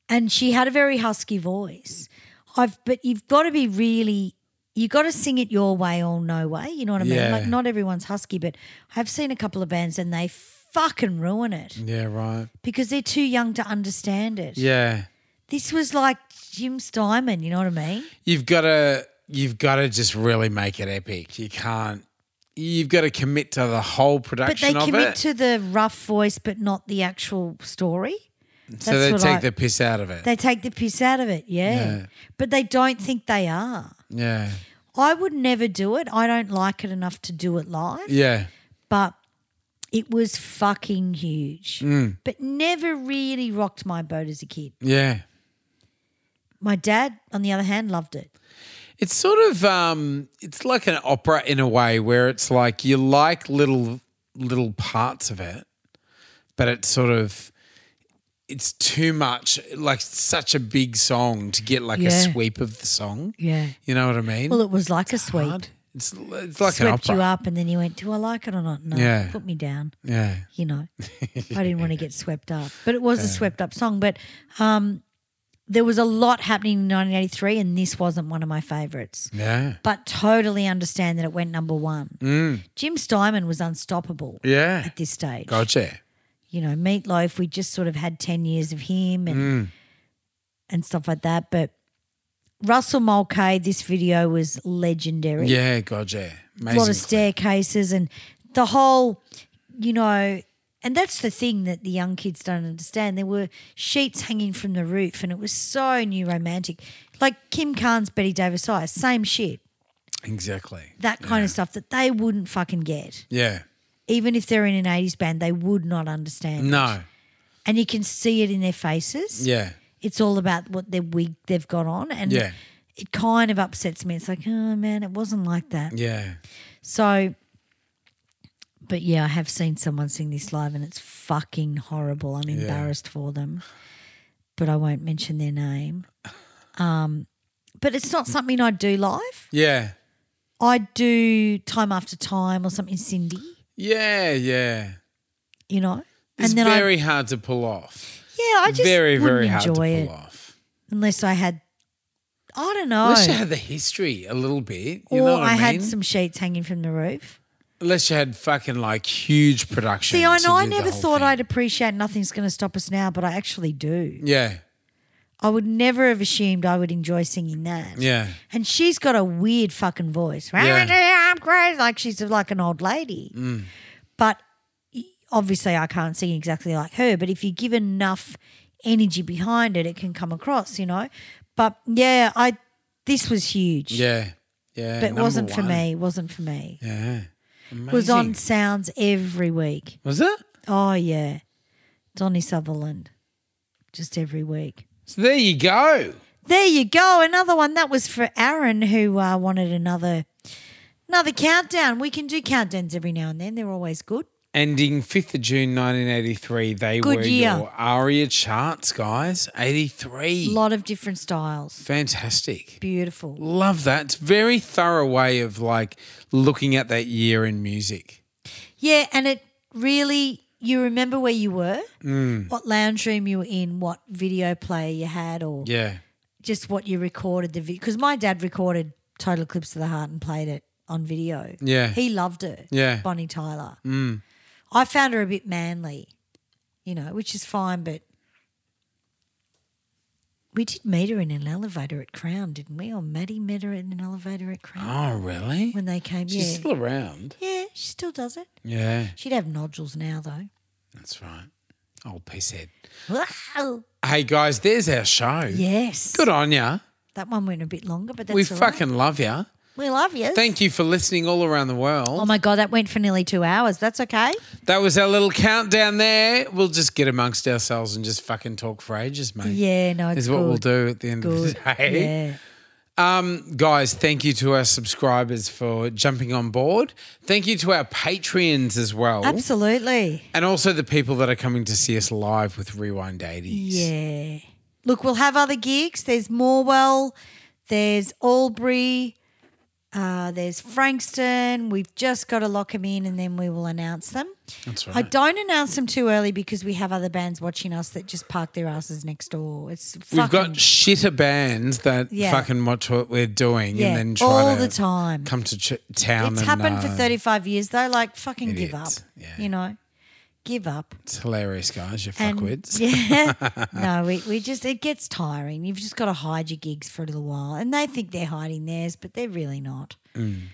S1: and she had a very husky voice. I've but you've got to be really you got to sing it your way or no way. You know what I mean?
S4: Yeah.
S1: Like not everyone's husky, but I've seen a couple of bands and they fucking ruin it
S4: yeah. Right.
S1: because they're too young to understand it.
S4: Yeah.
S1: This was like Jim Steinman. You know what I mean?
S4: You've got to. You've got to just really make it epic. You can't. You've got to commit to the whole
S1: But they
S4: production of
S1: commit
S4: it.
S1: to the rough voice, but not the actual story.
S4: so they
S1: what
S4: take
S1: I-
S4: the piss out of it.
S1: They take the piss out of it, yeah.
S4: Yeah.
S1: But they don't think they are.
S4: yeah.
S1: I would never do it. I don't like it enough to do it live.
S4: Yeah.
S1: but it was fucking huge.
S4: Mm.
S1: But never really rocked my boat as a kid.
S4: Yeah.
S1: My dad, on the other hand, loved it.
S4: It's sort of um, it's like an opera in a way where it's like you like little little parts of it, but it's sort of it's too much like such a big song to get like a
S1: Yeah.
S4: sweep of the song.
S1: Yeah.
S4: You know what I mean?
S1: Well, it was like a sweep.
S4: Hard. It's it's like an
S1: Swept
S4: opera.
S1: you up, and then you went, "Do I like it or not?" No,
S4: Yeah.
S1: put me down.
S4: Yeah.
S1: You know, I didn't want to get swept up, but it was a swept up song. But um, there was a lot happening in 1983, and this wasn't one of my favorites.
S4: Yeah.
S1: But totally understand that it went number one.
S4: Mm.
S1: Jim Steinman was unstoppable
S4: Yeah.
S1: at this stage.
S4: Gotcha.
S1: You know, Meatloaf, we just sort of had 10 years of him and
S4: Mm.
S1: and stuff like that. But Russell Mulcahy, this video was legendary.
S4: Yeah, gotcha.
S1: a lot of
S4: Amazing.
S1: staircases and the whole, you know, and that's the thing that the young kids don't understand. There were sheets hanging from the roof, and it was so new romantic, like Kim Carnes, Betty Davis, I, same shit,
S4: Exactly.
S1: that kind of stuff that they wouldn't fucking get,
S4: Yeah.
S1: even if they're in an eighties band, they would not understand. it.
S4: No.
S1: and you can see it in their faces.
S4: Yeah.
S1: it's all about what their wig they've got on, and
S4: Yeah.
S1: it kind of upsets me. It's like, oh man, it wasn't like that.
S4: Yeah.
S1: So, but yeah, I have seen someone sing this live and it's fucking horrible. I'm
S4: Yeah.
S1: embarrassed for them, but I won't mention their name. Um, but it's not something I do live.
S4: Yeah.
S1: I do time after time or something, Cindy,
S4: Yeah. Yeah.
S1: you know?
S4: It's
S1: and then
S4: very
S1: I,
S4: hard to pull off.
S1: yeah, I just
S4: very,
S1: wouldn't
S4: very hard to pull
S1: enjoy it
S4: off.
S1: unless I had, I don't know.
S4: Unless you had the history a little bit.
S1: or
S4: You know what
S1: I,
S4: I, mean?
S1: had some sheets hanging from the roof.
S4: Unless you had fucking like huge production.
S1: See, I
S4: to
S1: know I
S4: do the
S1: never
S4: whole
S1: thought
S4: thing.
S1: I'd appreciate nothing's going to stop us now, but I actually do.
S4: Yeah.
S1: I would never have assumed I would enjoy singing that.
S4: Yeah.
S1: And she's got a weird fucking voice.
S4: Yeah.
S1: I'm crazy. Like she's like an old lady.
S4: Mm.
S1: But obviously, I can't sing exactly like her. But if you give enough energy behind it, it can come across, you know. But yeah, I this was huge.
S4: Yeah. Yeah.
S1: but it
S4: number
S1: wasn't for
S4: one.
S1: me. It wasn't for me.
S4: Yeah.
S1: It was on
S4: Amazing.
S1: sounds every week.
S4: Was it?
S1: Oh yeah, Donny Sutherland, just every week.
S4: So there you go.
S1: There you go, another one. That was for Aaron who uh, wanted another another countdown. We can do countdowns every now and then. They're always good.
S4: Ending 5th of June 1983, they
S1: Good
S4: were
S1: year.
S4: your ARIA charts, guys.
S1: A
S4: 83.
S1: lot of different styles.
S4: Fantastic.
S1: Beautiful.
S4: Love that. It's a very thorough way of like looking at that year in music.
S1: Yeah, and it really you remember where you were,
S4: Mm.
S1: what lounge room you were in, what video player you had, or
S4: Yeah.
S1: just what you recorded the because my dad recorded Total Eclipse of the Heart and played it on video.
S4: Yeah.
S1: he loved it.
S4: Yeah.
S1: Bonnie Tyler.
S4: Mm.
S1: I found her a bit manly, you know, which is fine, but we did meet her in an elevator at Crown, didn't we? Or Maddie met her in an elevator at Crown.
S4: Oh, really?
S1: When they came,
S4: She's
S1: yeah.
S4: still around.
S1: yeah, she still does it.
S4: Yeah.
S1: She'd have nodules now, though.
S4: That's right. Old piss head.
S1: Wow.
S4: Hey, guys, there's our show.
S1: Yes.
S4: Good on ya.
S1: That one went a bit longer, but that's
S4: We
S1: all right.
S4: fucking love ya.
S1: We love you.
S4: Thank you for listening all around the world.
S1: Oh my God, that went for nearly two hours. That's okay.
S4: That was our little countdown there. We'll just get amongst ourselves and just fucking talk for ages, mate.
S1: Yeah, no, it's
S4: is what we'll
S1: good.
S4: do at the end of
S1: Good.
S4: the
S1: Yeah.
S4: day. Um, guys, thank you to our subscribers for jumping on board. Thank you to our Patreons as well.
S1: Absolutely.
S4: And also the people that are coming to see us live with Rewind 80s.
S1: Yeah. Look, we'll have other gigs. There's Morwell, there's Albury, uh, there's Frankston. We've just got to lock them in and then we will announce them.
S4: That's
S1: I
S4: right.
S1: don't announce them too early because we have other bands watching us that just park their asses next door. It's fucking,
S4: We've got shitter bands that
S1: Yeah.
S4: fucking watch what we're doing
S1: Yeah,
S4: and then try
S1: all
S4: to
S1: the time.
S4: come to ch- town.
S1: It's
S4: and,
S1: happened for
S4: uh,
S1: 35 years though. Like, fucking give up.
S4: idiots.
S1: You know, give up.
S4: It's hilarious, guys. You
S1: And-
S4: fuckwits.
S1: Yeah. no, we, we just, it gets tiring. You've just got to hide your gigs for a little while. And they think they're hiding theirs, but they're really not.
S4: Mm.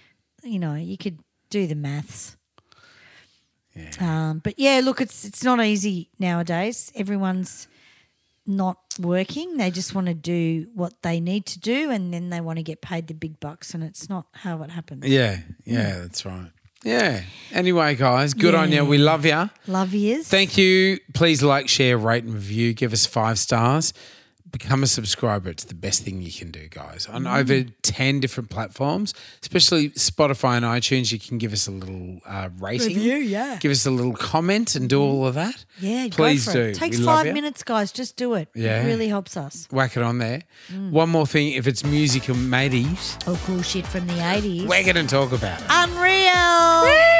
S1: You know, you could do the maths. Um, but yeah, look, it's it's not easy nowadays. Everyone's not working. They just want to do what they need to do, and then they want to get paid the big bucks. And it's not how it happens.
S4: Yeah, yeah, that's right. Yeah. Anyway, guys, good on you. We love you.
S1: Love years.
S4: Thank you. Please like, share, rate, and review. Give us five stars. Become a subscriber. It's the best thing you can do, guys. On
S10: Mm.
S4: over 10 different platforms, especially Spotify and iTunes, you can give us a little uh, rating.
S1: Review, yeah.
S4: Give us a little comment and do all of that.
S1: Yeah,
S4: Please
S1: go for
S4: do.
S1: It. Takes
S4: We love
S1: five
S4: you.
S1: minutes, guys. Just do it.
S4: Yeah.
S1: It really helps us.
S4: Whack it on there.
S1: Mm.
S4: One more thing if it's music and mateys,
S1: Oh, cool shit from the 80s.
S4: we're going to talk about it.
S1: Unreal.